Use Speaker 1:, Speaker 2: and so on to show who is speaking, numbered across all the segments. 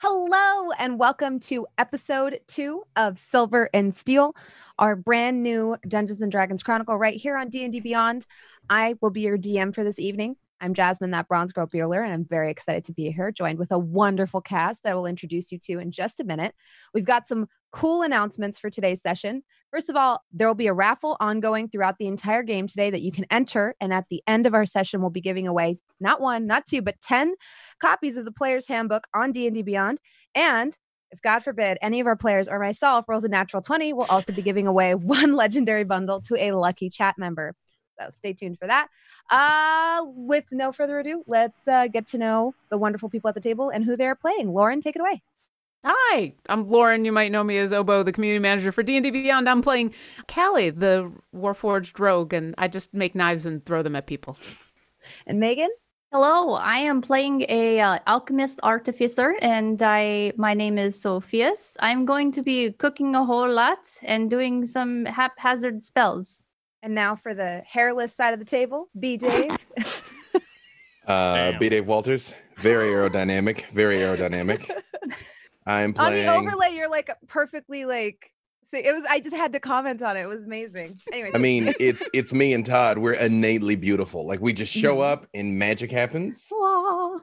Speaker 1: Hello, and welcome to episode two of Silver and Steel, our brand new Dungeons and Dragons Chronicle, right here on D and D Beyond. I will be your DM for this evening. I'm Jasmine, that Bronze Girl Bueller, and I'm very excited to be here, joined with a wonderful cast that I will introduce you to in just a minute. We've got some cool announcements for today's session. First of all, there will be a raffle ongoing throughout the entire game today that you can enter. And at the end of our session, we'll be giving away not one, not two, but 10 copies of the player's handbook on D&D Beyond. And if God forbid any of our players or myself rolls a natural 20, we'll also be giving away one legendary bundle to a lucky chat member. So stay tuned for that. Uh, with no further ado, let's uh, get to know the wonderful people at the table and who they're playing. Lauren, take it away.
Speaker 2: Hi, I'm Lauren. You might know me as Obo, the community manager for D&D Beyond. I'm playing Callie, the Warforged rogue, and I just make knives and throw them at people.
Speaker 1: And Megan?
Speaker 3: Hello, I am playing a uh, alchemist artificer, and I my name is Sophias. I'm going to be cooking a whole lot and doing some haphazard spells.
Speaker 1: And now for the hairless side of the table, B Dave.
Speaker 4: Uh,
Speaker 5: Damn.
Speaker 4: B. Dave Walters, very aerodynamic, very aerodynamic. I am
Speaker 1: on the
Speaker 4: playing.
Speaker 1: overlay, you're like perfectly like. See, it was. I just had to comment on it. It was amazing. Anyway,
Speaker 4: I mean, it's it's me and Todd. We're innately beautiful. Like we just show
Speaker 1: Mm-hmm.
Speaker 4: up and magic happens.
Speaker 1: Aw.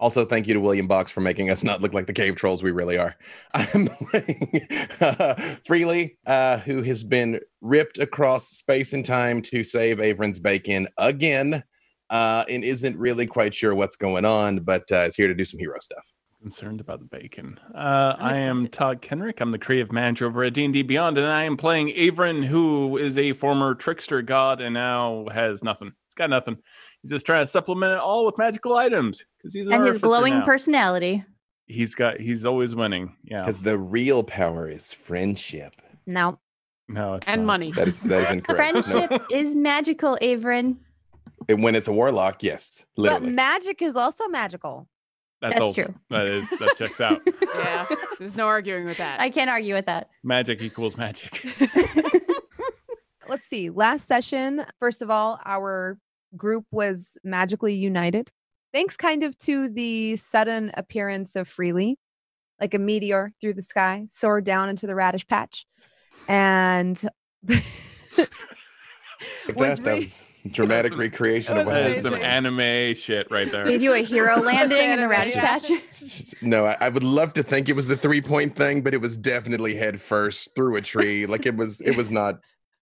Speaker 4: Also, thank you to William Box for making us not look like the cave trolls we really are. I'm playing uh, Freely, uh, who has been ripped across space and time to save Averin's bacon again, uh, and isn't really quite sure what's going on, but uh, is here to do some hero stuff.
Speaker 5: concerned about the bacon. Uh,
Speaker 2: I'm
Speaker 5: I am
Speaker 2: excited.
Speaker 5: Todd Kenrick. I'm the creative manager over at D&D Beyond, and I am playing Averin, who is a former trickster god and now has nothing. He's got nothing. He's just trying to supplement it all with magical items because he's an
Speaker 3: and his
Speaker 5: artificer
Speaker 3: glowing
Speaker 5: now.
Speaker 3: personality.
Speaker 5: He's got. He's always winning. Yeah.
Speaker 4: Because the real power is friendship.
Speaker 1: no,
Speaker 5: No. It's
Speaker 2: and
Speaker 5: not.
Speaker 2: money.
Speaker 4: That is that is incorrect. No.
Speaker 3: Friendship is magical, Averin.
Speaker 4: And when it's a warlock, yes,
Speaker 1: but
Speaker 4: literally.
Speaker 1: magic is also magical.
Speaker 5: That's,
Speaker 3: That's
Speaker 5: also-
Speaker 3: true.
Speaker 5: That is. That checks out.
Speaker 2: yeah, there's no arguing with that.
Speaker 3: I can't argue with that.
Speaker 5: magic equals magic.
Speaker 1: Let's see. Last session, first of all, our group was magically united, thanks kind of to the sudden appearance of Freely, like a meteor through the sky, soared down into the radish patch, and
Speaker 4: Like
Speaker 1: was
Speaker 4: that, that
Speaker 1: re-
Speaker 4: was dramatic
Speaker 5: Awesome.
Speaker 4: recreation
Speaker 1: That
Speaker 4: of what
Speaker 1: was
Speaker 5: that is
Speaker 4: happened.
Speaker 5: some anime shit right there.
Speaker 3: They do a hero landing in the radish
Speaker 4: Yeah.
Speaker 3: patch.
Speaker 4: no, I, I would love to think it was the three point thing, but it was definitely head first through a tree. Like it was, it was not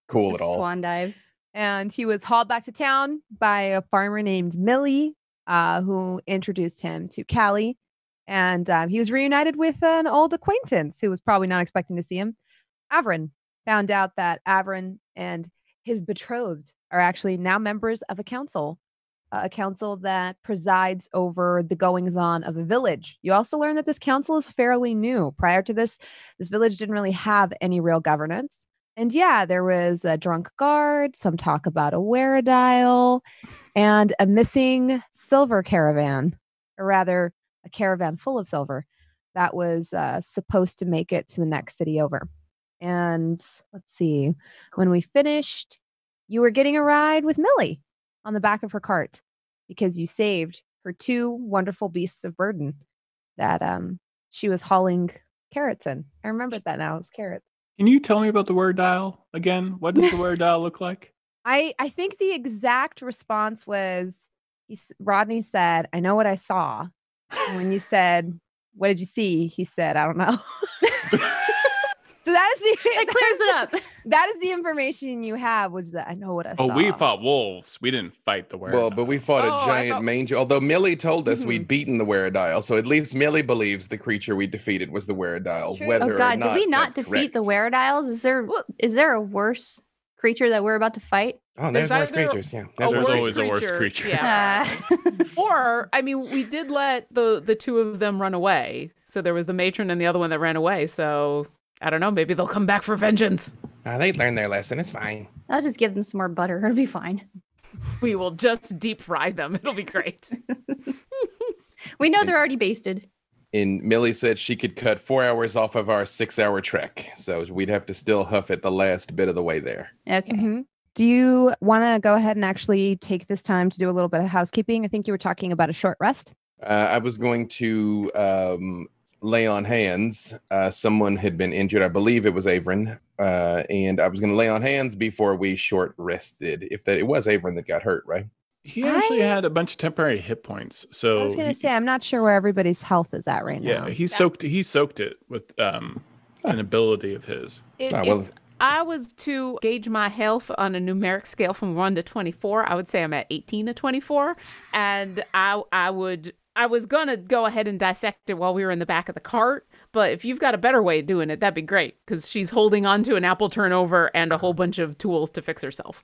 Speaker 4: cool
Speaker 3: Just
Speaker 4: at all.
Speaker 3: Swan dive.
Speaker 1: and he was hauled back to town by a farmer named Millie, uh, who introduced him to Callie. And um, he was reunited with an old acquaintance who was probably not expecting to see him. Averin found out that Averin and his betrothed are actually now members of a council, uh, a council that presides over the goings on of a village. You also learn that this council is fairly new. Prior to this, this village didn't really have any real governance. And yeah, there was a drunk guard, some talk about a weridile, and a missing silver caravan, or rather, a caravan full of silver that was uh, supposed to make it to the next city over. And let's see, when we finished, you were getting a ride with Millie on the back of her cart because you saved her two wonderful beasts of burden that um, she was hauling carrots in. I remembered that now, it was carrots.
Speaker 5: Can you tell me about the word dial again? What does the word dial look like?
Speaker 1: I I think the exact response was he, s- Rodney said, "I know what I saw." And when you said, "What did you see?" he said, "I don't know." so that is the
Speaker 3: That clears it up.
Speaker 1: That is the information you have was that I know what I
Speaker 5: Oh,
Speaker 1: saw.
Speaker 5: we fought wolves. We didn't fight the word.
Speaker 4: Well, but we fought
Speaker 2: Oh,
Speaker 4: a
Speaker 2: I
Speaker 4: giant
Speaker 2: thought-
Speaker 4: manger. Although Millie told us
Speaker 3: Mm-hmm.
Speaker 4: we'd beaten the Weridile, so at least Millie believes the creature we defeated was the Weridile.
Speaker 1: True. Oh
Speaker 4: Whether
Speaker 3: Oh
Speaker 4: or
Speaker 3: God, did we not
Speaker 4: that's
Speaker 3: defeat the
Speaker 4: correct.
Speaker 3: Werediles? Is there
Speaker 2: Well-
Speaker 3: is there a worse creature that we're about to fight?
Speaker 4: Oh,
Speaker 2: There's
Speaker 4: there's worse
Speaker 2: either
Speaker 4: creatures. Yeah,
Speaker 2: a
Speaker 4: there's
Speaker 5: There's
Speaker 4: worse
Speaker 2: worse
Speaker 5: always a worse creature.
Speaker 2: Yeah.
Speaker 3: Ah.
Speaker 2: or I mean, we did let the the two of them run away. So there was the matron and the other one that ran away. So I don't know. Maybe they'll come back for vengeance.
Speaker 4: Uh, they learned their lesson. It's fine.
Speaker 3: I'll just give them some more butter. It'll be fine.
Speaker 2: We will just deep fry them. It'll be great.
Speaker 3: We know they're already basted.
Speaker 4: And Millie said she could cut four hours off of our six hour trek. So we'd have to still huff it the last bit of the way there.
Speaker 3: Okay.
Speaker 1: Mhm. Do you want to go ahead and actually take this time to do a little bit of housekeeping? I think you were talking about a short rest.
Speaker 4: Uh, I was going to um, lay on hands. Uh, someone had been injured. I believe it was Averin. Uh, and I was going to lay on hands before we short rested. If that it was Averin that got hurt, right?
Speaker 5: He actually
Speaker 1: I-
Speaker 5: had a bunch of temporary hit points. So
Speaker 1: I was going
Speaker 5: he-
Speaker 1: to say, I'm not sure where everybody's health is at right
Speaker 5: yeah,
Speaker 1: now.
Speaker 5: he soaked he soaked it with um an ability of his.
Speaker 2: If,
Speaker 4: Ah, well-
Speaker 2: if I was to gauge my health on a numeric scale from one to twenty-four, I would say I'm at eighteen to twenty-four, and I I would I was gonna go ahead and dissect it while we were in the back of the cart. But if you've got a better way of doing it, that'd be great because she's holding on to an apple turnover and a whole bunch of tools to fix herself.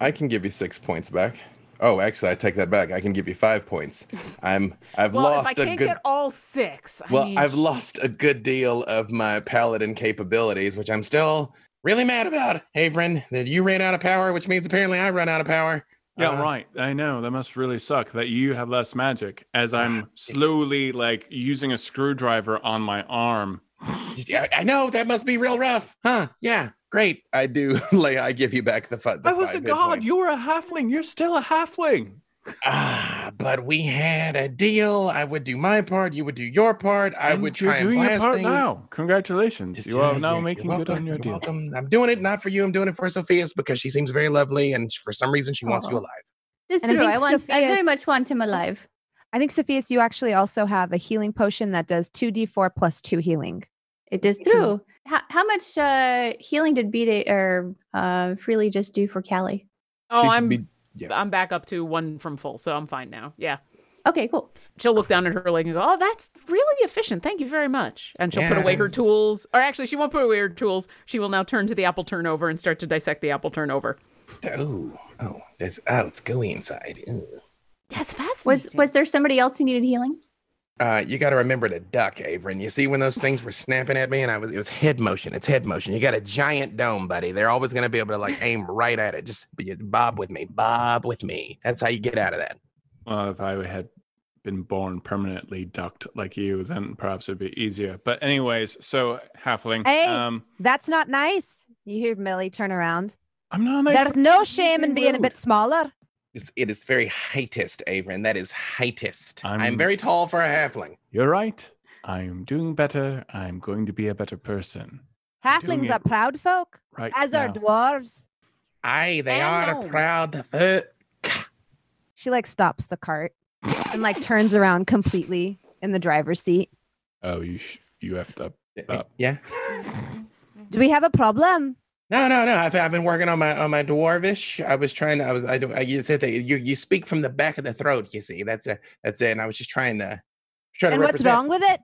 Speaker 4: I can give you six points back. Oh, actually, I take that back. I can give you five points. I'm I've
Speaker 2: Well, if
Speaker 4: lost
Speaker 2: I
Speaker 4: a
Speaker 2: can't
Speaker 4: good.
Speaker 2: get all six, I
Speaker 4: well,
Speaker 2: mean,
Speaker 4: I've lost a good deal of my paladin capabilities, which I'm still really mad about, Averin. That you ran out of power, which means apparently I run out of power.
Speaker 5: Yeah,
Speaker 4: Uh,
Speaker 5: right. I know. That must really suck that you have less magic as I'm slowly like using a screwdriver on my arm.
Speaker 4: Just- I, I know that must be real rough, huh? Yeah, great. I do lay. I give you back the. fi- the
Speaker 5: I was
Speaker 4: five hit
Speaker 5: a god.
Speaker 4: points.
Speaker 5: You're a halfling. You're still a halfling.
Speaker 4: Ah, but we had a deal. I would do my part. You would do your part. I
Speaker 5: And
Speaker 4: would
Speaker 5: you're
Speaker 4: try and
Speaker 5: doing
Speaker 4: blast
Speaker 5: your part
Speaker 4: things.
Speaker 5: now. Congratulations.
Speaker 4: Yes,
Speaker 5: You are
Speaker 4: yeah,
Speaker 5: now
Speaker 4: you're-
Speaker 5: making
Speaker 4: you're
Speaker 5: good
Speaker 4: welcome,
Speaker 5: on your
Speaker 4: you're
Speaker 5: deal.
Speaker 4: welcome. I'm doing it not for you. I'm doing it for Sophia's because she seems very lovely, and sh- for some reason she wants you
Speaker 3: Aw.
Speaker 5: Oh.
Speaker 4: alive.
Speaker 3: This is
Speaker 1: And I
Speaker 3: true.
Speaker 1: think
Speaker 3: I want. I very
Speaker 1: Sophia's-
Speaker 3: much want him alive.
Speaker 1: I think, Sophia's, you actually also have a healing potion that does 2d4 plus 2 healing.
Speaker 3: It is
Speaker 1: Mhm.
Speaker 3: true. Mm-hmm. How, how much uh, healing did B or uh, freely just do for Callie?
Speaker 2: oh,
Speaker 4: She should
Speaker 2: I'm
Speaker 4: be- yeah.
Speaker 2: I'm back up to one from full, so I'm fine now. Yeah.
Speaker 3: Okay, cool.
Speaker 2: she'll look down at her leg and go, "Oh, that's really efficient. Thank you very much." And she'll put away her
Speaker 4: Yes.
Speaker 2: tools, or actually, she won't put away her tools. She will now turn to the apple turnover and start to dissect the apple turnover.
Speaker 4: Oh, oh, there's oh, let's go inside. Ew.
Speaker 2: That's fascinating.
Speaker 3: Was was there somebody else who needed healing?
Speaker 4: Uh, you got to remember to duck, Averin. You see when those things were snapping at me, and I was it was head motion. It's head motion. You got a giant dome, buddy. They're always gonna be able to like aim right at it. Just be- bob with me, bob with me. That's how you get out of that.
Speaker 5: Well, if I had been born permanently ducked like you, then perhaps it'd be easier. But anyways, so halfling.
Speaker 1: Hey!
Speaker 5: Um,
Speaker 1: That's not nice. You hear Millie turn around.
Speaker 5: I'm not a nice.
Speaker 1: There's no shame in
Speaker 5: being
Speaker 1: being a
Speaker 5: rude.
Speaker 1: bit smaller.
Speaker 4: It's, it is very heightist, Averin. That is heightist. I'm,
Speaker 5: I'm-
Speaker 4: very tall for a halfling.
Speaker 5: You're right. I'm doing better. I'm going to be a better person. doing
Speaker 1: Halflings
Speaker 5: it
Speaker 1: are proud folk,
Speaker 5: Right.
Speaker 1: as are
Speaker 5: now.
Speaker 1: dwarves.
Speaker 4: Aye, they
Speaker 2: And
Speaker 4: are
Speaker 2: gnomes.
Speaker 4: proud. Foot.
Speaker 1: She like stops the cart and like turns around completely in the driver's seat.
Speaker 5: Oh, you sh- you effed up.
Speaker 4: Uh,
Speaker 5: Uh,
Speaker 4: yeah.
Speaker 1: Do we have a problem?
Speaker 4: No, no, no. I've, I've been working on my on my dwarvish. I was trying to. I was. I, do- I you said that you you speak from the back of the throat. You see, that's a that's it. And I was just trying to trying
Speaker 1: And
Speaker 4: to
Speaker 1: what's
Speaker 4: represent.
Speaker 1: wrong with it?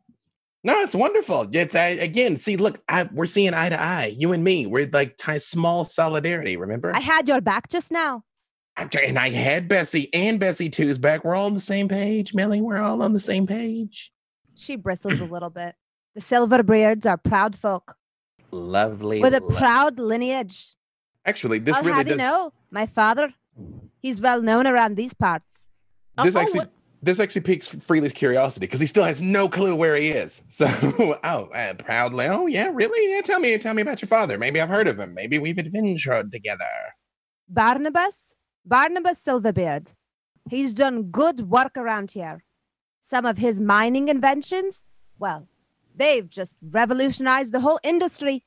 Speaker 4: No, it's wonderful. It's I, again. See, look, I, we're seeing eye to eye. You and me. We're like ti- small solidarity. Remember?
Speaker 1: I had your back just now.
Speaker 4: I'm try- and I had Bessie and Bessie two's back. We're all on the same page, Millie. We're all on the same page.
Speaker 1: She bristles a little bit. The Silverbeards are proud folk
Speaker 4: Lovely.
Speaker 1: with a
Speaker 4: lo-
Speaker 1: proud lineage.
Speaker 4: Actually, this
Speaker 1: I'll
Speaker 4: really
Speaker 1: have
Speaker 4: does.
Speaker 1: you know, my father, he's well known around these parts.
Speaker 4: this
Speaker 2: Oh,
Speaker 4: actually
Speaker 2: what-
Speaker 4: this actually piques Freely's curiosity because he still has no clue where he is. So, oh, uh, proudly, oh yeah, really? Yeah, tell me, tell me about your father. Maybe I've heard of him. Maybe we've adventured together.
Speaker 1: Barnabas, Barnabas Silverbeard. He's done good work around here. Some of his mining inventions, well, they've just revolutionized the whole industry.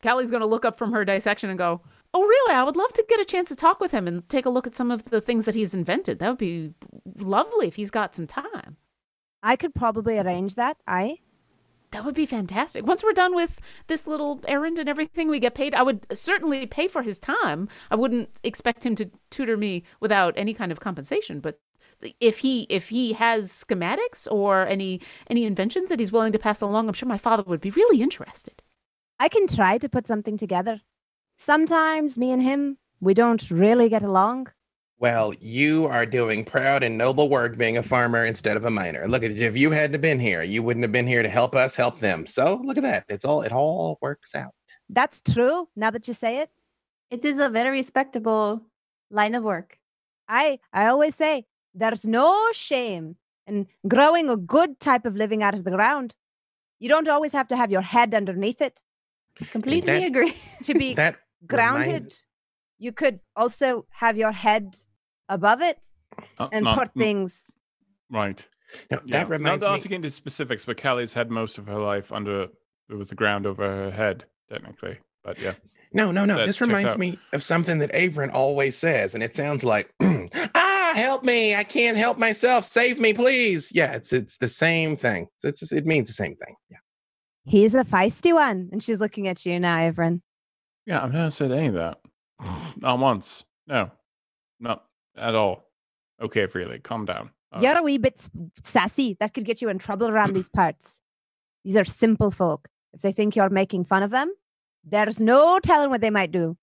Speaker 2: Callie's going to look up from her dissection and go, "Oh, really? I would love to get a chance to talk with him and take a look at some of the things that he's invented. That would be lovely if he's got some time."
Speaker 1: I could probably arrange that, I.
Speaker 2: That would be fantastic. Once we're done with this little errand and everything, we get paid. I would certainly pay for his time. I wouldn't expect him to tutor me without any kind of compensation, but if he if he has schematics or any any inventions that he's willing to pass along, I'm sure my father would be really interested.
Speaker 1: I can try to put something together. Sometimes me and him, we don't really get along.
Speaker 4: Well, you are doing proud and noble work being a farmer instead of a miner. Look at if you hadn't have been here, you wouldn't have been here to help us help them. So look at that. It's all it all works out.
Speaker 1: That's true, now that you say it.
Speaker 3: It is a very respectable line of work.
Speaker 1: I I always say there's no shame in growing a good type of living out of the ground. You don't always have to have your head underneath it
Speaker 3: Completely
Speaker 4: that-
Speaker 3: agree.
Speaker 1: to be
Speaker 4: That
Speaker 1: grounded. You could also have your head above it
Speaker 5: uh,
Speaker 1: and
Speaker 5: not-
Speaker 1: put things
Speaker 5: Right.
Speaker 4: Now,
Speaker 5: Yeah.
Speaker 4: that reminds
Speaker 5: Not
Speaker 4: me.
Speaker 5: also getting into specifics, but Callie's had most of her life under it was the ground over her head, technically. But yeah,
Speaker 4: No, no, no.
Speaker 5: That
Speaker 4: This
Speaker 5: checks
Speaker 4: reminds
Speaker 5: out.
Speaker 4: me of something that Averin always says, and it sounds like, "Ah, help me! I can't help myself. Save me, please!" Yeah, it's it's the same thing. It's, it's- it means the same thing. Yeah.
Speaker 1: He's a feisty one. And she's looking at you now, Ivrin.
Speaker 5: yeah, I've never said any of that. Not once. No, not at all. Okay, Freely, calm down. All
Speaker 1: You're
Speaker 5: right.
Speaker 1: a wee bit s- sassy. That could get you in trouble around these parts. These are simple folk. If they think you're making fun of them, there's no telling what they might do.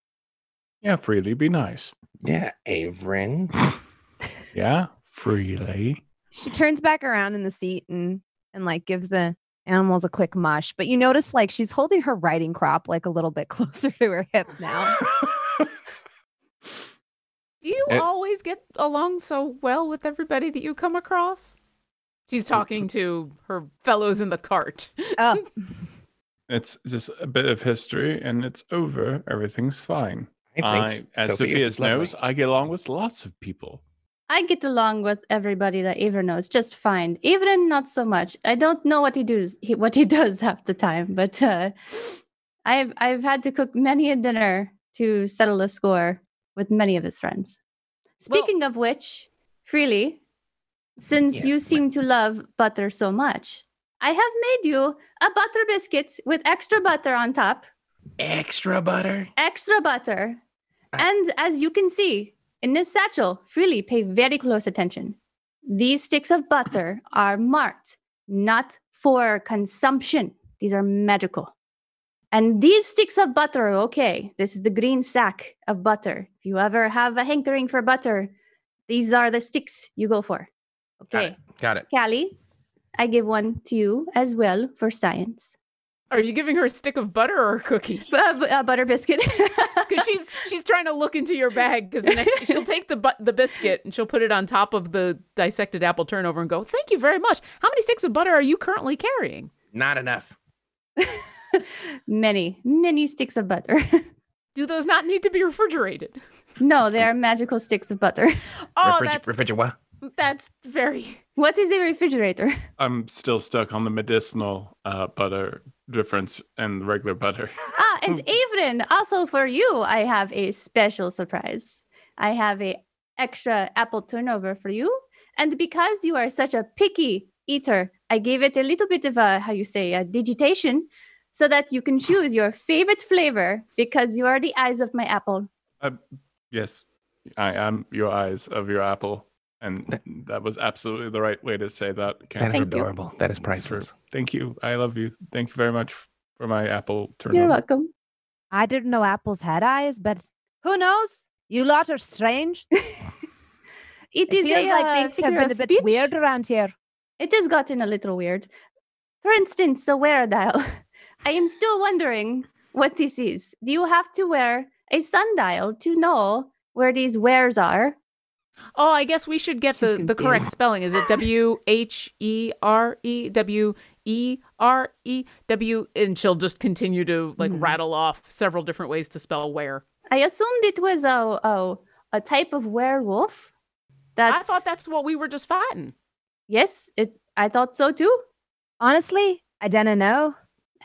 Speaker 5: Yeah, Freely, be nice.
Speaker 4: Yeah, Averin.
Speaker 5: Yeah, Freely.
Speaker 1: She turns back around in the seat and and like gives the animals a quick mush. But you notice like she's holding her riding crop like a little bit closer to her hip now.
Speaker 2: Do you
Speaker 4: Uh,
Speaker 2: always get along so well with everybody that you come across? She's talking to her fellows in the cart.
Speaker 1: oh,
Speaker 5: It's just a bit of history, and it's over. Everything's fine.
Speaker 4: I
Speaker 5: I,
Speaker 4: think
Speaker 5: as Sophia
Speaker 4: Sophia's lovely.
Speaker 5: knows, I get along with lots of people.
Speaker 3: I get along with everybody that Averin knows just fine. Averin, not so much. I don't know what he does. He, what he does half the time, but uh, I've I've had to cook many a dinner to settle a score with many of his friends.
Speaker 2: Well-
Speaker 3: Speaking of which, freely, since you
Speaker 4: Yes,
Speaker 3: seem to love butter so much, I have made you a butter biscuit with extra butter on top.
Speaker 4: extra butter.
Speaker 3: Extra butter,
Speaker 4: Ah.
Speaker 3: and as you can see in this satchel, freely pay very close attention. These sticks of butter are marked not for consumption. These are magical. And these sticks of butter are okay. This is the green sack of butter. If you ever have a hankering for butter, these are the sticks you go for.
Speaker 4: Got
Speaker 3: Okay.
Speaker 4: it. Got it.
Speaker 3: Callie, I give one to you as well for science.
Speaker 2: Are you giving her a stick of butter or a cookie?
Speaker 3: Bu- uh, butter biscuit.
Speaker 2: Because she's she's trying to look into your bag. Because the next she'll take the bu- the biscuit and she'll put it on top of the dissected apple turnover and go, "Thank you very much." How many sticks of butter are you currently carrying?
Speaker 4: Not enough.
Speaker 3: many, many sticks of butter.
Speaker 2: Do those not need to be refrigerated?
Speaker 3: no, they are magical sticks of butter.
Speaker 2: Oh,
Speaker 4: Refrigi-
Speaker 2: that's
Speaker 4: refrigi- what?
Speaker 2: that's very
Speaker 3: What is a refrigerator?
Speaker 5: I'm still stuck on the medicinal uh, butter difference and regular butter.
Speaker 3: Ah, and Averin, also for you, I have a special surprise. I have a extra apple turnover for you. And because you are such a picky eater, I gave it a little bit of a how you say a digitation so that you can choose your favorite flavor because you are the eyes of my apple.
Speaker 5: Yes, I am your eyes of your apple. And that was absolutely the right way to say that.
Speaker 4: That
Speaker 5: Karen.
Speaker 4: is
Speaker 3: Thank you.
Speaker 4: adorable. That is
Speaker 5: It's true.
Speaker 4: priceless.
Speaker 5: Thank you. I love you. Thank you very much for my apple turnover.
Speaker 3: You're welcome.
Speaker 1: I didn't know apples had eyes, but who knows? You lot are strange. It
Speaker 3: It is
Speaker 1: feels
Speaker 3: a, uh,
Speaker 1: like things have
Speaker 3: figure
Speaker 1: been a
Speaker 3: of
Speaker 1: bit
Speaker 3: speech.
Speaker 1: weird around here.
Speaker 3: It has gotten a little weird. For instance, the wear dial. I am still wondering what this is. Do you have to wear a sundial to know where these wares are?
Speaker 2: Oh, I guess we should get
Speaker 1: She's
Speaker 2: the, the correct
Speaker 1: confused.
Speaker 2: spelling. Is it W H E R E W E R E W? And she'll just continue to like
Speaker 1: Mhm.
Speaker 2: rattle off several different ways to spell where.
Speaker 3: I assumed it was a a, a type of werewolf. That's,
Speaker 2: I thought that's what we were just fighting.
Speaker 3: yes. It I thought so too.
Speaker 1: Honestly, I don't know.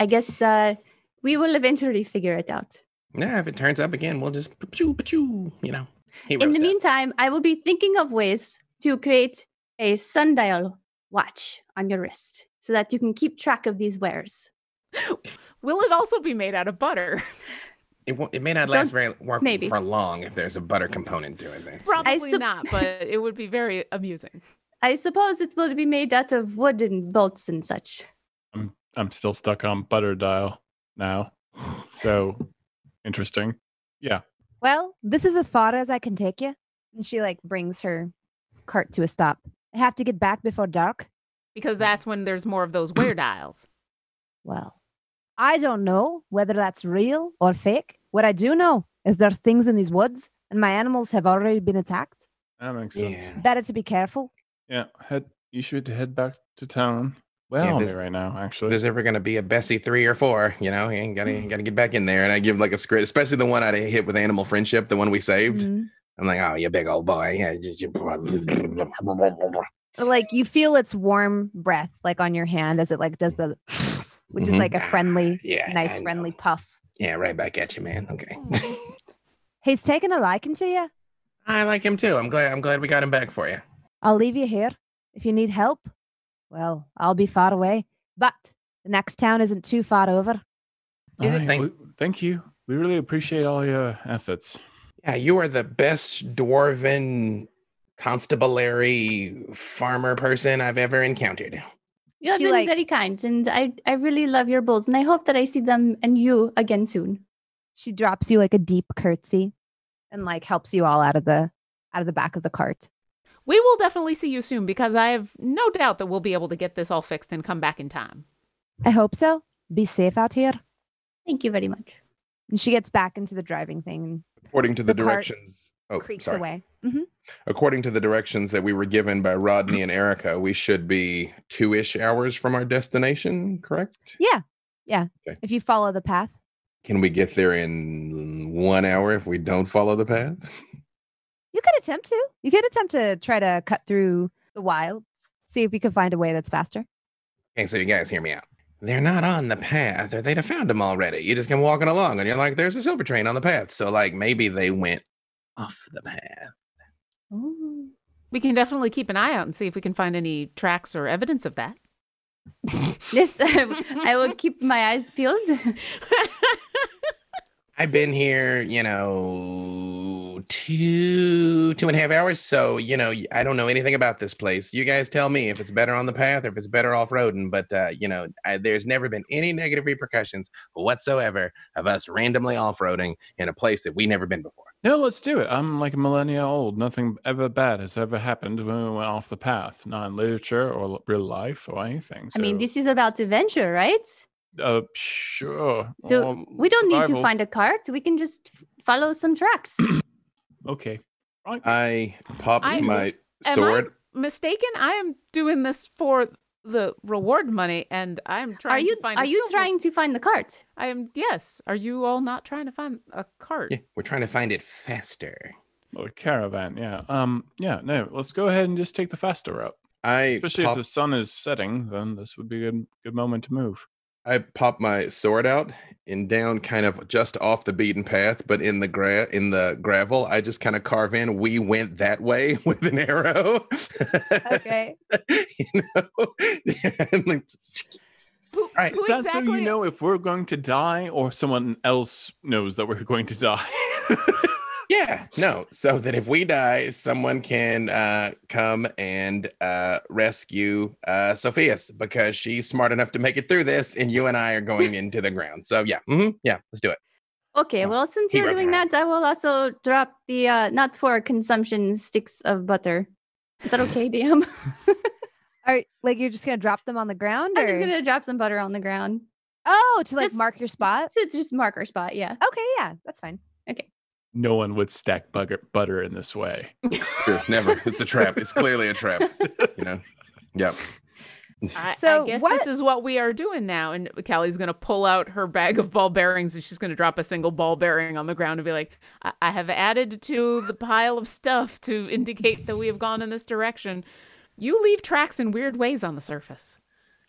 Speaker 3: I guess uh, we will eventually figure it out.
Speaker 4: Yeah, if it turns up again, we'll just pachoo, pachoo, you know. He
Speaker 3: In
Speaker 4: wrote
Speaker 3: the
Speaker 4: stuff.
Speaker 3: meantime, I will be thinking of ways to create a sundial watch on your wrist so that you can keep track of these wares.
Speaker 2: Will it also be made out of butter?
Speaker 4: it, won't, it may not last
Speaker 3: Don't-
Speaker 4: very wor-
Speaker 3: maybe.
Speaker 4: for long if there's a butter component to it. That's-
Speaker 2: Probably
Speaker 3: sup-
Speaker 2: not, but it would be very amusing.
Speaker 3: I suppose it will be made out of wood and bolts and such.
Speaker 5: I'm I'm still stuck on butter dial now. So interesting.
Speaker 1: Well, this is as far as I can take you. And she like brings her cart to a stop. I have to get back before dark.
Speaker 2: Because that's when there's more of those wear dials.
Speaker 1: Well, I don't know whether that's real or fake. What I do know is there's things in these woods and my animals have already been attacked.
Speaker 5: That makes sense.
Speaker 4: Yeah.
Speaker 1: Better to be careful.
Speaker 5: Yeah, head. You should head back to town. Well,
Speaker 4: Yeah,
Speaker 5: on me
Speaker 4: this-
Speaker 5: right now,
Speaker 4: if
Speaker 5: actually.
Speaker 4: there's ever gonna be a Bessie three or four, you know, you gotta you gotta get back in there. And I give like a script, especially the one I hit with animal
Speaker 1: Mm-hmm.
Speaker 4: friendship, the one we saved.
Speaker 1: Mhm.
Speaker 4: I'm like, oh, you big old boy, yeah. just- you-
Speaker 1: like you feel its warm breath like on your hand as it like does the which is
Speaker 4: Mhm.
Speaker 1: like a friendly
Speaker 4: Yeah. I
Speaker 1: nice
Speaker 4: know.
Speaker 1: friendly puff
Speaker 4: Yeah, right back at you, man. Okay.
Speaker 1: he's taken a liking to you
Speaker 4: I like him too. I'm glad I'm glad we got him back for you.
Speaker 1: i'll leave you here if you need help well i'll be far away but the next town isn't too far over
Speaker 5: All
Speaker 2: Is it-
Speaker 5: right,
Speaker 4: Thank-
Speaker 5: we- thank you. We really appreciate all your efforts.
Speaker 4: Yeah, you are the best dwarven constabulary farmer person I've ever encountered.
Speaker 3: You have
Speaker 1: She,
Speaker 3: been
Speaker 1: like-
Speaker 3: very kind, and I, I really love your bulls, and I hope that I see them and you again soon.
Speaker 1: she drops you like a deep curtsy and like helps you all out of the out of the back of the cart
Speaker 2: We will definitely see you soon because I have no doubt that we'll be able to get this all fixed and come back in time.
Speaker 1: i hope so be safe out here
Speaker 3: Thank you very much.
Speaker 1: and she gets back into the driving thing and
Speaker 4: According to the,
Speaker 1: The cart
Speaker 4: directions. Oh,
Speaker 1: creaks
Speaker 4: sorry.
Speaker 1: away hmm
Speaker 4: According to the directions that we were given by Rodney and Erica, we should be two ish hours from our destination, correct?
Speaker 1: if you follow the path
Speaker 4: Can we get there in one hour if we don't follow the path?
Speaker 1: You could attempt to. You could attempt to try to cut through the wild, see if you can find a way that's faster.
Speaker 4: Okay, so you guys hear me out. They're not on the path, or they'd have found them already. You just come walking along, and you're like, "There's a silver train on the path." So, like, maybe they went off the path.
Speaker 3: Oh.
Speaker 2: We can definitely keep an eye out and see if we can find any tracks or evidence of that.
Speaker 3: This, I will keep my eyes peeled.
Speaker 4: I've been here, you know, two two and a half hours. So, you know, I don't know anything about this place. You guys tell me if it's better on the path or if it's better off roading. But uh, you know, I, there's never been any negative repercussions whatsoever of us randomly off roading in a place that we never been before.
Speaker 5: No, let's do it. I'm like a millennia old. Nothing ever bad has ever happened when we went off the path, not in literature or l- real life or anything.
Speaker 3: I mean,
Speaker 5: so,
Speaker 3: this is about adventure, right?
Speaker 5: uh, sure.
Speaker 3: Do-
Speaker 5: Well,
Speaker 3: We don't need to
Speaker 5: survival.
Speaker 3: find a cart. We can just f- follow some tracks.
Speaker 5: Okay. Right.
Speaker 4: I popped
Speaker 2: I-
Speaker 4: my
Speaker 2: am I-
Speaker 4: sword.
Speaker 2: Mistaken? I am doing this for the reward money and I'm trying
Speaker 3: are you
Speaker 2: to find a
Speaker 3: are you
Speaker 2: silver-
Speaker 3: trying to find the cart?
Speaker 2: I am yes. Are you all not trying to find a cart?
Speaker 4: Yeah, we're trying to find it faster.
Speaker 5: Or caravan, yeah. Um, yeah, no, let's go ahead and just take the faster route.
Speaker 4: I
Speaker 5: Especially
Speaker 4: pop,
Speaker 5: if the sun is setting, then this would be a good, good moment to move.
Speaker 4: I pop my sword out and down, kind of just off the beaten path, but in the gra- in the gravel, I just kind of carve in. We went that way with an arrow.
Speaker 1: Okay.
Speaker 4: you know, And like,
Speaker 2: Who,
Speaker 4: right,
Speaker 3: Oh,
Speaker 2: who
Speaker 5: is that
Speaker 2: exactly
Speaker 5: so you know if we're going to die or someone else knows that we're going to die?
Speaker 4: yeah, no. So that if we die, someone can uh, come and uh, rescue uh, Sophia's because she's smart enough to make it through this, and you and I are going into the ground. So yeah, mhm, yeah, let's do it.
Speaker 3: Okay,
Speaker 4: Oh,
Speaker 3: well, since
Speaker 4: he
Speaker 3: you're
Speaker 4: wrote
Speaker 3: doing
Speaker 4: down.
Speaker 3: that, I will also drop the uh, not for consumption sticks of butter. Is that okay, DM?
Speaker 1: Are like you're just gonna drop them on the ground? Or...
Speaker 3: I'm just gonna drop some butter on the ground
Speaker 1: Oh, to like
Speaker 3: just-
Speaker 1: mark your spot.
Speaker 3: to just mark our spot. Yeah.
Speaker 1: Okay, yeah, that's fine.
Speaker 5: no one would stack bugger, butter in this way.
Speaker 4: Sure, never. It's a trap. It's clearly a trap. You know. Yep.
Speaker 2: I,
Speaker 1: So
Speaker 2: I guess
Speaker 1: what-
Speaker 2: this is what we are doing now. And Callie's going to pull out her bag of ball bearings and she's going to drop a single ball bearing on the ground and be like, I-, I have added to the pile of stuff to indicate that we have gone in this direction. You leave tracks in weird ways on the surface.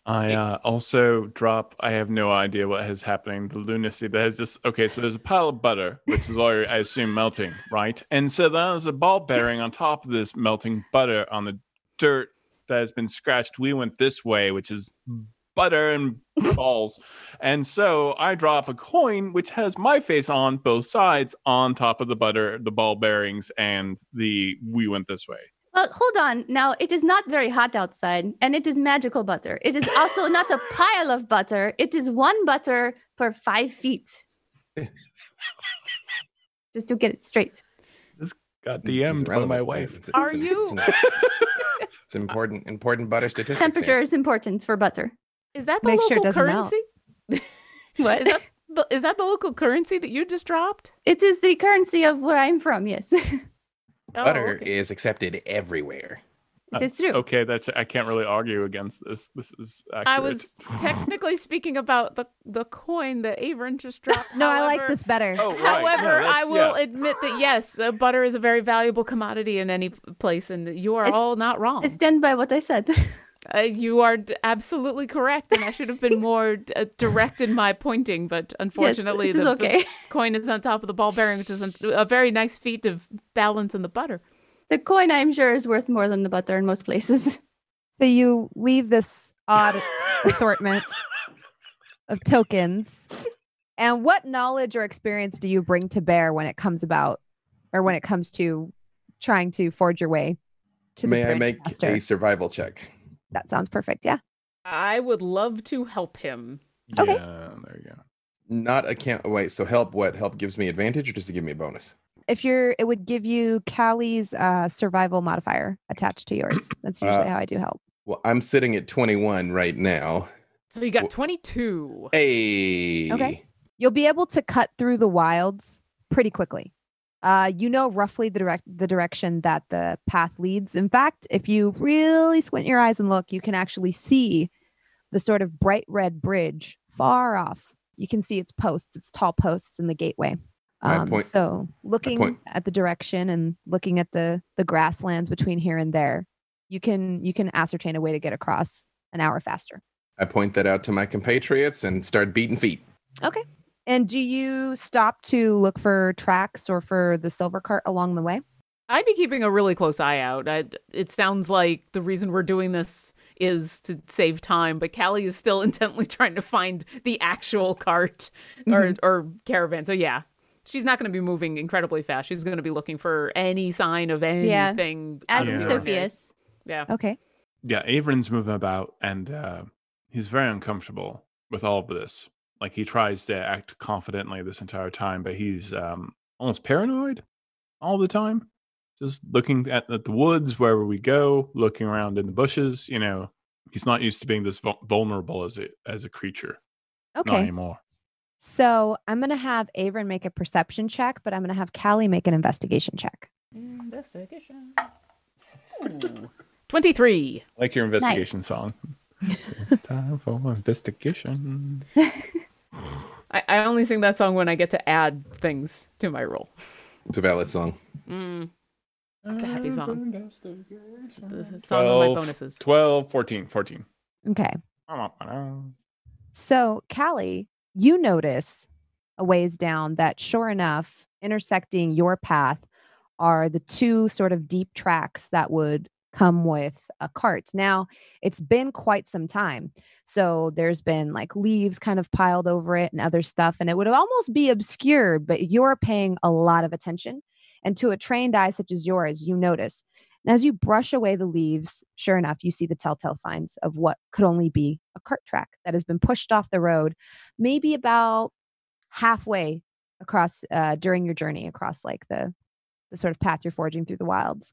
Speaker 5: I uh, also drop. I have no idea what is happening. The lunacy that has this. Okay, so there's a pile of butter, which is already, I assume, melting, right? And so there's a ball bearing on top of this melting butter on the dirt that has been scratched. We went this way, which is butter and balls. And so I drop a coin, which has my face on both sides, on top of the butter, the ball bearings, and the we went this way.
Speaker 3: Well, hold on. Now it is not very hot outside, and it is magical butter. It is also not a pile of butter. It is one butter per five feet. just to get it straight.
Speaker 5: Got
Speaker 4: It's- it's
Speaker 5: DM'd by my
Speaker 4: relevant.
Speaker 5: wife.
Speaker 4: It's-
Speaker 2: Are
Speaker 4: it's-
Speaker 2: you-
Speaker 4: It's, it's important. Important butter statistics. here.
Speaker 3: Temperature is important for butter.
Speaker 2: Is that the
Speaker 1: Make sure it
Speaker 2: local
Speaker 1: doesn't melt.
Speaker 2: currency?
Speaker 3: What?
Speaker 2: Is that, the, is that the local currency that you just dropped?
Speaker 3: It is the currency of where I'm from. Yes.
Speaker 2: Oh,
Speaker 4: Butter
Speaker 2: okay.
Speaker 4: is accepted everywhere.
Speaker 5: Uh,
Speaker 3: It is true.
Speaker 5: Okay, that's I can't really argue against this. This is accurate.
Speaker 2: I was technically speaking about the the coin that Averin just dropped.
Speaker 1: No, I like
Speaker 2: However-
Speaker 1: this better.
Speaker 5: Oh, right.
Speaker 2: However,
Speaker 5: No,
Speaker 2: I
Speaker 5: that's-
Speaker 2: will
Speaker 5: yeah.
Speaker 2: admit that yes, uh, butter is a very valuable commodity in any place, and you are
Speaker 3: It's-
Speaker 2: all not wrong.
Speaker 3: I stand by what I said.
Speaker 2: Uh, you are d- absolutely correct, and I should have been more d- uh, direct in my pointing, but unfortunately,
Speaker 3: yes, it is
Speaker 2: the, the
Speaker 3: okay.
Speaker 2: coin is on top of the ball bearing, which is a, a very nice feat of balance in the butter.
Speaker 3: The coin, I'm sure, is worth more than the butter in most places.
Speaker 1: So you leave this odd assortment of tokens. And what knowledge or experience do you bring to bear when it comes about or when it comes to trying to forge your way to the
Speaker 4: May I
Speaker 1: Grand
Speaker 4: make
Speaker 1: Master?
Speaker 4: a survival check?
Speaker 1: That sounds perfect. Yeah.
Speaker 2: I would love to help him.
Speaker 1: Okay.
Speaker 5: Yeah, there you go.
Speaker 4: Not a count. Wait, so help what? Help gives me advantage or does it give me a bonus?
Speaker 1: If you're it would give you Callie's uh, survival modifier attached to yours. That's usually
Speaker 4: Uh,
Speaker 1: how I do help.
Speaker 4: Well, I'm sitting at 21 right now.
Speaker 2: So you
Speaker 4: Wh-
Speaker 2: got 22.
Speaker 4: Hey.
Speaker 1: You'll be able to cut through the wilds pretty quickly. Uh, you know roughly the direct the direction that the path leads. In fact, if you really squint your eyes and look, you can actually see the sort of bright red bridge far off. You can see its posts, its tall posts, and the gateway.
Speaker 4: I
Speaker 1: Um,
Speaker 4: point-
Speaker 1: so looking
Speaker 4: point-
Speaker 1: at the direction and looking at the the grasslands between here and there, you can you can ascertain a way to get across an hour faster.
Speaker 4: I point that out to my compatriots and start beating feet.
Speaker 1: And do you stop to look for tracks or for the silver cart along the way?
Speaker 2: I'd be keeping a really close eye out. i it sounds like the reason we're doing this is to save time, but Callie is still intently trying to find the actual cart or,
Speaker 3: Mm-hmm.
Speaker 2: or caravan. So, yeah, she's not going to be moving incredibly fast. She's going to be looking for any sign of anything.
Speaker 3: As
Speaker 5: Yeah.
Speaker 3: is
Speaker 2: unexpected.
Speaker 3: Sophia's.
Speaker 2: Yeah.
Speaker 1: Okay.
Speaker 5: Yeah, Averin's moving about and uh, he's very uncomfortable with all of this. Like he tries to act confidently this entire time, but he's um, almost paranoid all the time. Just looking at, at the woods wherever we go, looking around in the bushes. You know, he's not used to being this vul- vulnerable as a as a creature. Not
Speaker 1: Okay.
Speaker 5: anymore.
Speaker 1: So I'm going to have Averin make a perception check, but I'm going to have Callie make an investigation check.
Speaker 2: Investigation. 23.
Speaker 5: Like your investigation
Speaker 3: Nice.
Speaker 5: song. it's time for investigation.
Speaker 2: I, I only sing that song when I get to add things to my roll.
Speaker 4: It's a valid song.
Speaker 2: Mm, a happy song. the song of my
Speaker 5: 12,
Speaker 2: bonuses.
Speaker 5: 12, 14, 14.
Speaker 1: Okay. So, Callie, you notice a ways down that sure enough, intersecting your path are the two sort of deep tracks that would come with a cart. Now, it's been quite some time. So, there's been like leaves kind of piled over it and other stuff, and it would almost be obscured, but you're paying a lot of attention. And to a trained eye such as yours, you notice. And as you brush away the leaves, sure enough, you see the telltale signs of what could only be a cart track that has been pushed off the road, maybe about halfway across uh, during your journey across like the the sort of path you're forging through the wilds.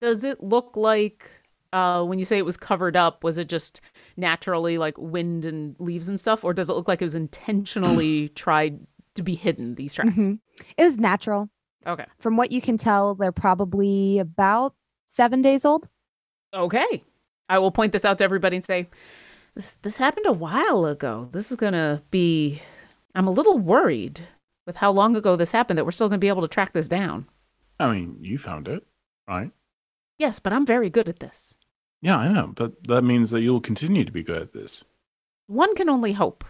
Speaker 2: Does it look like uh, when you say it was covered up, was it just naturally like wind and leaves and stuff, or does it look like it was intentionally tried to be hidden? These tracks.
Speaker 1: Mhm. It was natural.
Speaker 2: Okay.
Speaker 1: From what you can tell, they're probably about seven days old.
Speaker 2: Okay. I will point this out to everybody and say, this this happened a while ago. This is gonna be. I'm a little worried with how long ago this happened that we're still gonna be able to track this down.
Speaker 5: I mean, you found it, right?
Speaker 2: Yes, but I'm very good at this.
Speaker 5: Yeah, I know, but that means that you'll continue to be good at this.
Speaker 2: One can only hope,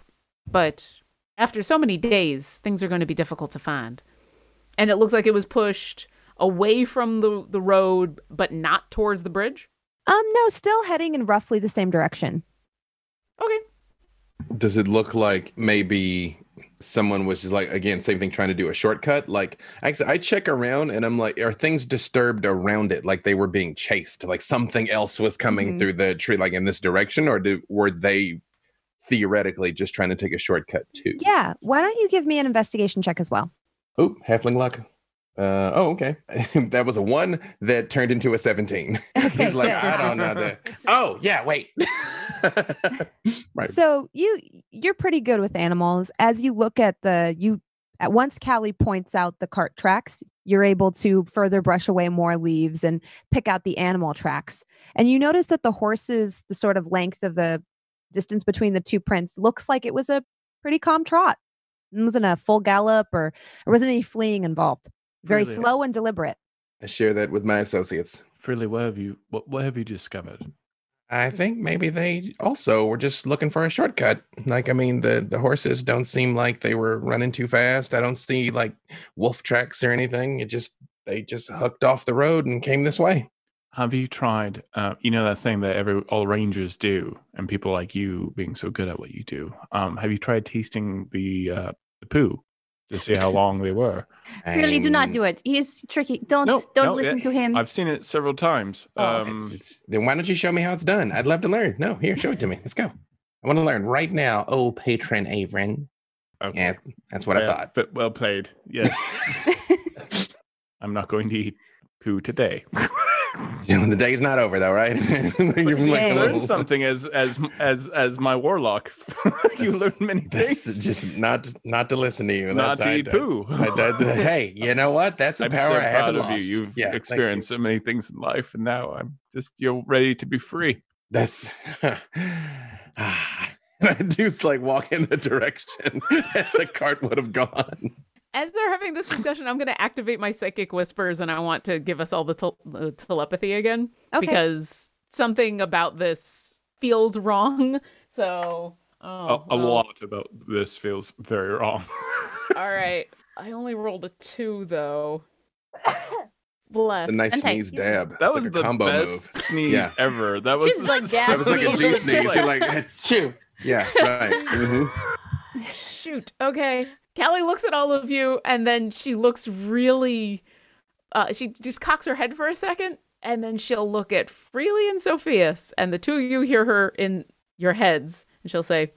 Speaker 2: but after so many days, things are going to be difficult to find. And it looks like it was pushed away from the, the road, but not towards the bridge.
Speaker 1: Um, no, still heading in roughly the same direction.
Speaker 2: Okay.
Speaker 4: Does it look like maybe someone was just like, again, same thing, trying to do a shortcut? Like, actually, I check around and I'm like, are things disturbed around it? Like they were being chased, like something else was coming
Speaker 1: Mhm.
Speaker 4: through the tree, like in this direction, or do, were they theoretically just trying to take a shortcut too?
Speaker 1: Yeah. Why don't you give me an investigation check as well?
Speaker 4: Oh, halfling luck. Uh, oh, okay. that was a one that turned into a 17.
Speaker 1: Okay.
Speaker 4: He's like,
Speaker 1: good.
Speaker 4: I don't know that. Oh, yeah, wait. right.
Speaker 1: So you you're pretty good with animals. As you look at the you at once Callie points out the cart tracks, you're able to further brush away more leaves and pick out the animal tracks. And you notice that the horses, the sort of length of the distance between the two prints, looks like it was a pretty calm trot. It wasn't a full gallop or there wasn't any fleeing involved. Very
Speaker 5: Really?
Speaker 1: slow and deliberate.
Speaker 4: I share that with my associates.
Speaker 5: Freely, what have you what, what have you discovered?
Speaker 4: I think maybe they also were just looking for a shortcut. Like, I mean, the the horses don't seem like they were running too fast. I don't see like wolf tracks or anything. It just they just hooked off the road and came this way.
Speaker 5: Have you tried, uh, you know, that thing that every all rangers do, and people like you being so good at what you do? Um, have you tried tasting the uh, the poo to see how long they were?
Speaker 3: Really, do not do it. He is tricky. Don't
Speaker 5: No,
Speaker 3: don't
Speaker 5: no,
Speaker 3: listen to him.
Speaker 5: I've seen it several times.
Speaker 2: Oh,
Speaker 5: Um,
Speaker 4: Then why don't you show me how it's done? I'd love to learn. No, here, show it to me. Let's go. I want to learn right now. Oh, patron Averin.
Speaker 5: okay.
Speaker 4: Yeah, that's what I
Speaker 5: Well-
Speaker 4: thought.
Speaker 5: but well played. Yes, I'm not going to eat poo today.
Speaker 4: You know, the day's not over though, right?
Speaker 5: But
Speaker 4: You're
Speaker 5: see, you
Speaker 1: like a
Speaker 5: learn
Speaker 4: little-
Speaker 5: something as as as as my warlock. you
Speaker 4: That's-
Speaker 5: learn many
Speaker 4: This
Speaker 5: things.
Speaker 4: is just not not to listen to you.
Speaker 5: not
Speaker 4: That's- I
Speaker 5: to eat
Speaker 4: d-
Speaker 5: poo.
Speaker 4: I d- I d- hey, you know what? That's a
Speaker 5: I'm
Speaker 4: power
Speaker 5: so
Speaker 4: I haven't
Speaker 5: proud of
Speaker 4: lost.
Speaker 5: you. You've
Speaker 4: Yeah, thank you.
Speaker 5: experienced so many things in life, and now I'm just you're ready to be free.
Speaker 4: That's. Ah. And I just like walk in the direction that the cart would have gone.
Speaker 2: As they're having this discussion, I'm going to activate my psychic whispers, and I want to give us all the tel- uh, telepathy again
Speaker 1: Okay.
Speaker 2: because something about this feels wrong. So oh,
Speaker 5: A, a
Speaker 2: well.
Speaker 5: lot about this feels very wrong.
Speaker 2: All right, I only rolled a two though. Bless.
Speaker 4: A nice
Speaker 3: Okay.
Speaker 4: sneeze dab.
Speaker 5: That
Speaker 4: It's
Speaker 5: was
Speaker 4: like a
Speaker 5: the
Speaker 4: combo move.
Speaker 5: best sneeze
Speaker 4: Yeah.
Speaker 5: ever. That was
Speaker 3: Just,
Speaker 5: the-
Speaker 3: like,
Speaker 4: That
Speaker 3: jab
Speaker 4: was like a
Speaker 3: sneeze.
Speaker 4: G
Speaker 5: It's
Speaker 4: sneeze.
Speaker 5: like-
Speaker 4: You're like, chew. Yeah, right. hmm
Speaker 2: Shoot. Okay. Callie looks at all of you and then she looks really uh she just cocks her head for a second and then she'll look at Freely and Sophias and the two of you hear her in your heads and she'll say,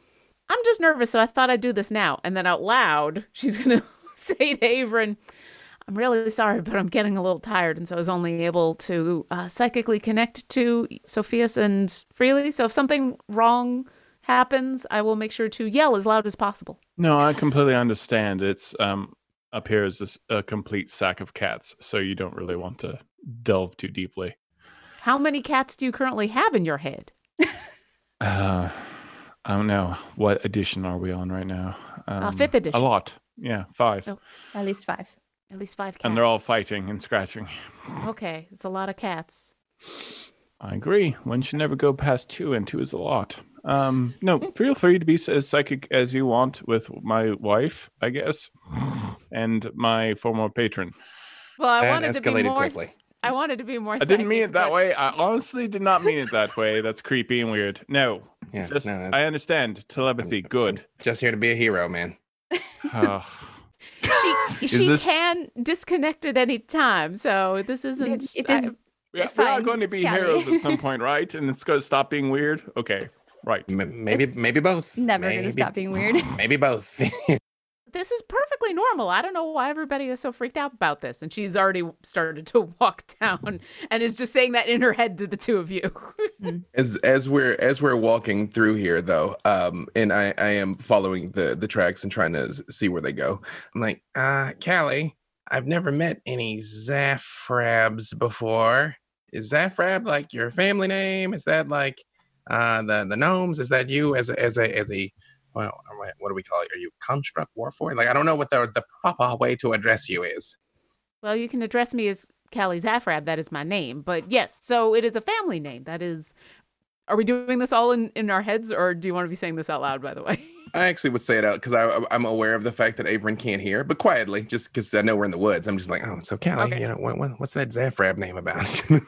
Speaker 2: "I'm just nervous, so I thought I'd do this now." And then out loud, she's going to say to Averin, "I'm really sorry, but I'm getting a little tired, and so I was only able to uh, psychically connect to Sophias and Freely. So if something wrong happens, I will make sure to yell as loud as possible."
Speaker 5: No, I completely understand. It's um up here is this, a complete sack of cats, so you don't really want to delve too deeply.
Speaker 2: How many cats do you currently have in your head?
Speaker 5: Uh, I don't know what edition are we on right now. Um,
Speaker 2: Uh, fifth
Speaker 5: A
Speaker 2: edition.
Speaker 5: lot. Yeah, five.
Speaker 2: Oh,
Speaker 3: At least five.
Speaker 2: At least five cats.
Speaker 5: and they're all fighting and scratching.
Speaker 2: okay. It's a lot of cats.
Speaker 5: I agree. One should never go past two, and two is a lot. Um, no,
Speaker 2: Hmm.
Speaker 5: feel free to be s- as psychic as you want with my wife, I guess, and my former patron.
Speaker 2: Well, I
Speaker 4: That
Speaker 2: wanted to be
Speaker 4: escalated
Speaker 2: more.
Speaker 4: quickly.
Speaker 2: I wanted to be more.
Speaker 5: I didn't mean
Speaker 2: psychic,
Speaker 5: it that
Speaker 2: but-
Speaker 5: way. I honestly did not mean it that way. That's creepy and weird. No,
Speaker 4: Yeah,
Speaker 5: just
Speaker 4: no, that's,
Speaker 5: I understand telepathy. Good.
Speaker 4: just here to be a hero, man.
Speaker 5: Ugh.
Speaker 2: She
Speaker 5: Is
Speaker 2: she
Speaker 5: this-
Speaker 2: can disconnect at any time, so this isn't.
Speaker 3: It
Speaker 2: I-
Speaker 3: is
Speaker 5: yeah, we are
Speaker 3: Fine,
Speaker 5: going to be
Speaker 3: Callie.
Speaker 5: heroes at some point, right? And it's going to stop being weird. Okay, right.
Speaker 4: M- maybe,
Speaker 3: It's
Speaker 4: maybe both.
Speaker 3: never
Speaker 4: maybe,
Speaker 3: gonna stop being weird.
Speaker 4: Maybe both.
Speaker 2: this is perfectly normal. I don't know why everybody is so freaked out about this. And she's already started to walk down and is just saying that in her head to the two of you.
Speaker 4: As as we're as we're walking through here though, um, and I I am following the the tracks and trying to s- see where they go. I'm like, uh, Callie, I've never met any Zafrabs before. Is Zafrab like your family name? Is that like uh the the gnomes? Is that you as a as a as a well, all right, what do we call it? Are you construct warforged? Like I don't know what the the proper way to address you is.
Speaker 2: Well, you can address me as Callie Zafrab. That is my name. But yes, so it is a family name. That is. Are we doing this all in, in our heads, or do you want to be saying this out loud, by the way?
Speaker 4: I actually would say it out because I I'm aware of the fact that Averin can't hear, but quietly, just because I know we're in the woods. I'm just like, oh, so Callie,
Speaker 2: Okay.
Speaker 4: you know, what, what, what's that Zafrab name about?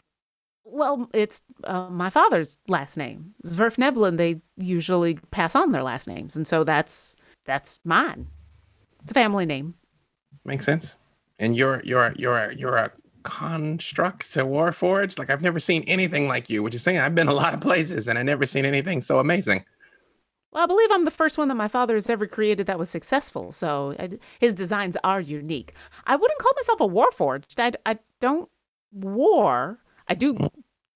Speaker 2: Well, it's uh, my father's last name, Zverf Neblin. They usually pass on their last names, and so that's that's mine. It's a family name.
Speaker 4: Makes sense. And you're you're a- you're a, you're a construct to Warforged. Like I've never seen anything like you, which is saying I've been a lot of places and I never seen anything so amazing.
Speaker 2: Well, I believe I'm the first one that my father has ever created that was successful, so I, his designs are unique. I wouldn't call myself a warforged. I, I don't war. I do
Speaker 4: I s-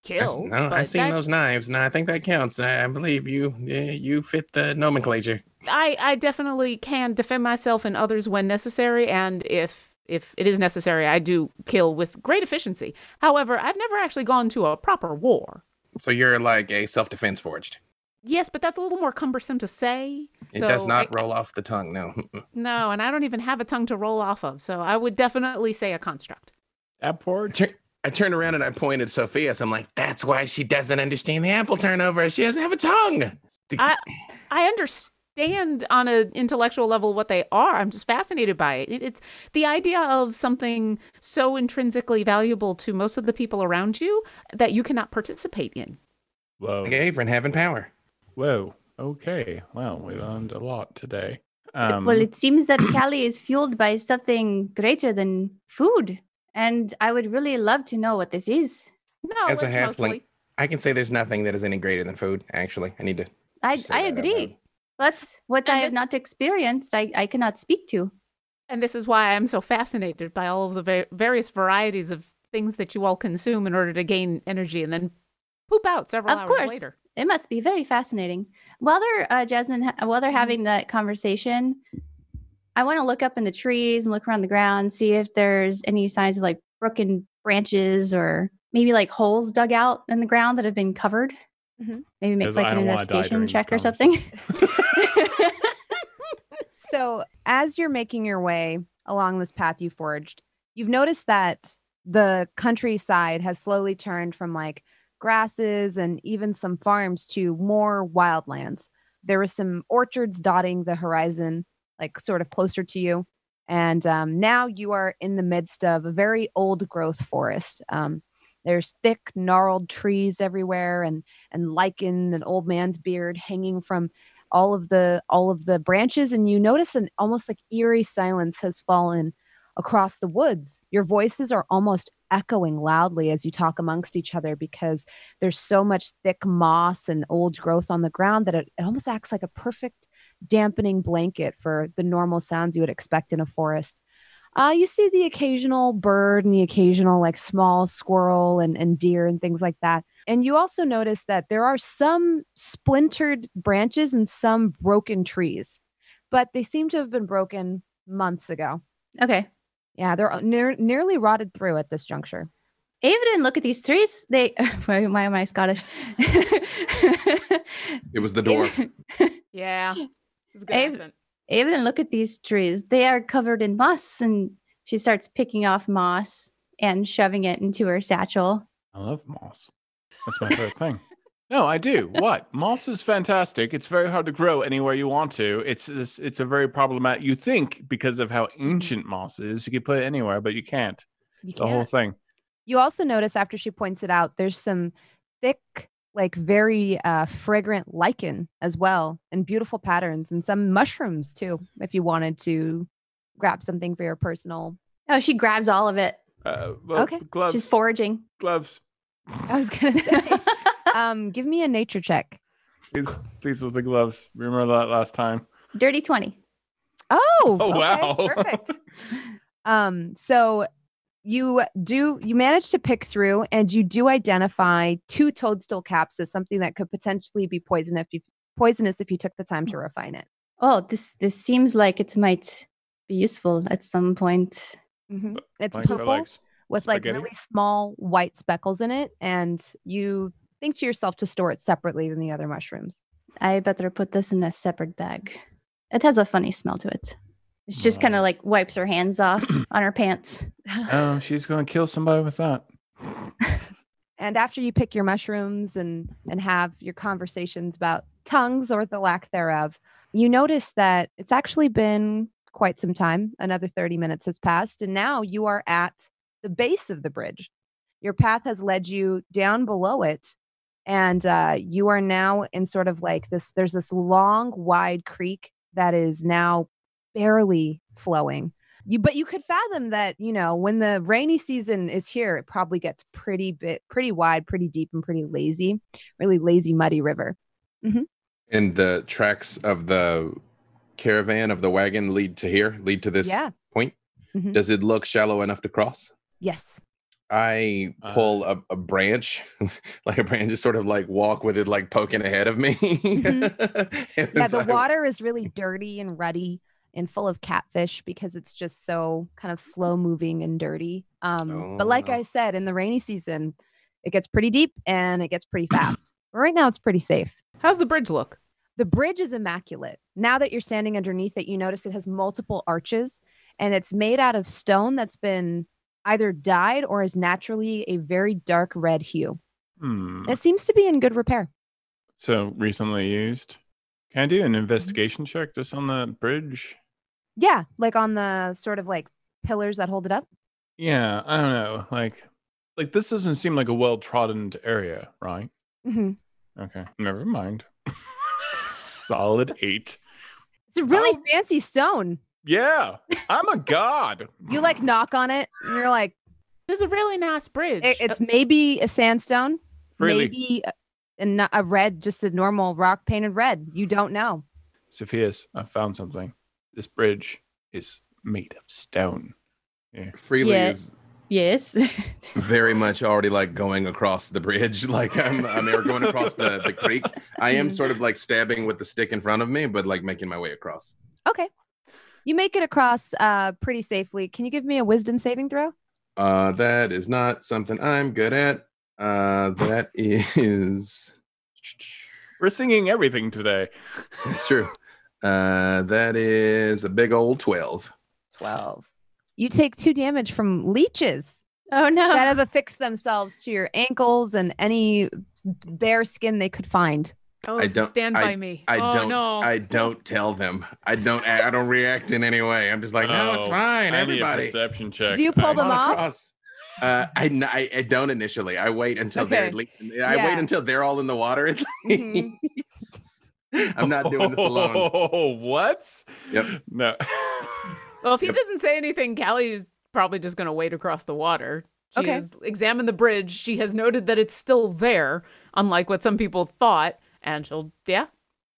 Speaker 2: kill.
Speaker 4: Mm. no, I
Speaker 2: but
Speaker 4: seen those
Speaker 2: that's-
Speaker 4: knives, and I think that counts. I, I believe you yeah, you fit the nomenclature.
Speaker 2: I, I definitely can defend myself and others when necessary, and if if it is necessary, I do kill with great efficiency. However, I've never actually gone to a proper war.
Speaker 4: So you're like a self defense forged.
Speaker 2: Yes, but that's a little more cumbersome to say.
Speaker 4: It
Speaker 2: So
Speaker 4: does
Speaker 2: I-
Speaker 4: not roll off the tongue. No.
Speaker 2: No, and I don't even have a tongue to roll off of, so I would definitely say a construct.
Speaker 5: App
Speaker 4: I
Speaker 5: forge.
Speaker 4: tur- I turned around and I pointed at Sophia. So I'm like, that's why she doesn't understand the apple turnover. She doesn't have a tongue.
Speaker 2: I I understand on an intellectual level what they are. I'm just fascinated by it. it. It's the idea of something so intrinsically valuable to most of the people around you that you cannot participate in.
Speaker 5: Whoa.
Speaker 4: Like Avren having power.
Speaker 5: Whoa. Okay. Wow. We learned a lot today.
Speaker 4: Um,
Speaker 5: Um,
Speaker 3: well, it seems that Cali is fueled by something greater than food. And I would really love to know what this is.
Speaker 2: No,
Speaker 4: As a
Speaker 2: it's
Speaker 4: halfling.
Speaker 2: mostly
Speaker 4: I can say there's nothing that is any greater than food, actually. I need to.
Speaker 3: I,
Speaker 4: Just say
Speaker 3: I
Speaker 4: that out loud.
Speaker 3: agree. But what I
Speaker 2: And
Speaker 3: have
Speaker 2: this-
Speaker 3: not experienced, I, I cannot speak to.
Speaker 2: And this is why I'm so fascinated by all of the va- various varieties of things that you all consume in order to gain energy and then poop out several
Speaker 3: of
Speaker 2: hours
Speaker 3: course.
Speaker 2: later.
Speaker 3: It must be very fascinating. While they're uh, Jasmine, ha- while they're having
Speaker 2: Mm-hmm.
Speaker 3: that conversation, I want to look up in the trees and look around the ground, see if there's any signs of like broken branches or maybe like holes dug out in the ground that have been covered.
Speaker 2: Mm-hmm.
Speaker 1: Mhm.
Speaker 3: Maybe make
Speaker 5: Because
Speaker 3: like
Speaker 5: I
Speaker 3: an
Speaker 5: don't wanna die
Speaker 3: investigation
Speaker 5: during this
Speaker 3: check or something.
Speaker 1: So, as you're making your way along this path you forged, you've noticed that the countryside has slowly turned from like grasses and even some farms to more wildlands. There were some orchards dotting the horizon, like sort of closer to you. And um, now you are in the midst of a very old growth forest. Um, there's thick, gnarled trees everywhere, and and lichen and old man's beard hanging from all of the all of the branches and you notice an almost like eerie silence has fallen across the woods your voices are almost echoing loudly as you talk amongst each other because there's so much thick moss and old growth on the ground that it, it almost acts like a perfect dampening blanket for the normal sounds you would expect in a forest uh, you see the occasional bird and the occasional like small squirrel and, and deer and things like that and you also notice that there are some splintered branches and some broken trees, but they seem to have been broken months ago.
Speaker 3: okay.
Speaker 1: Yeah, they're uh, near, nearly rotted through at this juncture.
Speaker 3: Avedon, look at these trees. They why, why am I Scottish?
Speaker 4: It was the
Speaker 2: Yeah. It's a good
Speaker 3: I've-
Speaker 2: accent.
Speaker 3: Even look at these trees. They are covered in moss. And she starts picking off moss and shoving it into her satchel.
Speaker 5: I love moss. That's my favorite thing. No, I do. What? Moss is fantastic. It's very hard to grow anywhere you want to. It's it's, it's a very problematic. You think because of how ancient moss is, you could put it anywhere, but you can't.
Speaker 1: You
Speaker 5: The whole thing.
Speaker 1: You also notice after she points it out, there's some thick, like very uh, fragrant lichen as well, and beautiful patterns, and some mushrooms too, if you wanted to grab something for your personal.
Speaker 3: Oh, she grabs all of it.
Speaker 5: Uh, well,
Speaker 1: Okay.
Speaker 5: Gloves.
Speaker 3: She's foraging.
Speaker 5: gloves.
Speaker 1: I was gonna say, um, give me a nature check.
Speaker 5: Please, please with the gloves. Remember that last time.
Speaker 3: Dirty 20.
Speaker 1: Oh,
Speaker 5: Oh,
Speaker 1: okay,
Speaker 5: wow.
Speaker 1: Perfect. um, so you do you manage to pick through and you do identify two toadstool caps as something that could potentially be poison if you poisonous if you took the
Speaker 5: Mm-hmm.
Speaker 1: time to refine it.
Speaker 3: Oh, this this seems like it might be useful at some point.
Speaker 1: It's
Speaker 5: Thanks for
Speaker 1: purple
Speaker 5: legs.
Speaker 1: with like
Speaker 5: Mm-hmm. spaghetti.
Speaker 1: really small white speckles in it, and you think to yourself to store it separately than the other mushrooms.
Speaker 3: I better put this in a separate bag. It has a funny smell to it. She just
Speaker 5: Right.
Speaker 3: kind of like wipes her hands off on her pants.
Speaker 5: Oh, she's gonna kill somebody with that.
Speaker 1: And after you pick your mushrooms and and have your conversations about tongues or the lack thereof, you notice that it's actually been quite some time. Another 30 minutes has passed and now you are at the base of the bridge. Your path has led you down below it and uh, you are now in sort of like this there's this long wide creek that is now barely flowing you but you could fathom that you know when the rainy season is here it probably gets pretty bit pretty wide pretty deep and pretty lazy really lazy muddy river
Speaker 4: And the tracks of the caravan of the wagon lead to here, lead to this
Speaker 1: yeah
Speaker 4: point.
Speaker 1: Mhm.
Speaker 4: Does it look shallow enough to cross?
Speaker 1: yes
Speaker 4: I
Speaker 5: Uh,
Speaker 4: pull a, a branch, like a branch, just sort of like walk with it, like poking ahead of me.
Speaker 1: Mhm.
Speaker 4: And
Speaker 1: yeah
Speaker 4: so-
Speaker 1: the water is really dirty and ruddy and full of catfish because it's just so kind of slow moving and dirty. Um, but like
Speaker 4: Oh.
Speaker 1: I said, in the rainy season, it gets pretty deep and it gets pretty fast. but right now, it's pretty safe.
Speaker 2: How's the bridge look?
Speaker 1: The bridge is immaculate. Now that you're standing underneath it, you notice it has multiple arches and it's made out of stone that's been either dyed or is naturally a very dark red hue.
Speaker 5: Hmm.
Speaker 1: It seems to be in good repair.
Speaker 5: So recently used. Can I do an investigation check just on the bridge?
Speaker 1: Yeah, like on the sort of like pillars that hold it up.
Speaker 5: Yeah, I don't know. Like, like this doesn't seem like a well trodden area, right?
Speaker 1: Mhm.
Speaker 5: Okay, never mind. Solid eight.
Speaker 1: It's a really fancy stone.
Speaker 5: Yeah, I'm a god.
Speaker 1: You like knock on it and you're like,
Speaker 2: This is a really nice bridge.
Speaker 1: it, it's maybe a sandstone,
Speaker 5: really.
Speaker 1: maybe a, and not a red, just a normal rock painted red. You don't know.
Speaker 5: Sophia's, I found something. This bridge is made of stone.
Speaker 4: Freely
Speaker 3: Yeah.
Speaker 4: is
Speaker 3: Yes.
Speaker 4: very much already like going across the bridge, like I'm, I mean, or going across the, the creek. I am sort of like stabbing with the stick in front of me, but like making my way across.
Speaker 1: Okay. You make it across uh, pretty safely. Can you give me a wisdom saving throw?
Speaker 4: Uh, that is not something I'm good at. Uh, that is,
Speaker 5: We're singing everything today.
Speaker 4: it's true. Uh, that is a big old 12.
Speaker 1: 12. You take two damage from leeches
Speaker 3: oh
Speaker 1: that
Speaker 3: no.
Speaker 1: have affixed themselves to your ankles and any bare skin they could find.
Speaker 2: oh,
Speaker 4: I don't-
Speaker 2: stand by me.
Speaker 4: I
Speaker 2: oh,
Speaker 4: don't.
Speaker 2: No.
Speaker 4: I don't tell them. I don't. I don't react in any way. I'm just like, no, it's
Speaker 5: Oh,
Speaker 4: fine.
Speaker 5: I need a
Speaker 4: Everybody.
Speaker 5: perception check.
Speaker 1: Do you pull
Speaker 5: I-
Speaker 1: them off?
Speaker 4: Across. Uh, I, n- I I don't initially. I wait until they're
Speaker 1: Okay.
Speaker 4: at least, I
Speaker 1: Yeah.
Speaker 4: wait until they're all in the water. At
Speaker 1: Mhm.
Speaker 4: least. I'm not doing this alone.
Speaker 5: Oh, what?
Speaker 4: Yep.
Speaker 5: No.
Speaker 2: well, if he
Speaker 4: Yep.
Speaker 2: doesn't say anything, Callie is probably just going to wade across the water. She
Speaker 1: Okay.
Speaker 2: has examined the bridge. She has noted that it's still there, unlike what some people thought. And she'll, yeah.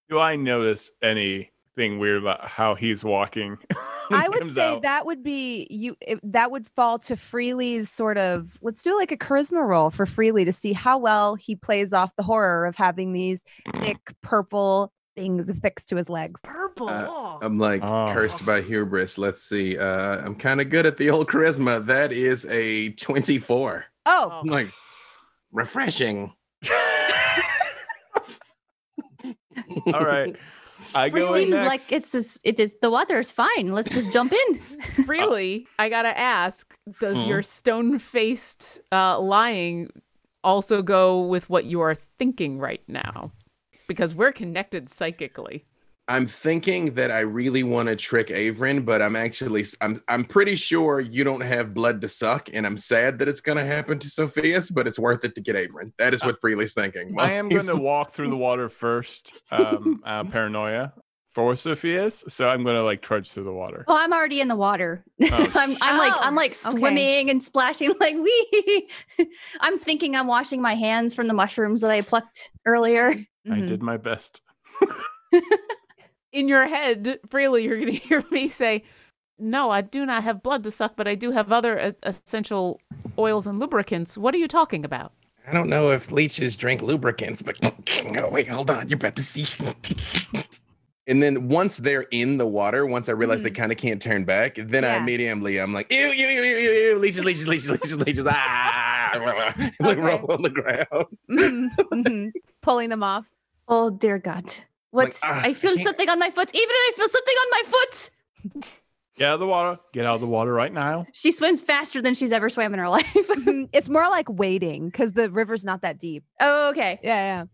Speaker 5: Do I notice anything weird about how he's walking? when
Speaker 1: I
Speaker 5: he
Speaker 1: would
Speaker 5: comes
Speaker 1: say
Speaker 5: out?
Speaker 1: that would be you. It, that would fall to Freely's sort of. Let's do like a charisma roll for Freely to see how well he plays off the horror of having these thick purple things affixed to his legs.
Speaker 2: Purple.
Speaker 4: Uh,
Speaker 2: oh.
Speaker 4: I'm like
Speaker 5: Oh.
Speaker 4: cursed by hubris. Let's see. Uh, I'm kind of good at the old charisma. That is a 24.
Speaker 1: Oh,
Speaker 4: I'm like refreshing.
Speaker 5: All right. I
Speaker 3: It
Speaker 5: go in
Speaker 3: seems
Speaker 5: next.
Speaker 3: like it's just, it is the water is fine. Let's just jump in.
Speaker 2: Freely, I gotta ask: Does
Speaker 4: Hmm.
Speaker 2: your stone-faced uh, lying also go with what you are thinking right now? Because we're connected psychically.
Speaker 4: I'm thinking that I really want to trick Averin, but I'm actually I'm I'm pretty sure you don't have blood to suck, and I'm sad that it's gonna happen to Sophia's, but it's worth it to get Averin. That is what Freely's thinking.
Speaker 5: Uh, I am going
Speaker 4: He's-
Speaker 5: to walk through the water first. Um, uh, paranoia for Sophia's. So I'm going to like trudge through the water.
Speaker 3: Oh, I'm already in the water.
Speaker 5: Oh,
Speaker 3: I'm, I'm like I'm
Speaker 1: Oh,
Speaker 3: like
Speaker 1: okay.
Speaker 3: swimming and splashing like we. I'm thinking I'm washing my hands from the mushrooms that I plucked earlier.
Speaker 5: I
Speaker 1: mhm.
Speaker 5: did my best.
Speaker 2: In your head, Freely, you're gonna hear me say, "No, I do not have blood to suck, but I do have other es- essential oils and lubricants." What are you talking about?
Speaker 4: I don't know if leeches drink lubricants, but oh wait, hold on, you're about to see. and then once they're in the water, once I realize they kind of can't turn back, then I
Speaker 1: Yeah.
Speaker 4: immediately I'm like, ew, ew, ew, ew, ew, ew, leeches, leeches, leeches, leeches, leeches, ah, like
Speaker 1: Okay.
Speaker 4: roll on the ground.
Speaker 1: Mhm, mhm. pulling them off.
Speaker 3: Oh dear God! What?
Speaker 4: ah, I
Speaker 3: I feel
Speaker 4: can't-
Speaker 3: something on my foot. Even I feel something on my foot.
Speaker 5: Get out of the water. Get out of the water right now.
Speaker 3: She swims faster than she's ever swam in her life.
Speaker 1: Mhm. it's more like wading because the river's not that deep.
Speaker 3: oh, okay.
Speaker 1: Yeah, yeah.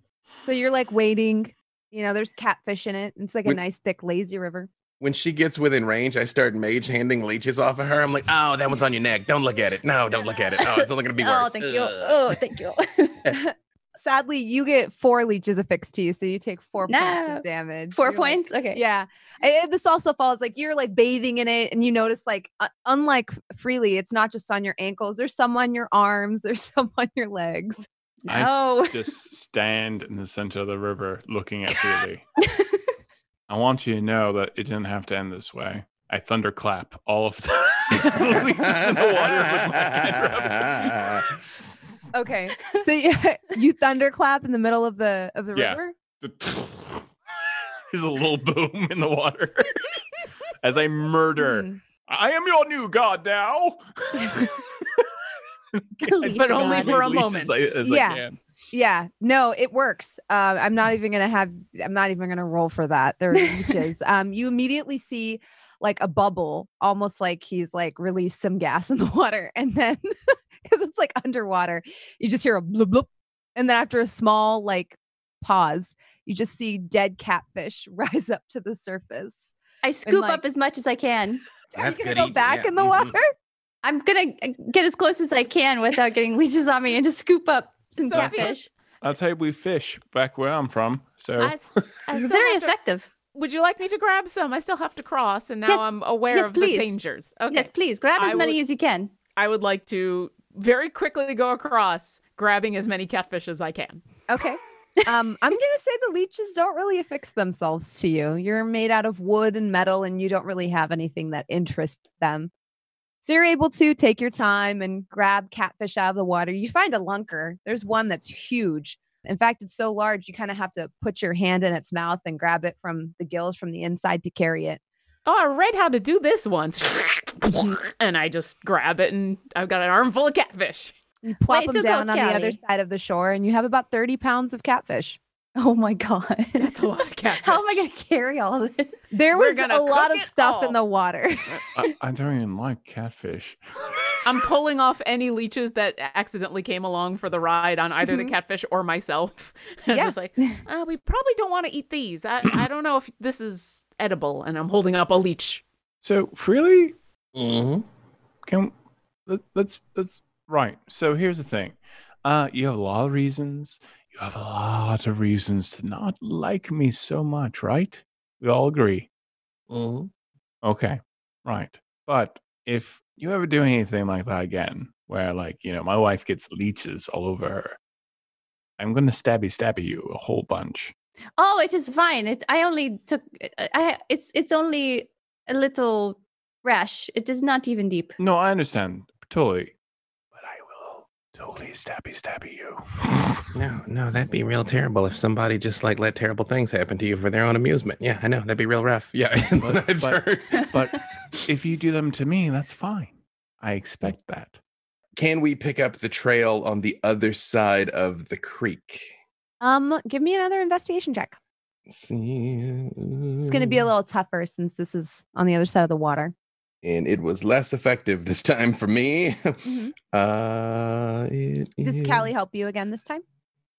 Speaker 1: So you're like wading. You know, there's catfish in it. It's like a
Speaker 4: When-
Speaker 1: nice, thick, lazy river.
Speaker 4: when she gets within range, I start mage handing leeches off of her. I'm like, oh, that one's on your neck. Don't look at it. No, don't look at it. Oh, it's only gonna be worse.
Speaker 3: Oh, thank you.
Speaker 4: Ugh.
Speaker 3: Oh, thank you.
Speaker 1: Sadly, you get four leeches affixed to you, so you take four points
Speaker 3: No.
Speaker 1: of damage.
Speaker 3: 4
Speaker 1: You're like, eh,
Speaker 3: points. Okay.
Speaker 1: yeah I- I- this also falls like you're like bathing in it and you notice like uh, unlike freely it's not just on your ankles there's some on your arms there's some on your legs
Speaker 5: I s-
Speaker 3: No.
Speaker 5: just stand in the center of the river looking at Julie. I want you to know that it didn't have to end this way. I thunderclap all of the leeches in the water with my cantrip.
Speaker 1: okay so yeah, you thunderclap in the middle of the of the
Speaker 5: Yeah.
Speaker 1: river
Speaker 5: There's a little boom in the water. as I murder.
Speaker 1: Hmm.
Speaker 5: I am your new god now.
Speaker 3: Please
Speaker 2: But only
Speaker 3: God.
Speaker 2: for a
Speaker 5: Leech as I-
Speaker 2: moment.
Speaker 5: as I
Speaker 1: Yeah.
Speaker 5: can.
Speaker 1: Yeah, no, it works. Um, I'm
Speaker 6: Mm.
Speaker 1: not even gonna have. I'm not even gonna roll for that. They're leeches. um, you immediately see like a bubble, almost like he's like released some gas in the water, and then because it's like underwater, you just hear a bloop bloop, and then after a small like pause, you just see dead catfish rise up to the surface.
Speaker 3: I scoop
Speaker 1: like-
Speaker 3: up as much as I
Speaker 1: Are
Speaker 3: can.
Speaker 1: you
Speaker 6: That's
Speaker 1: gonna
Speaker 6: good
Speaker 1: go
Speaker 6: eating,
Speaker 1: back
Speaker 6: yeah,
Speaker 1: in the
Speaker 6: mhm.
Speaker 1: water?
Speaker 3: I'm gonna uh, get as close as I can without getting leeches on me and just scoop up some
Speaker 2: So-
Speaker 3: catfish.
Speaker 5: That's how we fish back where I'm from. So
Speaker 2: I s- I
Speaker 3: It's
Speaker 2: still
Speaker 3: very
Speaker 2: have to-
Speaker 3: effective.
Speaker 2: would you like me to grab some? I still have to cross, and now
Speaker 3: Yes.
Speaker 2: I'm aware
Speaker 3: Yes,
Speaker 2: of the
Speaker 3: please.
Speaker 2: dangers. Okay.
Speaker 3: Yes, please grab as
Speaker 2: I
Speaker 3: many
Speaker 2: will-
Speaker 3: as you can.
Speaker 2: I would like to very quickly go across, grabbing as many catfish as I can.
Speaker 1: Okay. Um, I'm gonna say the leeches don't really affix themselves to you. You're made out of wood and metal, and you don't really have anything that interests them. So you're able to take your time and grab catfish out of the water. You find a lunker. There's one that's huge. In fact, it's so large you kind of have to put your hand in its mouth and grab it from the gills from the inside to carry it.
Speaker 2: Oh, I read how to do this once. and I just grab it, and I've got an armful of catfish.
Speaker 1: You plop
Speaker 3: Way to
Speaker 1: them
Speaker 3: go,
Speaker 1: down on the other
Speaker 3: Callie.
Speaker 1: side of the shore, and you have about 30 pounds of catfish.
Speaker 3: Oh my god.
Speaker 2: That's a lot of catfish.
Speaker 3: How am I gonna carry all of this?
Speaker 1: There
Speaker 2: We're
Speaker 1: was a
Speaker 2: gonna
Speaker 1: lot
Speaker 2: cook
Speaker 1: of
Speaker 2: it
Speaker 1: stuff
Speaker 2: all.
Speaker 1: in the water.
Speaker 5: I, I don't even like catfish.
Speaker 2: I'm pulling off any leeches that accidentally came along for the ride on either the
Speaker 4: Mm-hmm.
Speaker 1: Mhm.
Speaker 2: catfish or myself. I'm
Speaker 1: Yeah.
Speaker 2: just like, uh, we probably don't want to eat these. I, I don't know if this is edible. And I'm holding up a leech.
Speaker 5: so freely
Speaker 4: Mhm.
Speaker 5: can let, let's let's right. So here's the thing. Uh, you have a lot of reasons. You have a lot of reasons to not like me so much, right? We all agree.
Speaker 4: Mhm.
Speaker 5: Okay, right. But if you ever do anything like that again, where like you know my wife gets leeches all over her, I'm gonna stabby stabby you a whole bunch.
Speaker 3: Oh, it is fine. It I only took I- I it's it's only a little rash. It is not even deep.
Speaker 5: No, I understand totally, but I will totally stabby stabby you.
Speaker 4: No, no, that'd be real terrible if somebody just like let terrible things happen to you for their own amusement. Yeah, I know that'd be real rough. Yeah, and then I'd
Speaker 5: But-
Speaker 4: turn.
Speaker 5: but if you do them to me, that's fine. I expect that.
Speaker 4: can we pick up the trail on the other side of the creek?
Speaker 1: Um, give me another investigation check. It's
Speaker 4: It's
Speaker 1: going to be
Speaker 2: Hmm.
Speaker 1: a little tougher since this is on the other side of the water.
Speaker 4: and it was less effective this time for me. uh, it
Speaker 1: Does
Speaker 4: is-
Speaker 1: Callie help you again this time?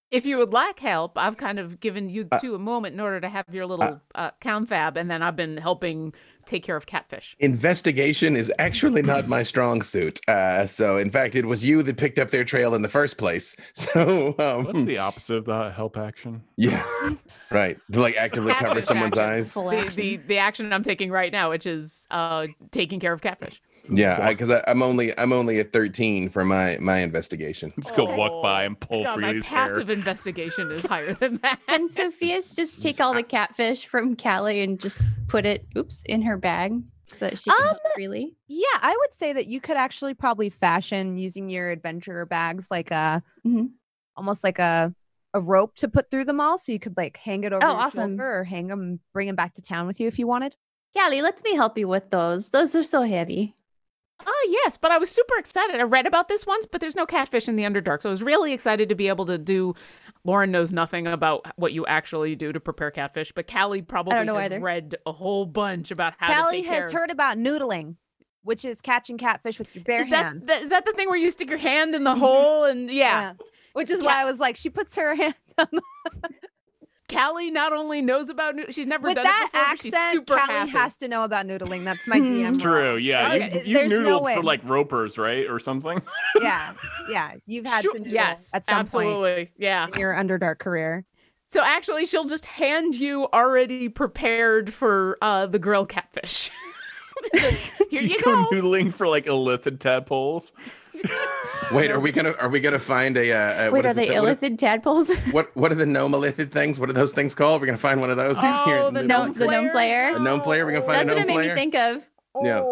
Speaker 2: If you would like help, I've kind of given you
Speaker 4: Uh,
Speaker 2: two a moment in order to have your little uh, confab, and then I've been helping take care of catfish.
Speaker 4: Investigation is actually not my strong suit. Uh, so, in fact, it was you that picked up their trail in the first place. So, um,
Speaker 5: What's the opposite of that help action?
Speaker 4: yeah, right. To, like actively
Speaker 2: Half
Speaker 4: cover
Speaker 2: of
Speaker 4: someone's
Speaker 2: action.
Speaker 4: eyes.
Speaker 3: Full
Speaker 2: The,
Speaker 3: action.
Speaker 2: the the action I'm taking right now, which is uh, taking care of catfish.
Speaker 4: Yeah, because I, I'm only I'm only at 13 for my my investigation.
Speaker 5: Just go
Speaker 3: Oh.
Speaker 5: walk
Speaker 2: Oh,
Speaker 5: by and pull
Speaker 2: God, my
Speaker 5: Freely's hair.
Speaker 2: passive investigation is higher than that.
Speaker 3: And Sophia's just take all the catfish from Callie and just put it, oops, in her bag so that she can help freely.
Speaker 1: Yeah, I would say that you could actually probably fashion using your adventurer bags like a
Speaker 3: Mhm.
Speaker 1: almost like a a rope to put through them all so you could like hang it over
Speaker 3: Oh,
Speaker 1: your
Speaker 3: awesome.
Speaker 1: shoulder or hang them bring them back to town with you if you wanted.
Speaker 3: Callie, let me help you with those. Those are so heavy.
Speaker 2: Ah, yes, but I was super excited. I read about this once, but there's no catfish in the Underdark, so I was really excited to be able to do. Lauren knows nothing about what you actually do to prepare catfish, but Callie probably
Speaker 3: know
Speaker 2: has
Speaker 3: either.
Speaker 2: read a whole bunch about how to
Speaker 1: Callie
Speaker 2: take care
Speaker 1: has
Speaker 2: of-
Speaker 1: heard about noodling, which is catching catfish with your bare
Speaker 2: Is that,
Speaker 1: hands. Mm-hmm.
Speaker 2: that is that the thing where you stick your hand in the hole and yeah.
Speaker 1: Which is why I was like, she puts her hand
Speaker 2: Callie not only knows about noo- she's never
Speaker 1: with
Speaker 2: done
Speaker 1: that
Speaker 2: it before, but she's
Speaker 1: accent.
Speaker 2: super
Speaker 1: Callie
Speaker 2: happy.
Speaker 1: has to know about noodling. That's my DM. role.
Speaker 5: True. Yeah.
Speaker 2: Okay.
Speaker 5: You, you
Speaker 1: There's no
Speaker 5: noodled
Speaker 1: way.
Speaker 5: for like ropers, right? Or something.
Speaker 1: yeah, yeah. You've had
Speaker 2: Sure-
Speaker 1: to noodle
Speaker 2: yes,
Speaker 1: at some point
Speaker 2: absolutely, yeah.
Speaker 1: in your Underdark career.
Speaker 2: So actually, she'll just hand you already prepared for uh, the grill catfish. Here
Speaker 5: Do
Speaker 2: you
Speaker 5: go
Speaker 2: go.
Speaker 5: noodling for like illithid tadpoles.
Speaker 4: Wait, are we gonna are we gonna find a? Uh, a
Speaker 3: Wait,
Speaker 4: what
Speaker 3: are
Speaker 4: is it
Speaker 3: they
Speaker 4: that- what are-
Speaker 3: illithid tadpoles?
Speaker 4: What what are the nomolithid things? What are those things called? We're gonna find one of those down here.
Speaker 2: Oh,
Speaker 4: in
Speaker 2: the
Speaker 4: middle.
Speaker 2: gnome
Speaker 3: the gnome
Speaker 2: flayer.
Speaker 3: flayer.
Speaker 4: A gnome flayer? We're gonna find
Speaker 3: That's
Speaker 4: a
Speaker 3: what it
Speaker 4: gnome
Speaker 3: made me
Speaker 4: flayer.
Speaker 3: think of.
Speaker 4: Yeah.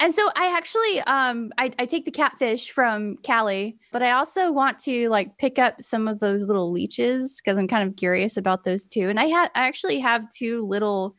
Speaker 3: And so I actually um I, I take the catfish from Callie, but I also want to like pick up some of those little leeches because I'm kind of curious about those too. And I had I actually have two little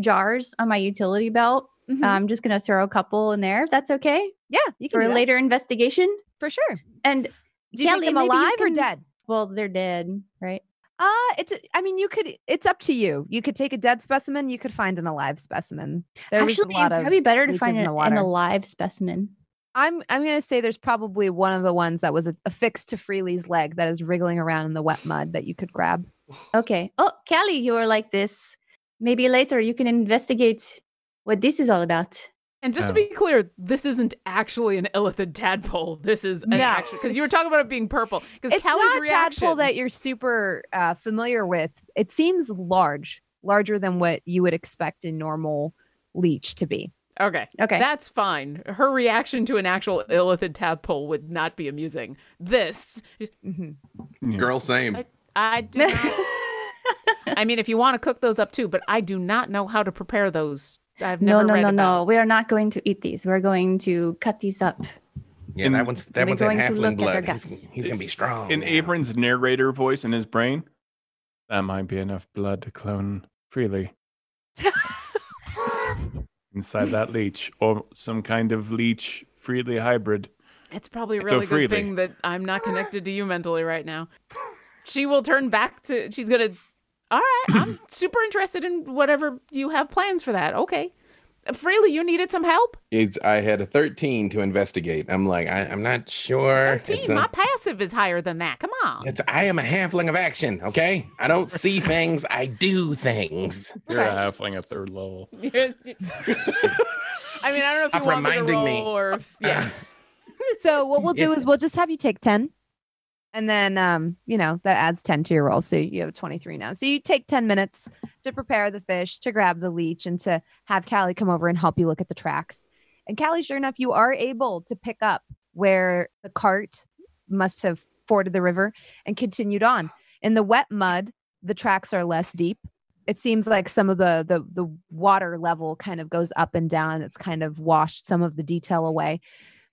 Speaker 3: jars on my utility belt.
Speaker 1: Mhm.
Speaker 3: I'm just going to throw a couple in there if that's okay
Speaker 1: yeah, you can
Speaker 3: Mm-hmm. for
Speaker 1: do
Speaker 3: a
Speaker 1: that,
Speaker 3: later investigation.
Speaker 1: for sure.
Speaker 3: And
Speaker 1: Do you
Speaker 3: Kelly,
Speaker 1: drink them
Speaker 3: maybe you
Speaker 1: alive or
Speaker 3: can-
Speaker 1: dead?
Speaker 3: well, they're dead, right?
Speaker 1: Uh, it's. a- I mean, you could. It's up to you. You could take a dead specimen. You could find an alive specimen. There was
Speaker 3: Actually,
Speaker 1: a lot
Speaker 3: it'd
Speaker 1: of.
Speaker 3: probably better to
Speaker 1: leeches
Speaker 3: find
Speaker 1: in
Speaker 3: an,
Speaker 1: the
Speaker 3: an
Speaker 1: water.
Speaker 3: alive specimen.
Speaker 1: I'm. I'm gonna say there's probably one of the ones that was a- affixed to Freely's leg that is wriggling around in the wet mud that you could grab.
Speaker 3: Okay. Oh, Callie, you are like this. Maybe later you can investigate what this is all about.
Speaker 2: And just to
Speaker 5: Oh.
Speaker 2: be clear, this isn't actually an illithid tadpole. This is an
Speaker 1: No.
Speaker 2: actual because you were talking about it being purple. Because
Speaker 1: It's
Speaker 2: Callie's
Speaker 1: not a
Speaker 2: reaction,
Speaker 1: tadpole that you're super uh, familiar with. It seems large, larger than what you would expect a normal leech to be.
Speaker 2: Okay,
Speaker 3: Okay.
Speaker 2: that's fine. Her reaction to an actual illithid tadpole would not be amusing. This,
Speaker 1: hmm
Speaker 5: Yeah.
Speaker 4: Girl, same.
Speaker 2: I do. not- I mean, if you want to cook those up too, but I do not know how to prepare those. I've
Speaker 3: no,
Speaker 2: never
Speaker 3: no,
Speaker 2: read
Speaker 3: no,
Speaker 2: about
Speaker 3: no. We are not going to eat these. We're going to cut these up.
Speaker 4: Yeah,
Speaker 5: And
Speaker 4: that one's that
Speaker 3: we're
Speaker 4: one's in
Speaker 3: going to look
Speaker 4: halfling
Speaker 3: at their
Speaker 4: blood. He's,
Speaker 3: guts.
Speaker 4: he's gonna be strong.
Speaker 5: In
Speaker 4: now.
Speaker 5: Averin's narrator voice in his brain, that might be enough blood to clone freely inside that leech or some kind of leech freely hybrid.
Speaker 2: It's probably a
Speaker 5: Go
Speaker 2: really good
Speaker 5: freely.
Speaker 2: thing that I'm not connected to you mentally right now. She will turn back to. She's gonna. All right, I'm super interested in whatever you have plans for that. Okay, Freely, you needed some help.
Speaker 4: It's, I had a 13 to investigate. I'm like, I, I'm not sure. It's
Speaker 2: Team,
Speaker 4: a-
Speaker 2: my passive is higher than that. Come on.
Speaker 4: It's I am a halfling of action, okay? I don't see things, I do things.
Speaker 5: You're a halfling at third level.
Speaker 2: I mean, I don't know if you
Speaker 4: Stop
Speaker 2: want me to
Speaker 4: reminding
Speaker 2: roll
Speaker 4: me.
Speaker 2: or if, yeah.
Speaker 1: So what we'll do
Speaker 4: Yeah.
Speaker 1: is we'll just have you take 10 and then um you know that adds 10 to your roll so you have 23 now. So you take 10 minutes to prepare the fish, to grab the leech and to have Callie come over and help you look at the tracks. And Callie sure enough you are able to pick up where the cart must have forded the river and continued on. In the wet mud, the tracks are less deep. It seems like some of the the the water level kind of goes up and down. It's kind of washed some of the detail away.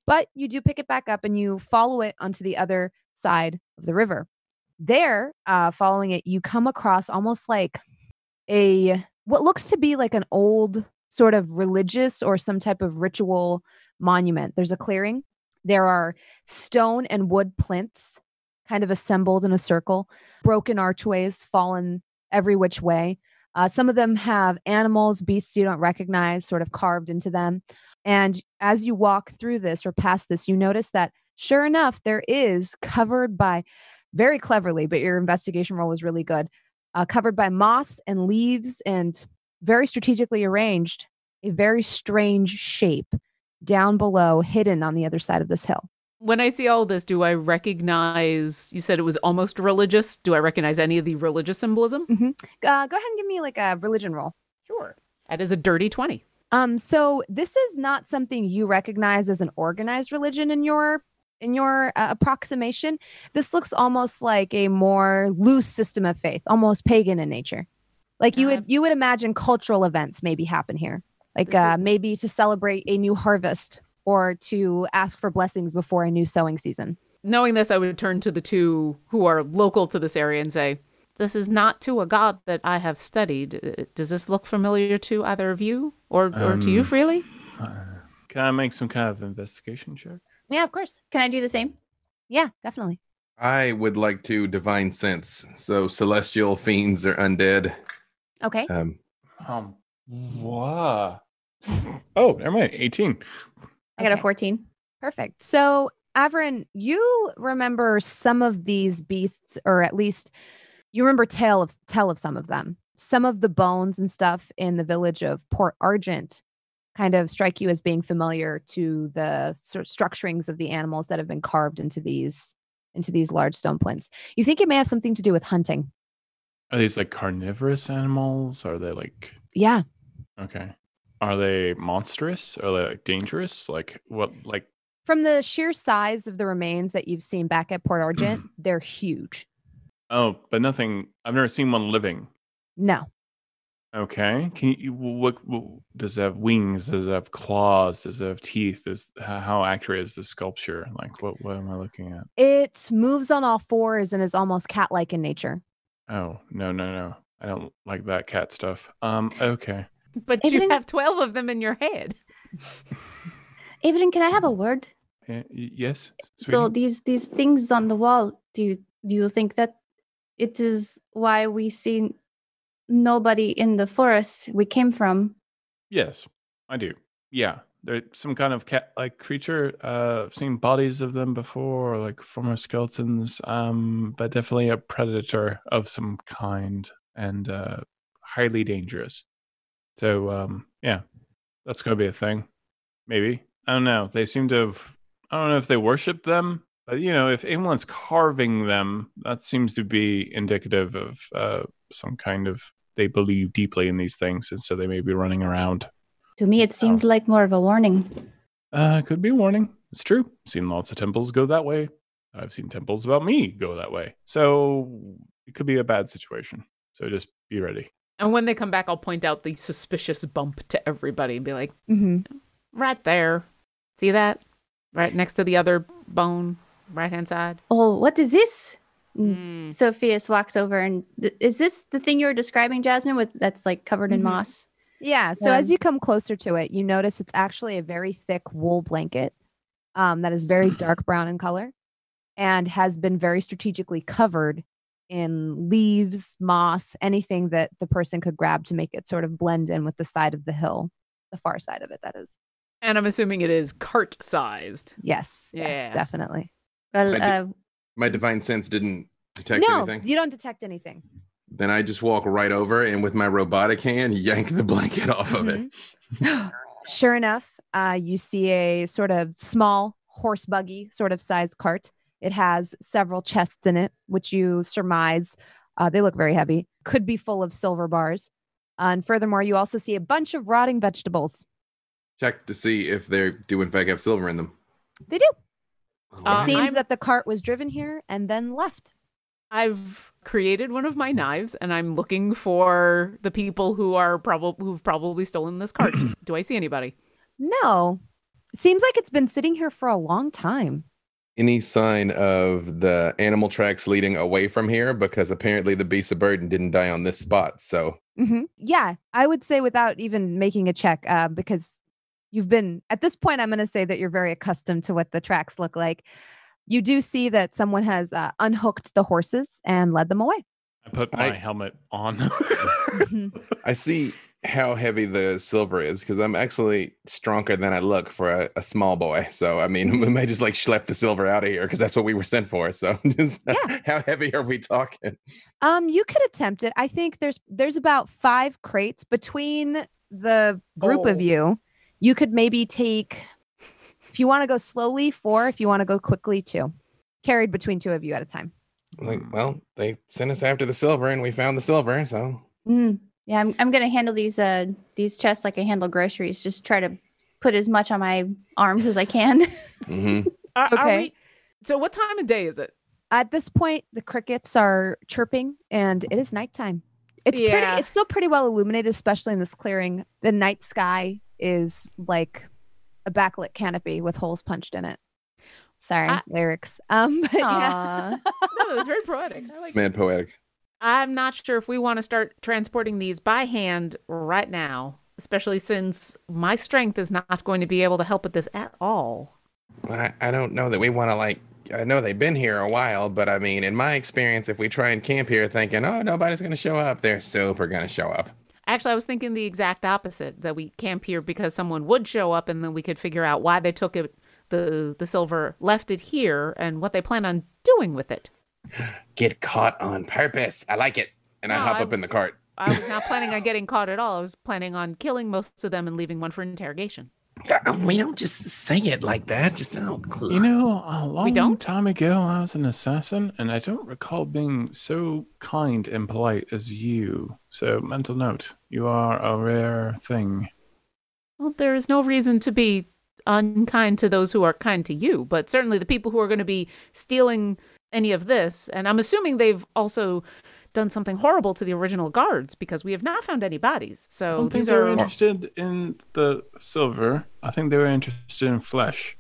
Speaker 1: But you do pick it back up and you follow it onto the other side of the river. There, uh, following it, you come across almost like a what looks to be like an old sort of religious or some type of ritual monument. There's a clearing. There are stone and wood plinths kind of assembled in a circle, broken archways fallen every which way. Uh, some of them have animals, beasts you don't recognize, sort of carved into them. And as you walk through this or past this, you notice that sure enough, there is covered by very cleverly, but your investigation roll was really good, uh, covered by moss and leaves and very strategically arranged, a very strange shape down below, hidden on the other side of this hill.
Speaker 2: When I see all this, do I recognize? You said it was almost religious. Do I recognize any of the religious symbolism?
Speaker 1: Uh, go ahead and give me like a religion roll.
Speaker 2: Sure. That is a dirty twenty.
Speaker 1: Um, so this is not something you recognize as an organized religion in your in your uh, approximation. This looks almost like a more loose system of faith, almost pagan in nature. Like you
Speaker 2: Uh,
Speaker 1: would you would imagine cultural events maybe happen here, like
Speaker 2: This is-
Speaker 1: uh, maybe to celebrate a new harvest or to ask for blessings before a new sowing season.
Speaker 2: knowing this, I would turn to the two who are local to this area and say, This is not to a god that I have studied. Uh, Does this look familiar to either of you or, or to you
Speaker 5: Um,
Speaker 2: freely?
Speaker 5: Can I make some kind of investigation check?
Speaker 1: Yeah, of course.
Speaker 3: Can I do the same?
Speaker 1: Yeah, definitely.
Speaker 4: I would like to divine sense. So celestial fiends are undead.
Speaker 1: Okay.
Speaker 4: Um
Speaker 5: Um, wow. Oh, never mind. 18.
Speaker 3: I got a
Speaker 1: Okay.
Speaker 3: 14.
Speaker 1: Perfect. So, Averin, you remember some of these beasts, or at least you remember tale of tell of some of them. Some of the bones and stuff in the village of Port Argent kind of strike you as being familiar to the sort of structurings of the animals that have been carved into these into these large stone plinths. You think it may have something to do with hunting.
Speaker 5: Are these like carnivorous animals? Are they like
Speaker 1: Yeah.
Speaker 5: okay? Are they monstrous? Are they like dangerous? Like what? Like
Speaker 1: From the sheer size of the remains that you've seen back at Port Argent, they're huge.
Speaker 5: oh, but nothing. I've never seen one living.
Speaker 1: No.
Speaker 5: Okay. Can you what, does it have wings? Does it have claws? Does it have teeth? Is h- how accurate is the sculpture? Like what what am I looking at?
Speaker 1: It moves on all fours and is almost cat like in nature.
Speaker 5: Oh, no, no, no. I don't like that cat stuff. Um okay.
Speaker 2: But you
Speaker 3: Evelyn-
Speaker 2: have 12 of them in your head.
Speaker 3: Evelyn, can I have a word?
Speaker 5: Uh, y- yes.
Speaker 3: So
Speaker 5: sweetie?
Speaker 3: these these things on the wall, do you do you think that it is why we see nobody in the forest we came from?
Speaker 5: yes, I do. Yeah, they're some kind of cat-like creature. Uh, I've seen bodies of them before, like former skeletons. Um, but definitely a predator of some kind and uh, highly dangerous. So um, yeah, that's gonna be a thing. Maybe I don't know. They seem to have. I don't know if they worship them, but you know, if anyone's carving them, that seems to be indicative of uh, some kind of they believe deeply in these things, and so they may be running around.
Speaker 3: To me, it seems like more of a warning.
Speaker 5: Uh, could be a warning. It's true. Seen lots of temples go that way. I've seen temples about me go that way. So it could be a bad situation. So just be ready.
Speaker 2: And when they come back, I'll point out the suspicious bump to everybody and be like,
Speaker 1: hmm
Speaker 2: right there. See that? Right next to the other bone, right hand side.
Speaker 3: Oh, what is this? Mm.
Speaker 2: Mm.
Speaker 3: Sophia's walks over and th- is this the thing you were describing, Jasmine? With that's like covered in
Speaker 1: Mhm.
Speaker 3: moss.
Speaker 1: Yeah. So
Speaker 3: Yeah.
Speaker 1: as you come closer to it, you notice it's actually a very thick wool blanket um, that is very dark brown in color and has been very strategically covered in leaves, moss, anything that the person could grab to make it sort of blend in with the side of the hill, the far side of it, that is.
Speaker 2: And I'm assuming it is cart sized.
Speaker 1: Yes.
Speaker 2: Yeah.
Speaker 1: Yes, definitely.
Speaker 3: Well,
Speaker 4: I do-
Speaker 3: uh,
Speaker 4: My divine sense didn't detect
Speaker 1: no,
Speaker 4: anything.
Speaker 1: you don't detect anything.
Speaker 4: Then I just walk right over and with my robotic hand yank the blanket off of it.
Speaker 1: Sure enough, uh, you see a sort of small horse buggy sort of sized cart. It has several chests in it, which you surmise uh, they look very heavy, could be full of silver bars. Uh, and furthermore, you also see a bunch of rotting vegetables.
Speaker 4: Check to see if they do in fact have silver in them.
Speaker 1: They do.
Speaker 2: Uh,
Speaker 4: Uh-huh. Um,
Speaker 1: it seems
Speaker 2: I'm-
Speaker 1: that the cart was driven here and then left.
Speaker 2: I've created one of my knives and I'm looking for the people who are probably who've probably stolen this cart. Do I see anybody?
Speaker 1: No. It seems like it's been sitting here for a long time.
Speaker 4: any sign of the animal tracks leading away from here because apparently the beast of burden didn't die on this spot so
Speaker 1: hmm Yeah, I would say without even making a check, uh, because you've been at this point. I'm going to say that you're very accustomed to what the tracks look like. You do see that someone has uh, unhooked the horses and led them away.
Speaker 5: I put
Speaker 4: I-
Speaker 5: my helmet on.
Speaker 1: Mhm.
Speaker 4: i see how heavy the silver is because i'm actually stronger than i look for a, a small boy so i mean we may just like schlep the silver out of here because that's what we were sent for so just
Speaker 1: Yeah.
Speaker 4: how heavy are we talking
Speaker 1: um, you could attempt it. I think there's there's about five crates between the group
Speaker 2: Oh.
Speaker 1: of you. You could maybe take, if you want to go slowly, four. If you want to go quickly, two. Carried between two of you at a time.
Speaker 4: like well they sent us after the silver and we found the silver so
Speaker 3: mm, yeah, I'm I'm gonna handle these uh these chests like I handle groceries. Just try to put as much on my arms as I can.
Speaker 4: Mhm.
Speaker 2: Are, are
Speaker 1: Okay.
Speaker 2: we- so what time of day is it?
Speaker 1: At this point, the crickets are chirping and it is nighttime. It's
Speaker 2: Yeah.
Speaker 1: pretty it's still pretty well illuminated, especially in this clearing. The night sky is like a backlit canopy with holes punched in it. Sorry,
Speaker 2: I-
Speaker 1: lyrics. Um but yeah.
Speaker 3: Aw.
Speaker 2: No, that was very poetic. I like
Speaker 4: mad poetic
Speaker 2: I'm not sure if we want to start transporting these by hand right now, especially since my strength is not going to be able to help with this at all.
Speaker 4: I, I don't know that we want to like. I know they've been here a while, but I mean, in my experience, if we try and camp here thinking, oh, nobody's going to show up, they're super going to show up.
Speaker 2: Actually, I was thinking the exact opposite that we camp here because someone would show up and then we could figure out why they took it, the, the silver, left it here, and what they plan on doing with it.
Speaker 4: Get caught on purpose. I like it. And I
Speaker 2: No,
Speaker 4: hop
Speaker 2: I-
Speaker 4: up in the cart.
Speaker 2: I was not planning on getting caught at all. I was planning on killing most of them and leaving one for interrogation.
Speaker 4: We don't just say it like that. Just don't.
Speaker 5: You know, a long
Speaker 2: don't?
Speaker 5: time ago, I was an assassin, and I don't recall being so kind and polite as you. So, mental note: you are a rare thing.
Speaker 2: Well, there is no reason to be unkind to those who are kind to you, but certainly the people who are going to be stealing any of this, and I'm assuming they've also done something horrible to the original guards because we have not found any bodies.
Speaker 5: I
Speaker 2: So
Speaker 5: don't think
Speaker 2: these
Speaker 5: they were
Speaker 2: are
Speaker 5: interested in the silver. I think they were interested in flesh.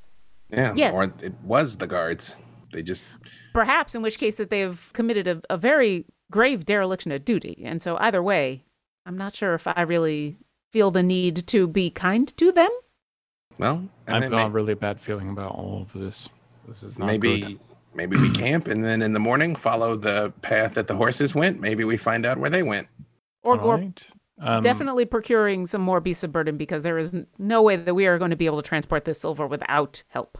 Speaker 4: Yeah.
Speaker 2: Yes.
Speaker 4: Or it was the guards. They just.
Speaker 2: perhaps in which case that they've committed a, a very grave dereliction of duty. And so either way, I'm not sure if I really feel the need to be kind to them.
Speaker 4: Well, and
Speaker 5: I've
Speaker 4: then
Speaker 5: got a
Speaker 4: may-
Speaker 5: really bad feeling about all of this. This is not
Speaker 4: maybe
Speaker 5: good.
Speaker 4: maybe we camp and then in the morning follow the path that the horses went. Maybe we find out where they went.
Speaker 2: Or,
Speaker 5: All
Speaker 2: or
Speaker 5: right. Um,
Speaker 2: definitely procuring some more beasts of burden because there is n- no way that we are going to be able to transport this silver without help.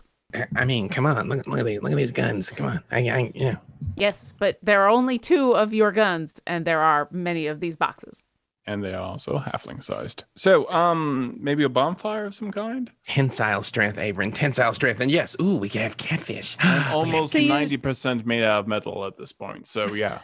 Speaker 4: I mean, come on, look, look at these, look at these guns. Come on, I, I you know.
Speaker 2: Yes, but there are only two of your guns, and there are many of these boxes.
Speaker 5: and they are also halfling sized. So, um, maybe a bonfire of some kind.
Speaker 4: Tensile strength, Averin. Tensile strength, and yes, ooh, we could have catfish.
Speaker 5: I'm almost
Speaker 1: So you-
Speaker 5: ninety percent made out of metal at this point. So yeah,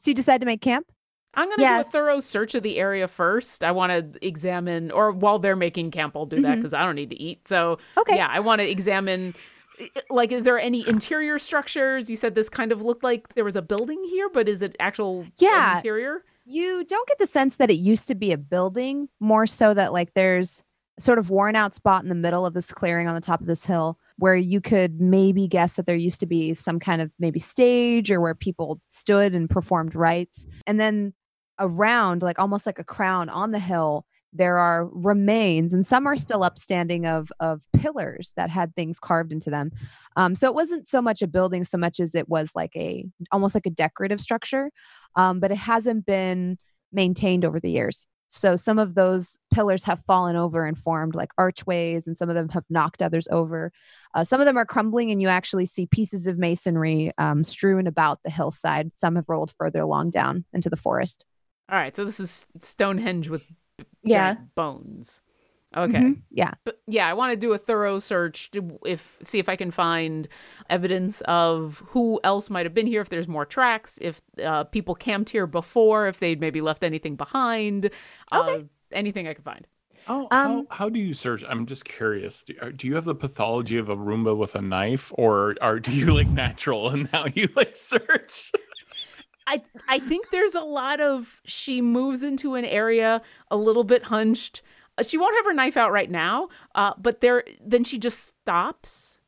Speaker 1: So you decide to make camp?
Speaker 2: I'm going to
Speaker 3: Yeah.
Speaker 2: do a thorough search of the area first. I want to examine, or while they're making camp, I'll do that
Speaker 1: Mhm.
Speaker 2: because I don't need to eat. So,
Speaker 1: Okay.
Speaker 2: yeah, I want to examine. i- i- Like, is there any interior structures? You said this kind of looked like there was a building here, but is it actual an
Speaker 1: Yeah.
Speaker 2: interior?
Speaker 1: You don't get the sense that it used to be a building, more so that like there's a sort of worn out spot in the middle of this clearing on the top of this hill where you could maybe guess that there used to be some kind of maybe stage or where people stood and performed rites. And then around, like almost like a crown on the hill, there are remains and some are still upstanding of of pillars that had things carved into them. Um, so it wasn't so much a building so much as it was like a almost like a decorative structure um, but it hasn't been maintained over the years. So some of those pillars have fallen over and formed like archways, and some of them have knocked others over. Uh, some of them are crumbling, and you actually see pieces of masonry um, strewn about the hillside. Some have rolled further along down into the forest.
Speaker 2: All right, so this is Stonehenge with
Speaker 3: Yeah.
Speaker 2: giant bones. Okay.
Speaker 1: Mhm. Yeah.
Speaker 2: But yeah, I want to do a thorough search to if see if I can find evidence of who else might have been here. If there's more tracks, if uh, people camped here before, if they'd maybe left anything behind. Uh,
Speaker 1: Okay.
Speaker 2: anything I could find.
Speaker 5: how,
Speaker 1: Um,
Speaker 5: how how do you search? I'm just curious. Do, are- do you have the pathology of a Roomba with a knife, or are do you like natural and now you like search?
Speaker 2: I I think there's a lot of she moves into an area a little bit hunched. Uh, She won't have her knife out right now, uh, but there then she just stops.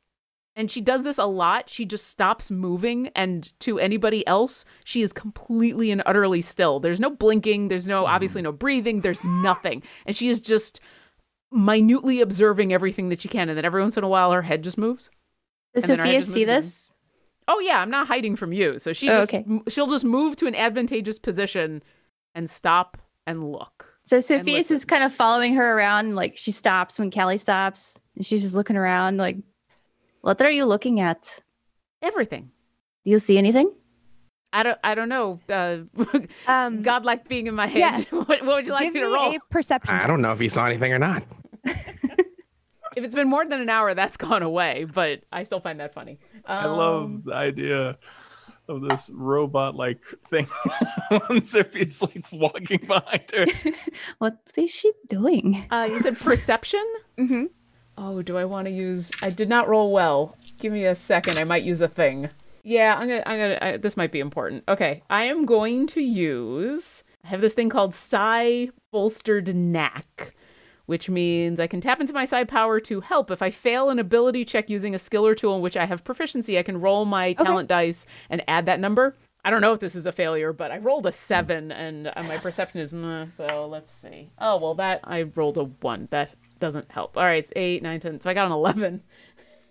Speaker 2: And she does this a lot. She just stops moving and to anybody else, she is completely and utterly still. There's no blinking, there's no obviously no breathing, there's nothing. And she is just minutely observing everything that she can and then every once in a while her head just moves.
Speaker 3: Does
Speaker 2: And then our
Speaker 3: Sophia
Speaker 2: heads
Speaker 3: see
Speaker 2: move again.
Speaker 3: this?
Speaker 2: Oh yeah, I'm not hiding from you. So she
Speaker 3: Oh,
Speaker 2: just
Speaker 3: okay.
Speaker 2: m- she'll just move to an advantageous position and stop and look.
Speaker 3: So Sophia's is
Speaker 2: listen.
Speaker 3: kind of following her around. Like she stops when Callie stops, and she's just looking around. Like, what are you looking at?
Speaker 2: Everything.
Speaker 3: Do you see anything?
Speaker 2: I don't I don't know. Uh,
Speaker 1: Um,
Speaker 2: God like being in my head.
Speaker 1: yeah.
Speaker 2: what, what would you like
Speaker 1: give
Speaker 2: me to
Speaker 1: me
Speaker 2: roll?
Speaker 1: a perception.
Speaker 4: I
Speaker 1: check.
Speaker 4: don't know if he saw anything or not.
Speaker 2: If it's been more than an hour, that's gone away, but I still find that funny.
Speaker 5: I love the idea of this robot like thing. Sophia's like walking behind her.
Speaker 3: What is she doing?
Speaker 2: Uh, you said perception?
Speaker 1: Mhm.
Speaker 2: Oh, do I want to use? I did not roll well. Give me a second. I might use a thing. Yeah, I'm gonna. I'm gonna. I, this might be important. Okay, I am going to use. I have this thing called Psi Bolstered Knack, which means I can tap into my Psi power to help. If I fail an ability check using a skill or tool in which I have proficiency, I can roll my talent dice and add that number. I don't know if this is a failure, but I rolled a seven, and uh, my perception is meh, so let's see. Oh well, that I rolled a one. That doesn't help. All right, it's eight, nine, ten. So I got an eleven.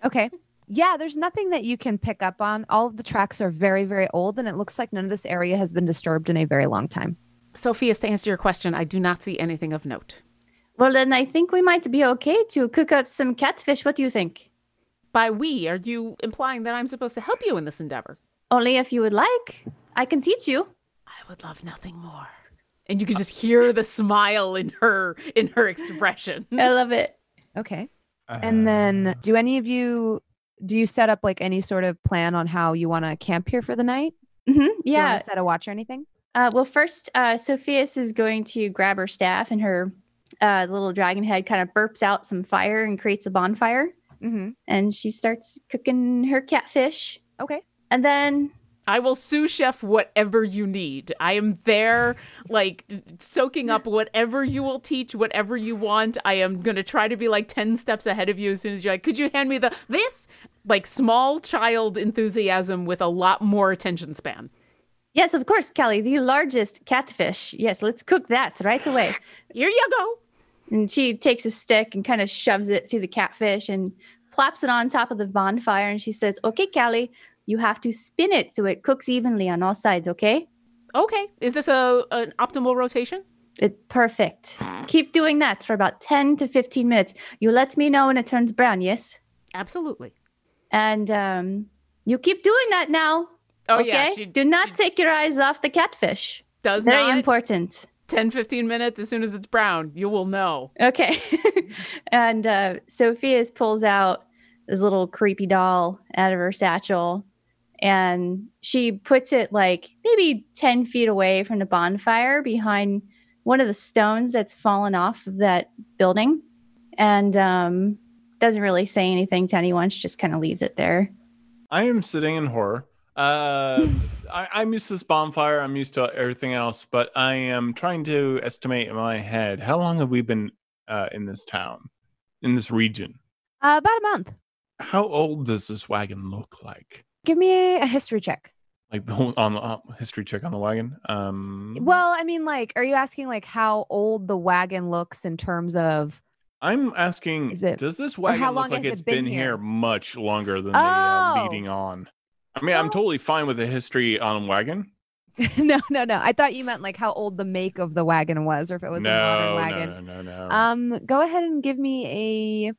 Speaker 1: Okay. Yeah, there's nothing that you can pick up on. All of the tracks are very, very old, and it looks like none of this area has been disturbed in a very long time.
Speaker 2: Sophia's to answer your question, I do not see anything of note.
Speaker 3: Well, then I think we might be okay to cook up some catfish. What do you think?
Speaker 2: By we, are you implying that I'm supposed to help you in this endeavor?
Speaker 3: Only if you would like. I can teach you.
Speaker 2: I would love nothing more. And you can just hear the smile in her in her expression.
Speaker 3: I love it.
Speaker 1: Okay. And
Speaker 5: Um,
Speaker 1: then, do any of you do you set up like any sort of plan on how you want to camp here for the night?
Speaker 3: hmm
Speaker 1: Do you wanna
Speaker 3: Yeah.
Speaker 1: set a watch or anything?
Speaker 3: Uh, well, first, uh, Sophia's is going to grab her staff, and her uh, little dragon head kind of burps out some fire and creates a bonfire.
Speaker 1: Mm-hmm.
Speaker 3: And she starts cooking her catfish.
Speaker 1: Okay.
Speaker 3: And then,
Speaker 2: I will sous chef whatever you need. I am there, like soaking up whatever you will teach, whatever you want. I am gonna try to be like ten steps ahead of you as soon as you're like, could you hand me the this? Like small child enthusiasm with a lot more attention span.
Speaker 3: yes, of course, Kelly, the largest catfish. Yes, let's cook that right away.
Speaker 2: Here you go.
Speaker 3: And she takes a stick and kind of shoves it through the catfish and plops it on top of the bonfire. And she says, Okay, Callie, you have to spin it so it cooks evenly on all sides, okay?
Speaker 2: Okay. Is this a an optimal rotation?
Speaker 3: It perfect. Keep doing that for about 10 to 15 minutes. You let me know when it turns brown, yes?
Speaker 2: Absolutely.
Speaker 3: And um, you keep doing that now.
Speaker 2: Oh
Speaker 3: okay?
Speaker 2: yeah. She
Speaker 3: Do not take your eyes off the catfish.
Speaker 2: does
Speaker 3: Very
Speaker 2: not.
Speaker 3: important.
Speaker 2: 10, 15 minutes. As soon as it's brown, you will know.
Speaker 3: Okay. and uh, Sophia's pulls out this little creepy doll out of her satchel and she puts it like maybe 10 feet away from the bonfire behind one of the stones that's fallen off of that building and um, doesn't really say anything to anyone. She just kind of leaves it there.
Speaker 5: I am sitting in horror. Uh, I, I'm used to this bonfire. I'm used to everything else, but I am trying to estimate in my head how long have we been uh, in this town, in this region?
Speaker 1: Uh, about a month.
Speaker 5: How old does this wagon look like?
Speaker 1: Give me a history check.
Speaker 5: Like the whole on the uh, history check on the wagon. Um,
Speaker 1: Well, I mean, like, are you asking like how old the wagon looks in terms of?
Speaker 5: I'm asking,
Speaker 1: Is it-
Speaker 5: does this
Speaker 1: how
Speaker 5: wagon
Speaker 1: long
Speaker 5: look like
Speaker 1: has
Speaker 5: it's
Speaker 1: it been
Speaker 5: been, here?
Speaker 1: here?
Speaker 5: much longer than the uh,
Speaker 1: Oh.
Speaker 5: leading on? I mean, I'm
Speaker 1: Well-
Speaker 5: totally fine with the history on wagon.
Speaker 1: no, no, no. I thought you meant like how old the make of the wagon was, or if it was
Speaker 5: no,
Speaker 1: a modern wagon.
Speaker 5: no, no, no, no.
Speaker 1: Um, go ahead and give me a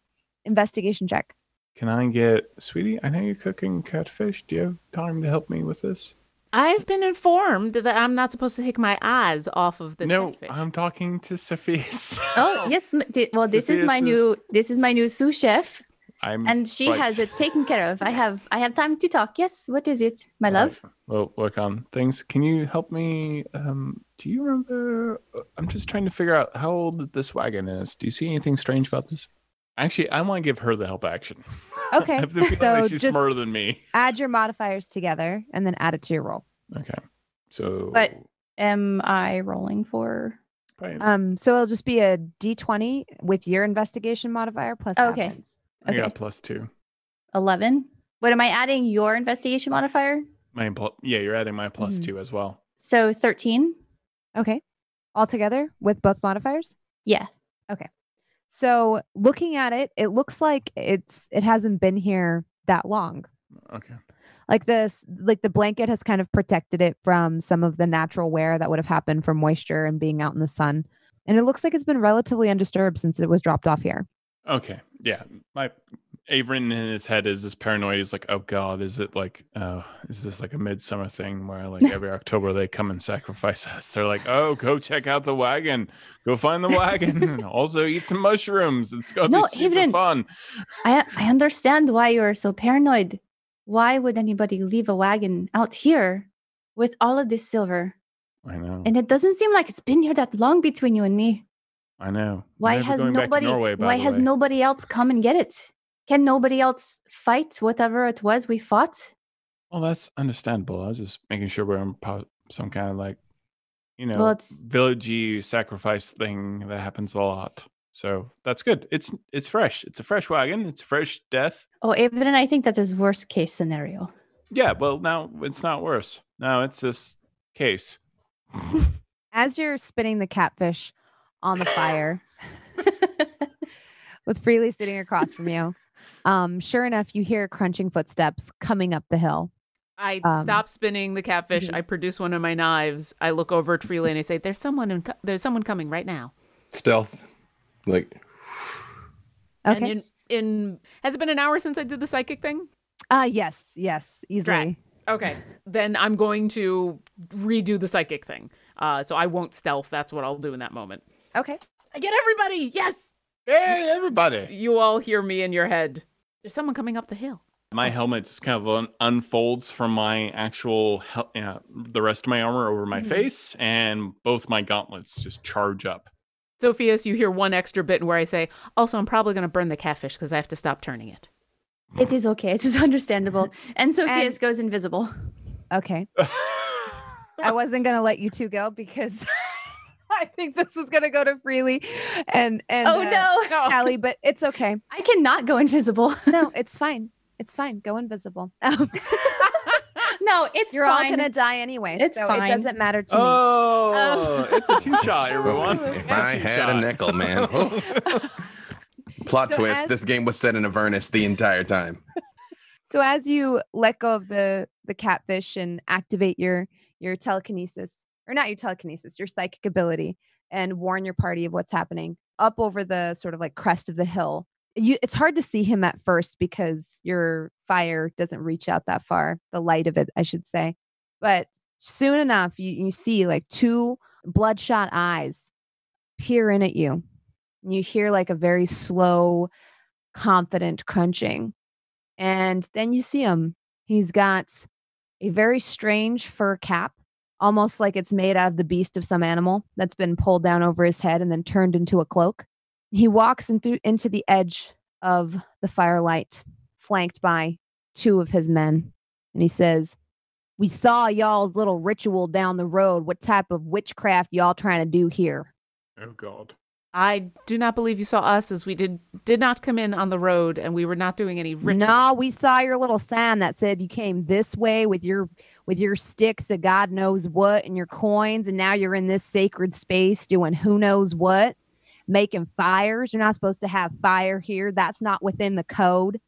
Speaker 1: investigation check.
Speaker 5: Can I get, sweetie? I know you're cooking catfish. Do you have time to help me with this?
Speaker 2: I've been informed that I'm not supposed to take my eyes off of this
Speaker 5: no, um,
Speaker 2: catfish.
Speaker 5: I'm talking to Sophia's.
Speaker 3: Oh, yes. m- di- Well, this is my
Speaker 5: Sophia's is-
Speaker 3: new this is my new sous chef,
Speaker 5: I'm
Speaker 3: and she
Speaker 5: right.
Speaker 3: has it taken care of. I have I have time to talk. Yes, what is it, my
Speaker 5: All
Speaker 3: love?
Speaker 5: right, We'll work on things. Can you help me? Um, do you remember? uh, I'm just trying to figure out how old this wagon is. Do you see anything strange about this? Actually, I want to give her the help action.
Speaker 1: Okay,
Speaker 5: I have the feeling
Speaker 1: so
Speaker 5: that she's
Speaker 1: just-
Speaker 5: smarter than me.
Speaker 1: Add your modifiers together and then add it to your roll.
Speaker 5: Okay. So.
Speaker 3: But- am I rolling for?
Speaker 5: Brian,
Speaker 1: Um, so it'll just be a d20 with your investigation modifier plus.
Speaker 3: Okay.
Speaker 1: Advin's.
Speaker 5: I got
Speaker 3: okay.
Speaker 5: plus two.
Speaker 3: 11. What am I adding your investigation modifier?
Speaker 5: My pl- yeah, you're adding my plus
Speaker 1: Mhm.
Speaker 5: two as well.
Speaker 3: So 13.
Speaker 1: Okay. All together with both modifiers?
Speaker 3: Yeah.
Speaker 1: Okay. So looking at it, it looks like it's it hasn't been here that long.
Speaker 5: Okay.
Speaker 1: Like this like the blanket has kind of protected it from some of the natural wear that would have happened from moisture and being out in the sun. And it looks like it's been relatively undisturbed since it was dropped off here.
Speaker 5: Okay. Yeah. My Averin in his head is this paranoid. He's like, oh God, is it like, oh, is this like a midsummer thing where like every October they come and sacrifice us? They're like, oh, go check out the wagon. Go find the wagon and also eat some mushrooms. It's going to
Speaker 3: No,
Speaker 5: be super
Speaker 3: Averin.
Speaker 5: fun.
Speaker 3: I, I understand why you are so paranoid. Why would anybody leave a wagon out here with all of this silver?
Speaker 5: I know.
Speaker 3: And it doesn't seem like it's been here that long between you and me.
Speaker 5: I know.
Speaker 3: Why
Speaker 5: Never
Speaker 3: has
Speaker 5: going back to
Speaker 3: nobody
Speaker 5: Norway, by
Speaker 3: why
Speaker 5: the
Speaker 3: has
Speaker 5: way.
Speaker 3: nobody else come and get it? Can nobody else fight whatever it was we fought?
Speaker 5: Well, that's understandable. I was just making sure we're in po- some kind of like, you know,
Speaker 3: Well, it's-
Speaker 5: villagey sacrifice thing that happens a lot. So that's good. It's it's fresh. It's a fresh wagon. It's a fresh death.
Speaker 3: Oh, Evelyn, I think that is worst case scenario.
Speaker 5: Yeah. Well, now it's not worse. Now it's this case.
Speaker 1: As you're spinning the catfish on the fire with Freely sitting across from you, um, sure enough, you hear crunching footsteps coming up the hill.
Speaker 2: I
Speaker 1: Um,
Speaker 2: stop spinning the catfish. I produce one of my knives. I look over at Freely and I say, "There's someone. In co- there's someone coming right now."
Speaker 4: Stealth. Like,
Speaker 1: Okay.
Speaker 2: And in, in has it been an hour since I did the psychic thing?
Speaker 1: Uh yes, yes, easily.
Speaker 2: Drag. Okay, then I'm going to redo the psychic thing. Uh, so I won't stealth. That's what I'll do in that moment.
Speaker 1: Okay.
Speaker 2: I get everybody. Yes,
Speaker 5: Hey, everybody!
Speaker 2: you all hear me in your head. There's someone coming up the hill.
Speaker 3: Oh.
Speaker 5: My helmet just kind of un- unfolds from my actual, hel- uh, the rest of my armor over my
Speaker 3: Mhm.
Speaker 5: face, and both my gauntlets just charge up.
Speaker 2: Sophia's, you hear one extra bit where I say, "Also, I'm probably going to burn the catfish because I have to stop turning it."
Speaker 3: It is okay. It is understandable. And Sophia's
Speaker 1: And-
Speaker 3: goes invisible.
Speaker 1: Okay. I wasn't gonna let you two go because I think this is gonna go to Freely and and
Speaker 3: oh
Speaker 1: uh,
Speaker 3: no.
Speaker 1: Allie, but it's okay.
Speaker 3: I cannot go invisible.
Speaker 1: No, it's fine. It's fine. Go invisible. Um,
Speaker 3: No, it's
Speaker 1: You're all
Speaker 3: fine.
Speaker 1: gonna die anyway,
Speaker 3: It's
Speaker 1: so
Speaker 3: fine.
Speaker 1: it doesn't matter to me.
Speaker 5: Oh,
Speaker 3: Um,
Speaker 5: it's a two shot, everyone.
Speaker 2: If
Speaker 5: It's
Speaker 4: oh, If
Speaker 5: a
Speaker 4: I had a
Speaker 5: two-shot.
Speaker 4: nickel, man. Oh. Plot
Speaker 1: So
Speaker 4: twist:
Speaker 1: as-
Speaker 4: This game was set in Avernus the entire time.
Speaker 1: So as you let go of the the catfish and activate your your telekinesis, or not your telekinesis, your psychic ability, and warn your party of what's happening up over the sort of like crest of the hill. You, it's hard to see him at first because your fire doesn't reach out that far, the light of it, I should say. But soon enough, you, you see like two bloodshot eyes peer in at you. You hear like a very slow, confident crunching. And then you see him. He's got a very strange fur cap, almost like it's made out of the beast of some animal that's been pulled down over his head and then turned into a cloak. He walks in through, into the edge of the firelight, flanked by two of his men. And he says, We saw y'all's little ritual down the road. What type of witchcraft y'all trying to do here?
Speaker 5: Oh god.
Speaker 2: I do not believe you saw us as we did did not come in on the road and we were not doing any ritual.
Speaker 1: No, we saw your little sign that said you came this way with your with your sticks of God knows what and your coins, and now you're in this sacred space doing who knows what, making fires. You're not supposed to have fire here. That's not within the code.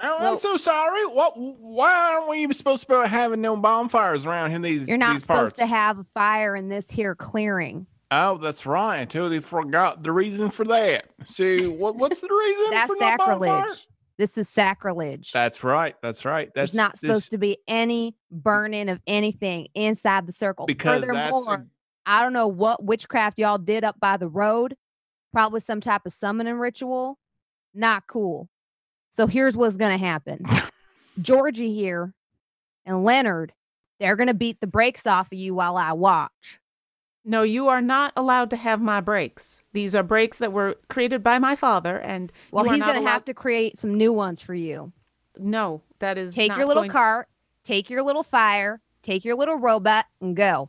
Speaker 5: Oh,
Speaker 2: Well-
Speaker 5: I'm so sorry. What? Why aren't we supposed to be having no bonfires around in these
Speaker 1: You're not
Speaker 5: these
Speaker 1: supposed
Speaker 5: parts?
Speaker 1: to have a fire in this here clearing.
Speaker 5: oh, that's right. I totally forgot the reason for that. See, what? What's the reason
Speaker 1: That's
Speaker 5: for no bonfire?
Speaker 1: sacrilege. This is sacrilege.
Speaker 5: That's right. That's right. That's
Speaker 1: There's not supposed to be any burning of anything inside the circle.
Speaker 5: because that's
Speaker 1: Furthermore,
Speaker 5: a-
Speaker 1: I don't know what witchcraft y'all did up by the road. Probably some type of summoning ritual. Not cool. So here's what's going to happen Georgie here and Leonard, they're going to beat the brakes off of you while I watch.
Speaker 2: No, you are not allowed to have my breaks. These are breaks that were created by my father and
Speaker 1: Well,
Speaker 2: you are
Speaker 1: he's
Speaker 2: not
Speaker 1: going to have
Speaker 2: allowed-
Speaker 1: to create some new ones for you.
Speaker 2: No, that is
Speaker 1: Take
Speaker 2: not
Speaker 1: your little
Speaker 2: going-
Speaker 1: cart, take your little fire, take your little robot, and go.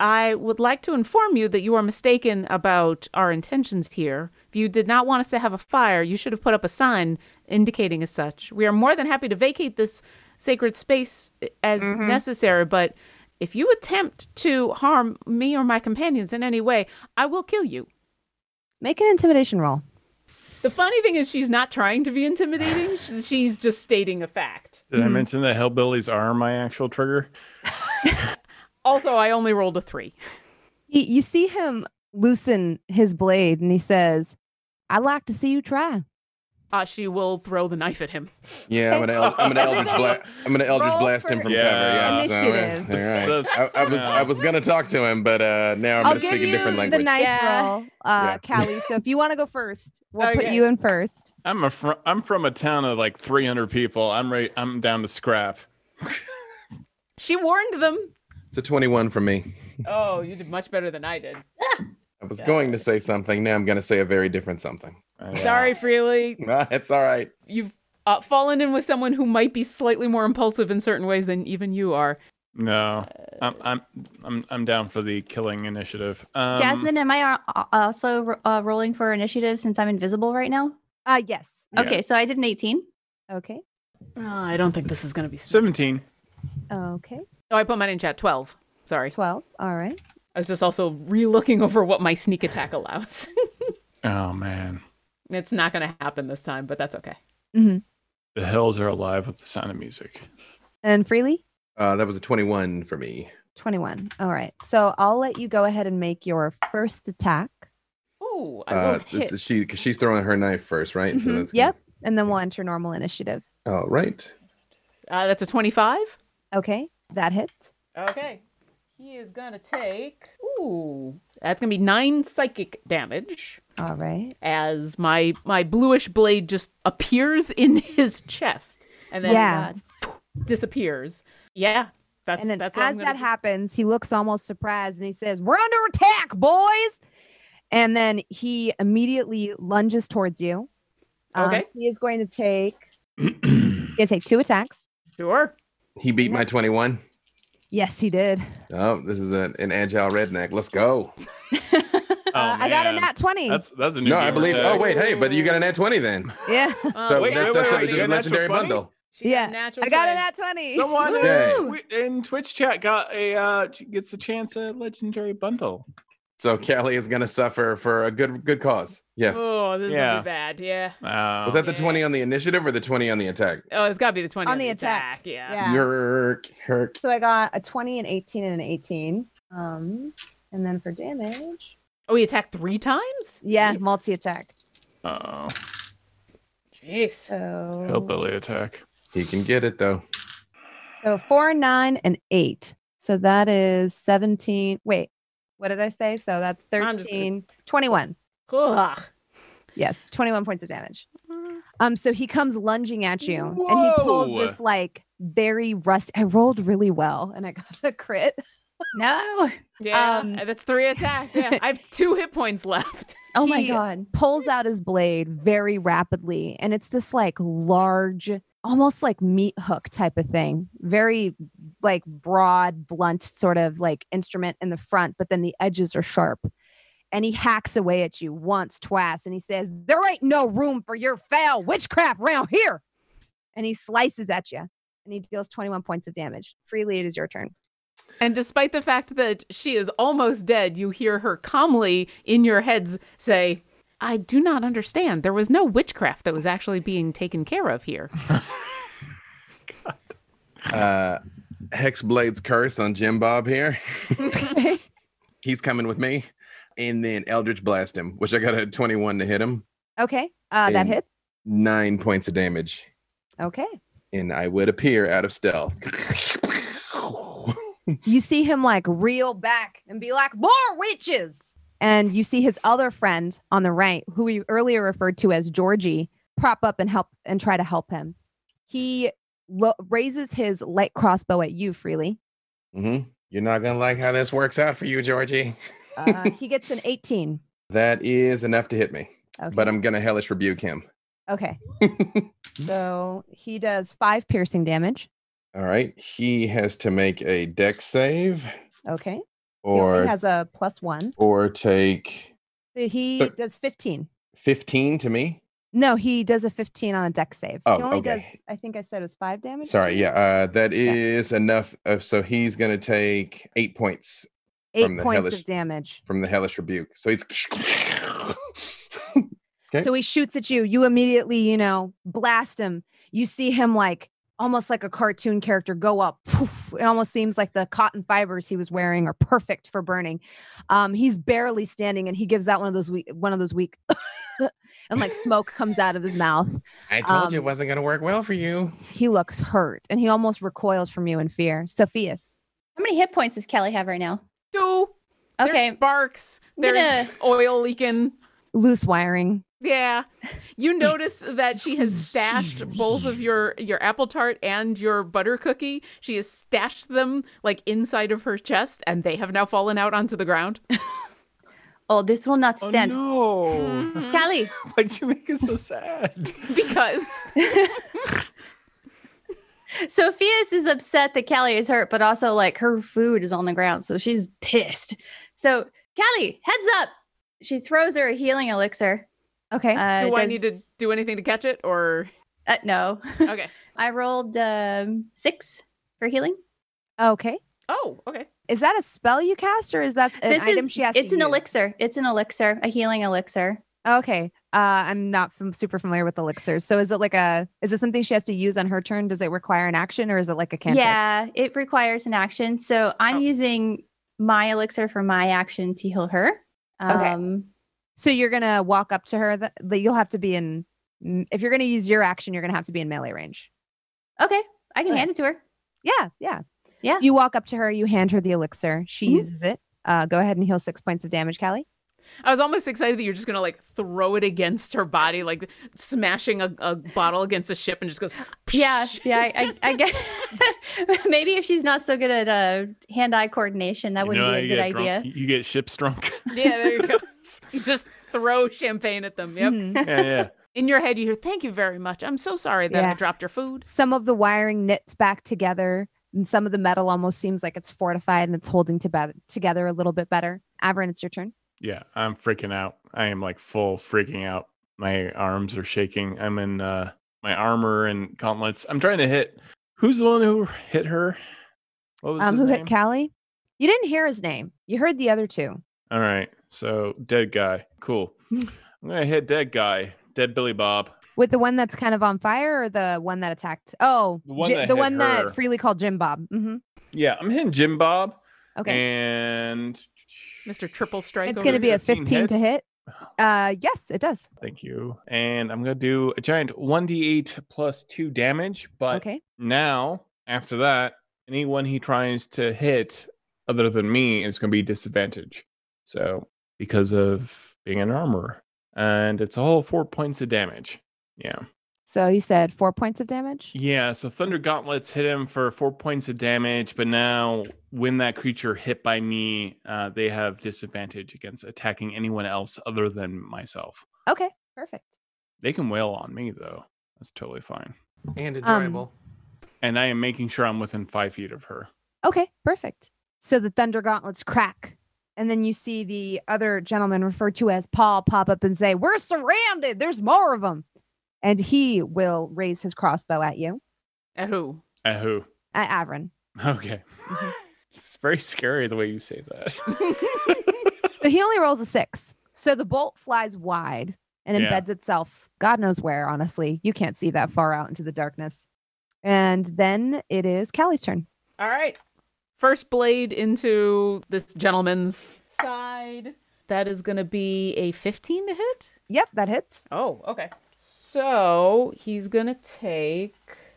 Speaker 2: I would like to inform you that you are mistaken about our intentions here. If you did not want us to have a fire, you should have put up a sign indicating as such. We are more than happy to vacate this sacred space eh, as necessary, but if you attempt to harm me or my companions in any way, I will kill you.
Speaker 1: Make an intimidation roll.
Speaker 2: The funny thing is, she's not trying to be intimidating. She- She's just stating a fact.
Speaker 5: Did I
Speaker 1: Mm-hmm.
Speaker 5: mention that hellbillies are my actual trigger?
Speaker 2: Also, I only rolled a three.
Speaker 1: He, you see him loosen his blade and he says, I'd like to see you try.
Speaker 2: Uh, she will throw the knife at him.
Speaker 4: Yeah, I'm gonna, el- I'm gonna Eldritch Blast. I'm gonna Eldritch
Speaker 1: Roll
Speaker 4: Blast him
Speaker 1: for
Speaker 4: from
Speaker 5: Yeah.
Speaker 4: cover. Yeah,
Speaker 1: initiative.
Speaker 4: So, yeah, you're right.
Speaker 5: That's-
Speaker 4: I, I was, I was gonna talk to him, but uh, now I'm
Speaker 1: I'll
Speaker 4: gonna
Speaker 1: give
Speaker 4: speak a
Speaker 1: you
Speaker 4: different
Speaker 1: the
Speaker 4: language.
Speaker 1: knife
Speaker 3: Yeah.
Speaker 1: roll, uh,
Speaker 4: Yeah.
Speaker 1: Callie. So if you want to go first, we'll put
Speaker 2: Okay.
Speaker 1: you in first.
Speaker 5: I'm a fr- I'm from a town of like 300 people. I'm ready. I'm down to scrap.
Speaker 2: She warned them.
Speaker 4: It's a 21 for me.
Speaker 2: Oh, you did much better than I did.
Speaker 4: I was going to say something. Now I'm gonna say a very different something.
Speaker 5: I-
Speaker 2: Sorry, Freely.
Speaker 4: It's all right.
Speaker 2: You've uh, fallen in with someone who might be slightly more impulsive in certain ways than even you are.
Speaker 5: No, I'm I'm I'm I'm down for the killing initiative. Um,
Speaker 3: Jasmine, am I uh, also uh, rolling for initiative since I'm invisible right now?
Speaker 1: Uh, yes.
Speaker 5: Yeah.
Speaker 3: Okay, so I did an 18.
Speaker 1: Okay.
Speaker 2: Ah, I don't think this is going to be.
Speaker 5: seventeen.
Speaker 1: Okay.
Speaker 2: oh, I put mine in chat. Twelve. Sorry,
Speaker 1: 12. All right.
Speaker 2: I was just also re-looking over what my sneak attack allows.
Speaker 5: Oh man,
Speaker 2: it's not going to happen this time, but that's okay.
Speaker 5: the hills are alive with the sound of music.
Speaker 1: And freely?
Speaker 4: Uh, that was a 21 for me.
Speaker 1: 21. All right. So I'll let you go ahead and make your first attack.
Speaker 2: Ooh, I will
Speaker 4: Uh,
Speaker 2: hit.
Speaker 4: this is she. 'cause She's throwing her knife first, right?
Speaker 5: Mm-hmm.
Speaker 1: Mhm.
Speaker 4: that's good.
Speaker 1: Yep. And then we'll enter normal initiative.
Speaker 4: All right.
Speaker 2: Uh, that's a 25.
Speaker 1: Okay. That hits.
Speaker 2: Okay. He is going to take. Ooh. That's going to be nine psychic damage
Speaker 1: All right.
Speaker 2: as my my bluish blade just appears in his chest and then uh,
Speaker 1: Yeah.
Speaker 2: disappears. Yeah. That's
Speaker 1: and then
Speaker 2: that's what
Speaker 1: as
Speaker 2: I'm
Speaker 1: that
Speaker 2: gonna...
Speaker 1: happens, he looks almost surprised and he says, We're under attack, boys. And then he immediately lunges towards you. Um,
Speaker 2: Okay.
Speaker 1: He is going to take he's gonna take two attacks.
Speaker 2: Sure.
Speaker 4: He beat my 21.
Speaker 1: Yes, he did.
Speaker 4: Oh, this is an, an agile redneck. Let's go.
Speaker 5: Oh,
Speaker 1: uh, I got a
Speaker 5: man.
Speaker 1: nat 20.
Speaker 5: That's that's a new.
Speaker 4: No, I
Speaker 5: gamer
Speaker 4: believe.
Speaker 5: tag.
Speaker 4: Oh, wait. Hey, but you got an at 20 then.
Speaker 1: Yeah.
Speaker 2: Um,
Speaker 4: So that's,
Speaker 5: wait, wait,
Speaker 4: that's
Speaker 5: Oh, wait,
Speaker 4: a-
Speaker 5: wait,
Speaker 4: there's
Speaker 5: you
Speaker 4: a
Speaker 5: got an actual
Speaker 4: legendary
Speaker 5: 20?
Speaker 4: bundle.
Speaker 2: She
Speaker 1: Yeah.
Speaker 2: got a natural.
Speaker 1: I got
Speaker 2: twenty.
Speaker 1: an at 20.
Speaker 5: Someone
Speaker 4: oh, Yay.
Speaker 5: in, Twi- in Twitch chat got a uh, ch- gets a chance at legendary bundle.
Speaker 4: So Callie is gonna suffer for a good good cause. Yes.
Speaker 2: Oh, this is
Speaker 5: Yeah.
Speaker 2: gonna be bad. Yeah.
Speaker 5: Uh,
Speaker 4: Was that the
Speaker 2: yeah.
Speaker 4: 20 on the initiative or the 20 on the attack?
Speaker 2: Oh, it's gotta be the twenty
Speaker 1: On the attack.
Speaker 2: attack. Yeah.
Speaker 1: Yeah.
Speaker 4: Yerk, yerk.
Speaker 1: So I got a 20, an 18, and an 18. Um, and then for damage,
Speaker 2: Oh, he attacked three times.
Speaker 1: yeah,
Speaker 2: Jeez.
Speaker 1: multi attack.
Speaker 5: Oh,
Speaker 2: Jeez.
Speaker 1: So,
Speaker 5: hillbilly attack.
Speaker 4: He can get it though.
Speaker 1: so four, nine, and eight. So that is 17. Wait, what did I say? So that's
Speaker 2: I'm just gonna-
Speaker 1: 13, 21.
Speaker 2: Ugh.
Speaker 1: Yes, 21 points of damage.
Speaker 2: Uh-huh.
Speaker 1: Um, so he comes lunging at you and he pulls
Speaker 5: Whoa!
Speaker 1: this like very rust. I rolled really well and I got a crit.
Speaker 3: No.
Speaker 2: Yeah.
Speaker 1: Um,
Speaker 2: that's three attacks. Yeah. I have two hit points left.
Speaker 3: Oh my
Speaker 1: He-
Speaker 3: god.
Speaker 1: pulls out his blade very rapidly and it's this like large almost like meat hook type of thing very like broad blunt sort of like instrument in the front but then the edges are sharp and he hacks away at you once twice and he says there ain't no room for your foul witchcraft round here and he slices at you and he deals 21 points of damage freely it is your turn
Speaker 2: And despite the fact that she is almost dead, you hear her calmly in your heads say, I do not understand. There was no witchcraft that was actually being taken care of here.
Speaker 4: Uh Hexblade's curse on Jim Bob here. He's coming with me. And then Eldritch Blast him, which I got a 21 to hit him.
Speaker 1: okay uh, that
Speaker 4: And-
Speaker 1: hit
Speaker 4: Nine points of damage.
Speaker 1: okay
Speaker 4: And I would appear out of stealth.
Speaker 5: Oh,
Speaker 1: you see him like reel back and be like, more witches. And you see his other friend on the right, who we earlier referred to as Georgie, prop up and help and try to help him. He lo- raises his light crossbow at you freely.
Speaker 4: hmm You're not gonna like how this works out for you, Georgie.
Speaker 1: Uh, he gets an 18.
Speaker 4: That is enough to hit me,
Speaker 1: Okay.
Speaker 4: but I'm gonna hellish rebuke him.
Speaker 1: okay. so he does five piercing damage.
Speaker 4: All right. He has to make a deck save
Speaker 1: Okay. he
Speaker 4: or
Speaker 1: only has a plus one.
Speaker 4: or take
Speaker 1: So he
Speaker 4: So-
Speaker 1: does 15.
Speaker 4: 15 to me.
Speaker 1: No, he does a 15 on a deck save.
Speaker 4: Oh,
Speaker 1: he only
Speaker 4: okay.
Speaker 1: does, I think I said it was five damage.
Speaker 4: Sorry, yeah. Uh that is enough of so he's gonna take eight points from
Speaker 1: Eight
Speaker 4: the
Speaker 1: points
Speaker 4: hellish-
Speaker 1: of damage.
Speaker 4: from the hellish rebuke. So he's Okay.
Speaker 1: So he shoots at you. You immediately, you know, blast him. You see him like almost like a cartoon character go up. Poof. It almost seems like the cotton fibers he was wearing are perfect for burning. Um, he's barely standing, and he gives out one of those weak, one of those weak, and like smoke comes out of his mouth.
Speaker 4: I
Speaker 1: told you it Um,
Speaker 4: wasn't gonna work well for you.
Speaker 1: He looks hurt, and he almost recoils from you in fear. Sophias,
Speaker 3: How many hit points does Kelly have right now?
Speaker 2: Do. There's
Speaker 3: Okay.
Speaker 2: sparks.
Speaker 3: I'm
Speaker 2: There's
Speaker 3: gonna-
Speaker 2: oil leaking.
Speaker 1: loose wiring.
Speaker 2: Yeah. You notice that she has stashed both of your your apple tart and your butter cookie. She has stashed them like inside of her chest and they have now fallen out onto the ground.
Speaker 3: Oh, this will not stand.
Speaker 5: Oh, no.
Speaker 3: Kelly,
Speaker 5: Why'd you make it so sad?
Speaker 2: Because
Speaker 3: Sophia's is upset that Kelly is hurt, but also like her food is on the ground, so she's pissed. So Kelly, heads up! She throws her a healing elixir.
Speaker 1: Okay.
Speaker 3: Uh,
Speaker 2: do I need to
Speaker 3: does-
Speaker 2: do anything to catch it or
Speaker 3: Uh, no,
Speaker 2: okay.
Speaker 3: I rolled um, six for healing.
Speaker 1: okay.
Speaker 2: Oh, okay.
Speaker 1: Is that a spell you cast, or is that an
Speaker 3: this
Speaker 1: item
Speaker 3: is
Speaker 1: she has? to
Speaker 3: it's an
Speaker 1: use?
Speaker 3: elixir. It's an elixir, a healing elixir.
Speaker 1: Okay. Uh, I'm not fam- super familiar with elixirs. So is it like a is it something she has to use on her turn? Does it require an action or is it like a cantrip?
Speaker 3: Yeah, it requires an action. So I'm
Speaker 2: Oh.
Speaker 3: using my elixir for my action to heal her.
Speaker 1: Okay.
Speaker 3: Um,
Speaker 1: So you're gonna walk up to her. That you'll have to be in. mm, If you're gonna use your action, you're gonna have to be in melee range.
Speaker 3: okay. I can
Speaker 1: Okay.
Speaker 3: hand it to her.
Speaker 1: Yeah, yeah,
Speaker 3: Yeah.
Speaker 1: So you walk up to her. You hand her the elixir. She
Speaker 3: Mhm.
Speaker 1: uses it. Uh, go ahead and heal six points of damage, Callie.
Speaker 2: I was almost excited that you're just gonna like throw it against her body, like smashing a, a bottle against a ship and just goes
Speaker 3: Yeah, yeah. I, I, I guess maybe if she's not so good at uh, hand-eye coordination, that
Speaker 5: You
Speaker 3: wouldn't
Speaker 5: know
Speaker 3: be
Speaker 5: how
Speaker 3: a
Speaker 5: you
Speaker 3: good
Speaker 5: get drunk-
Speaker 3: idea.
Speaker 5: You get ships drunk.
Speaker 2: Yeah, there you go. You just throw champagne at them. Yep.
Speaker 1: Mhm.
Speaker 5: yeah, yeah.
Speaker 2: In your head you hear, Thank you very much. I'm so sorry that I
Speaker 1: Yeah.
Speaker 2: dropped your food.
Speaker 1: Some of the wiring knits back together, and some of the metal almost seems like it's fortified and it's holding to- together a little bit better. Averin, it's your turn.
Speaker 5: Yeah, I'm freaking out. I am like full freaking out. My arms are shaking. I'm in uh my armor and gauntlets. I'm trying to hit. Who's the one who hit her? What was
Speaker 1: Um,
Speaker 5: his
Speaker 1: who
Speaker 5: name?
Speaker 1: hit Callie? You didn't hear his name. You heard the other two.
Speaker 5: All right, so dead guy. Cool. I'm gonna hit dead guy. Dead Billy Bob.
Speaker 1: With the one that's kind of on fire or the one that attacked? Oh,
Speaker 5: The one
Speaker 1: Ji-
Speaker 5: that
Speaker 1: the
Speaker 5: hit
Speaker 1: one
Speaker 5: her.
Speaker 1: that freely called Jim Bob. hmm
Speaker 5: Yeah, I'm hitting Jim Bob.
Speaker 1: Okay.
Speaker 5: And
Speaker 2: Mr. Triple Strike.
Speaker 1: it's
Speaker 2: over
Speaker 1: going to be a
Speaker 5: 15
Speaker 1: 15 to hit. Uh, yes, it does.
Speaker 5: Thank you. And I'm going to do a giant 1d8 plus 2 damage. But
Speaker 1: Okay.
Speaker 5: now, after that, anyone he tries to hit other than me is going to be disadvantage. So, because of being an armorer. And it's all four points of damage. Yeah.
Speaker 1: So you said four points of damage?
Speaker 5: Yeah. So, Thunder Gauntlets hit him for four points of damage. But now, when that creature hit by me, uh, they have disadvantage against attacking anyone else other than myself.
Speaker 1: Okay. Perfect.
Speaker 5: They can wail on me, though. That's totally fine.
Speaker 4: And
Speaker 1: um, enjoyable.
Speaker 5: and I am making sure I'm within five feet of her.
Speaker 1: Okay. Perfect. So the thunder gauntlets crack. And then you see the other gentleman referred to as Paul pop up and say, We're surrounded. There's more of them. And he will raise his crossbow at you,
Speaker 2: At who?
Speaker 5: At who?
Speaker 1: at Avrin.
Speaker 5: Okay.
Speaker 1: Mm-hmm.
Speaker 5: it's very scary the way you say that.
Speaker 1: So he only rolls a six. So the bolt flies wide and
Speaker 5: Yeah.
Speaker 1: embeds itself, God knows where, honestly. You can't see that far out into the darkness. And then it is Callie's turn.
Speaker 2: All right. First blade into this gentleman's side. That is going to be a 15 to hit.
Speaker 1: Yep, that hits.
Speaker 2: Oh, okay. So he's going to take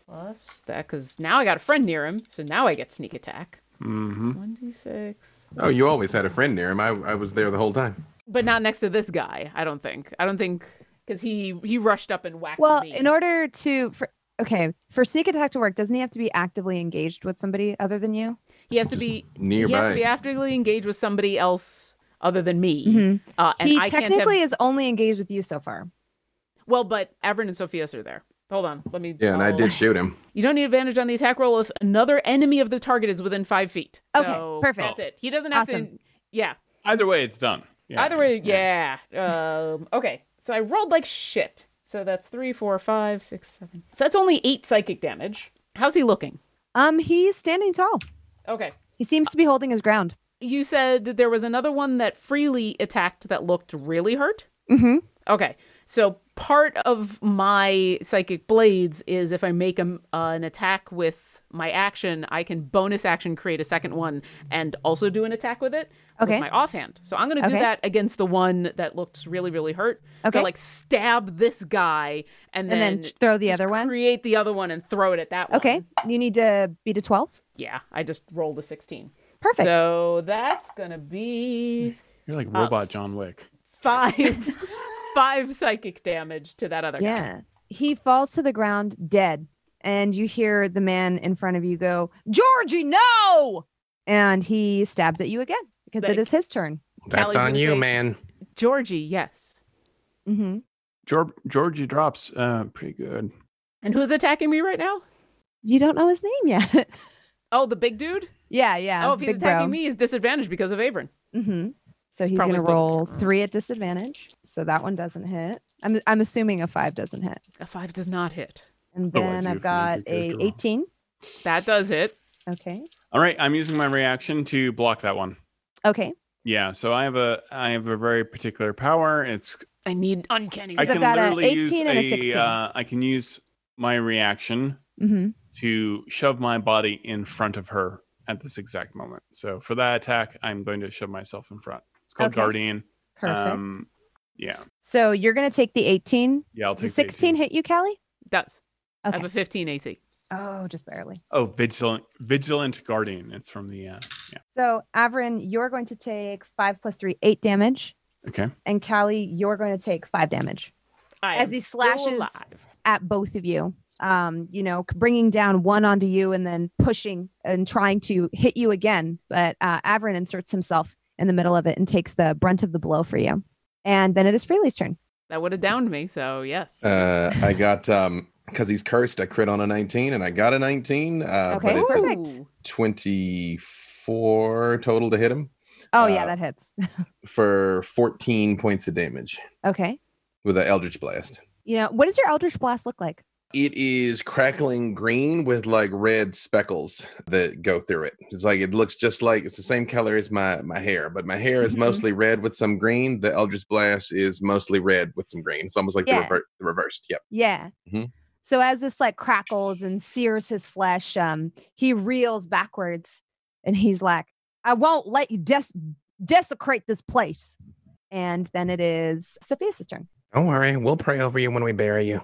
Speaker 2: plus that because now I got a friend near him. So now I get sneak attack.
Speaker 5: hmm
Speaker 4: Mm-hmm.
Speaker 2: It's 1d6.
Speaker 4: Oh, you always had a friend near him. I, I was there the whole time.
Speaker 2: But not next to this guy, I don't think. I don't think because he he rushed up and whacked
Speaker 1: Well,
Speaker 2: me.
Speaker 1: in order to, for, okay, for sneak attack to work, doesn't he have to be actively engaged with somebody other than you?
Speaker 2: he has to
Speaker 4: Just
Speaker 2: be
Speaker 4: nearby.
Speaker 2: he has to be actively engaged with somebody else other than me.
Speaker 1: Mhm.
Speaker 2: Uh, and
Speaker 1: he
Speaker 2: I can't have
Speaker 1: technically is only engaged with you so far.
Speaker 2: Well, but Avern and Sophia's are there. Hold on. Let me.
Speaker 4: yeah, and I
Speaker 2: I'll-
Speaker 4: did shoot him.
Speaker 2: You don't need advantage on the attack roll if another enemy of the target is within five feet.
Speaker 1: Okay,
Speaker 2: So
Speaker 1: perfect.
Speaker 2: That's it. He doesn't have to.
Speaker 1: Awesome.
Speaker 2: Yeah.
Speaker 5: Either way, it's done. Yeah,
Speaker 2: Either way, yeah. Um, okay. So I rolled like shit. So that's three, four, five, six, seven. So that's only eight psychic damage. How's he looking?
Speaker 1: Um, he's standing tall.
Speaker 2: Okay.
Speaker 1: He seems to be holding his ground.
Speaker 2: You said there was another one that freely attacked that looked really hurt.
Speaker 1: Mm-hmm.
Speaker 2: Okay. So part of my psychic blades is if I make a, uh, an attack with my action, I can bonus action create a second one and also do an attack with it
Speaker 1: Okay.
Speaker 2: with my offhand. So I'm going to do
Speaker 1: Okay.
Speaker 2: that against the one that looks really really hurt. So
Speaker 1: Okay.
Speaker 2: like stab this guy and
Speaker 1: And
Speaker 2: then,
Speaker 1: then throw the
Speaker 2: just
Speaker 1: other one.
Speaker 2: Create the other one and throw it at that one.
Speaker 1: Okay. You need to beat a 12.
Speaker 2: Yeah, I just rolled a 16.
Speaker 1: Perfect.
Speaker 2: So that's going to be
Speaker 5: You're like robot John Wick.
Speaker 2: 5 5 psychic damage to that other guy.
Speaker 1: Yeah. He falls to the ground dead. And you hear the man in front of you go, Georgie, no! And he stabs at you again because
Speaker 2: Like-
Speaker 1: it is his turn.
Speaker 4: That's
Speaker 2: Callie's
Speaker 4: on
Speaker 2: gonna
Speaker 4: you,
Speaker 2: say-
Speaker 4: man.
Speaker 2: Georgie, yes.
Speaker 1: Mm-hmm.
Speaker 5: Geor- Georgie drops uh, pretty good.
Speaker 2: And who's attacking me right now?
Speaker 1: You don't know his name yet.
Speaker 2: Oh, the big dude?
Speaker 1: yeah, yeah.
Speaker 2: oh, if he's attacking me, he's disadvantaged because of Abram.
Speaker 1: Mm-hmm. So he's
Speaker 2: Probably
Speaker 1: going to
Speaker 2: still-
Speaker 1: roll three at disadvantage. So that one doesn't hit. I'm, I'm assuming a five doesn't hit.
Speaker 2: A five does not hit.
Speaker 1: And then
Speaker 5: Otherwise you
Speaker 1: I've got
Speaker 5: have to
Speaker 1: a
Speaker 5: make Oh, a character roll.
Speaker 1: 18.
Speaker 2: That does hit.
Speaker 1: Okay.
Speaker 5: All right, I'm using my reaction to block that one.
Speaker 1: Okay.
Speaker 5: Yeah, so I have a I have a very particular power. It's
Speaker 2: I need uncanny.
Speaker 5: I
Speaker 1: I've
Speaker 5: can
Speaker 1: got a
Speaker 5: literally use
Speaker 1: 18 and a 16.
Speaker 5: uh, I can use my reaction
Speaker 1: Mm-hmm.
Speaker 5: to shove my body in front of her at this exact moment. So for that attack, I'm going to shove myself in front. It's called
Speaker 1: Okay.
Speaker 5: Guardian.
Speaker 1: Perfect.
Speaker 5: Um, yeah.
Speaker 1: so you're going to take the 18.
Speaker 5: Yeah, I'll take
Speaker 1: Does
Speaker 5: the
Speaker 1: 16
Speaker 5: 18.
Speaker 1: hit you, Callie?
Speaker 2: does. I
Speaker 1: Okay.
Speaker 2: have a 15 AC.
Speaker 1: Oh, just barely.
Speaker 5: Oh, vigilant, vigilant guardian. It's from the uh, yeah.
Speaker 1: So, Averin, you're going to take five plus three, eight damage.
Speaker 5: Okay.
Speaker 1: And Callie, you're going to take five damage
Speaker 2: I
Speaker 1: As
Speaker 2: am
Speaker 1: he
Speaker 2: still
Speaker 1: slashes-
Speaker 2: alive.
Speaker 1: at both of you. Um, you know, bringing down one onto you and then pushing and trying to hit you again. But uh, Averin inserts himself in the middle of it and takes the brunt of the blow for you. And then it is Freely's turn.
Speaker 2: That would have downed me, so yes.
Speaker 4: Uh, I got um because he's cursed. I crit on a 19, and I got a 19. Uh,
Speaker 1: Okay.
Speaker 4: But it's a
Speaker 1: perfect.
Speaker 2: Ooh.
Speaker 4: 24 total to hit him
Speaker 1: Oh, yeah,
Speaker 4: Uh,
Speaker 1: that hits.
Speaker 4: for 14 points of damage
Speaker 1: okay.
Speaker 4: with an Eldritch Blast.
Speaker 1: You know, what does your Eldritch Blast look like?
Speaker 4: It is crackling green with like red speckles that go through it. It's like it looks just like it's the same color as my my hair, but my hair
Speaker 1: Mm-hmm.
Speaker 4: is
Speaker 2: Mhm.
Speaker 4: mostly red with some green. The Eldritch Blast is mostly red with some green. It's almost like
Speaker 1: Yeah.
Speaker 4: the, rever- the reversed. Yep.
Speaker 1: Yeah.
Speaker 4: Mhm.
Speaker 1: So as this like crackles and sears his flesh, um, he reels backwards and he's like, I won't let you des- desecrate this place. And then it is Sophia's turn.
Speaker 4: Don't worry, we'll pray over you when we bury you.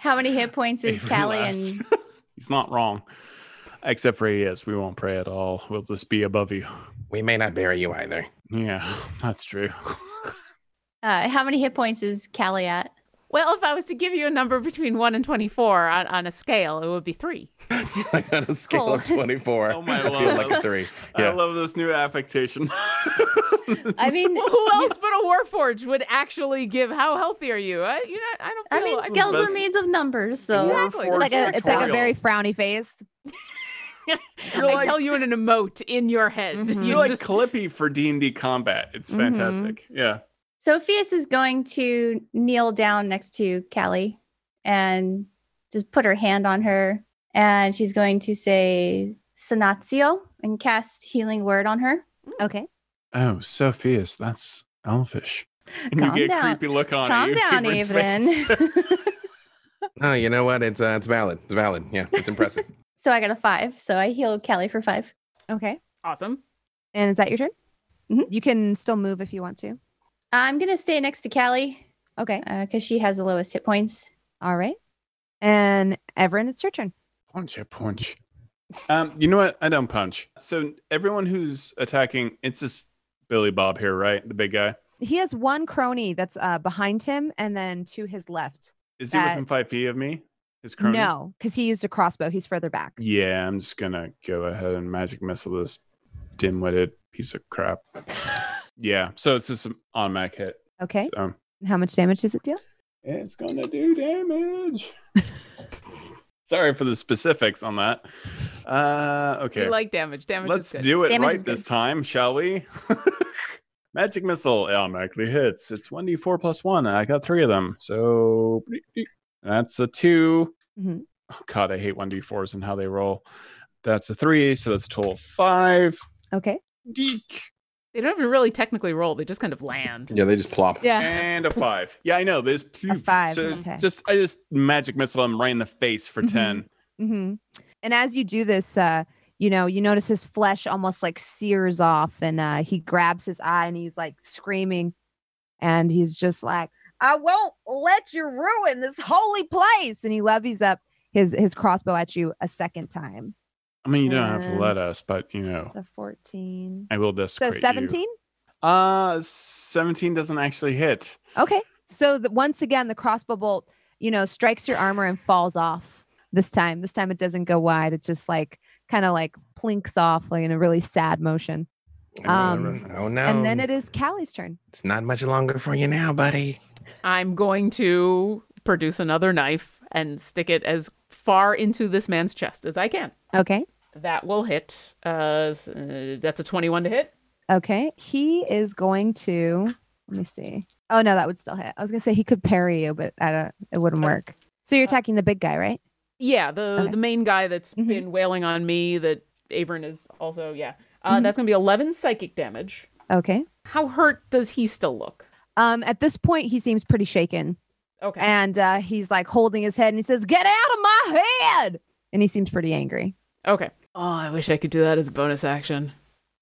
Speaker 3: How many hit points is
Speaker 5: He
Speaker 3: Callie
Speaker 5: relapsed.
Speaker 3: and
Speaker 5: He's not wrong. Except for he is. We won't pray at all. We'll just be above you.
Speaker 4: We may not bury you either.
Speaker 5: Yeah, that's true.
Speaker 3: uh, how many hit points is Callie at?
Speaker 2: Well, if I was to give you a number between one and 24 on, on a scale, it would be three.
Speaker 4: like on a scale of
Speaker 3: Oh.
Speaker 4: 24.
Speaker 5: Oh my
Speaker 4: I feel
Speaker 5: lord.
Speaker 4: like a three.
Speaker 5: I
Speaker 4: Yeah.
Speaker 5: love this new affectation.
Speaker 3: I mean,
Speaker 2: Who else but a Warforge would actually give? How healthy are you? I, you know, I don't. Feel,
Speaker 3: I mean,
Speaker 2: I'm-
Speaker 3: scales are
Speaker 5: Best-
Speaker 3: made of numbers, so
Speaker 2: Exactly.
Speaker 5: Warforged
Speaker 1: Oh, Like a, it's like a very
Speaker 5: tutorial.
Speaker 1: frowny face.
Speaker 5: You're
Speaker 2: I
Speaker 5: like-
Speaker 2: tell you in an emote in your head.
Speaker 1: Mhm.
Speaker 5: You're like Clippy for D and D combat. It's
Speaker 1: Mhm.
Speaker 5: fantastic. Yeah.
Speaker 3: Sophias is going to kneel down next to Callie and just put her hand on her. And she's going to say Sanatio and cast Healing Word on her.
Speaker 1: Okay.
Speaker 5: Oh, Sophia's. That's elfish. And
Speaker 3: Calm
Speaker 5: you get
Speaker 3: down.
Speaker 5: a creepy look on
Speaker 3: Calm
Speaker 5: it.
Speaker 3: down, Evelyn.
Speaker 4: Oh, you know what? It's uh, it's valid. It's valid. Yeah, it's impressive.
Speaker 3: so I got a five. So I heal Callie for five.
Speaker 1: Okay.
Speaker 2: awesome.
Speaker 1: And is that your turn?
Speaker 3: Mhm.
Speaker 1: You can still move if you want to.
Speaker 3: I'm going to stay next to Callie
Speaker 1: Okay.
Speaker 3: because she has the lowest hit points.
Speaker 1: All right. And Everin, it's your turn.
Speaker 5: Punch a punch. Um, you know what? I don't punch. So everyone who's attacking, it's this Billy Bob here, right? The big guy.
Speaker 1: He has one crony that's uh, behind him and then to his left.
Speaker 5: Is he
Speaker 1: That-
Speaker 5: within five feet of me? His crony.
Speaker 1: No, because he used a crossbow. He's further back.
Speaker 5: Yeah, I'm just gonna go ahead and magic missile this dim-witted piece of crap. yeah. So it's just an automatic hit.
Speaker 1: Okay.
Speaker 5: So
Speaker 1: And How much damage does it deal?
Speaker 5: it's gonna do damage. Sorry for the specifics on that. Uh, okay.
Speaker 2: We like damage. Damage
Speaker 5: Let's
Speaker 2: is good.
Speaker 5: do it
Speaker 3: Damage
Speaker 5: right
Speaker 3: is good.
Speaker 5: this time, shall we? Magic missile it automatically hits. It's 1d4 plus 1. and I got three of them. So that's a 2.
Speaker 1: Mhm.
Speaker 5: Oh, God, I hate 1d4s and how they roll. That's a 3. So that's a total of 5.
Speaker 1: Okay.
Speaker 5: Deek.
Speaker 2: They don't even really technically roll. They just kind of land.
Speaker 4: yeah, they just plop.
Speaker 5: And a 5. Yeah, I know. There's
Speaker 1: five,
Speaker 5: So
Speaker 1: okay.
Speaker 5: just, I just magic missile him right in the face for
Speaker 1: Mhm.
Speaker 5: 10.
Speaker 1: hmm And as you do this, uh, you know, you notice his flesh almost like sears off, and uh, he grabs his eye and he's like screaming, and he's just like, "I won't let you ruin this holy place!" And he levies up his his crossbow at you a second time.
Speaker 5: I mean, you don't have to let
Speaker 1: And-
Speaker 5: us, but you know,
Speaker 1: It's a fourteen.
Speaker 5: I will
Speaker 1: So
Speaker 5: desecrate Oh. you.
Speaker 1: seventeen.
Speaker 5: Uh, 17 doesn't actually hit.
Speaker 1: Okay. So the, once again, the crossbow bolt, you know, strikes your armor and falls off. This time, this time it doesn't go wide. It just like kind of like plinks off, like in a really sad motion.
Speaker 5: I know that
Speaker 1: Um,
Speaker 5: reference.
Speaker 4: oh no.
Speaker 1: and then it is Callie's turn.
Speaker 4: it's not much longer for you now, buddy.
Speaker 2: I'm going to produce another knife and stick it as far into this man's chest as I can.
Speaker 1: Okay.
Speaker 2: That will hit. Uh, s- uh, that's a 21 to hit.
Speaker 1: Okay. He is going to. Let me see. Oh no, that would still hit. I was gonna say he could parry you, but I don't. It wouldn't work. So you're attacking the big guy, right?
Speaker 2: Yeah, the
Speaker 1: Okay.
Speaker 2: the main guy that's
Speaker 1: Mhm.
Speaker 2: been wailing on me that Avern is also yeah. Uh,
Speaker 1: Mhm.
Speaker 2: That's gonna be eleven psychic damage.
Speaker 1: Okay.
Speaker 2: How hurt does he still look?
Speaker 1: Um, at this point, he seems pretty shaken,
Speaker 2: Okay,
Speaker 1: and uh, he's like holding his head, and he says, "Get out of my head!" And he seems pretty angry.
Speaker 2: okay. Oh, I wish I could do that as a bonus action.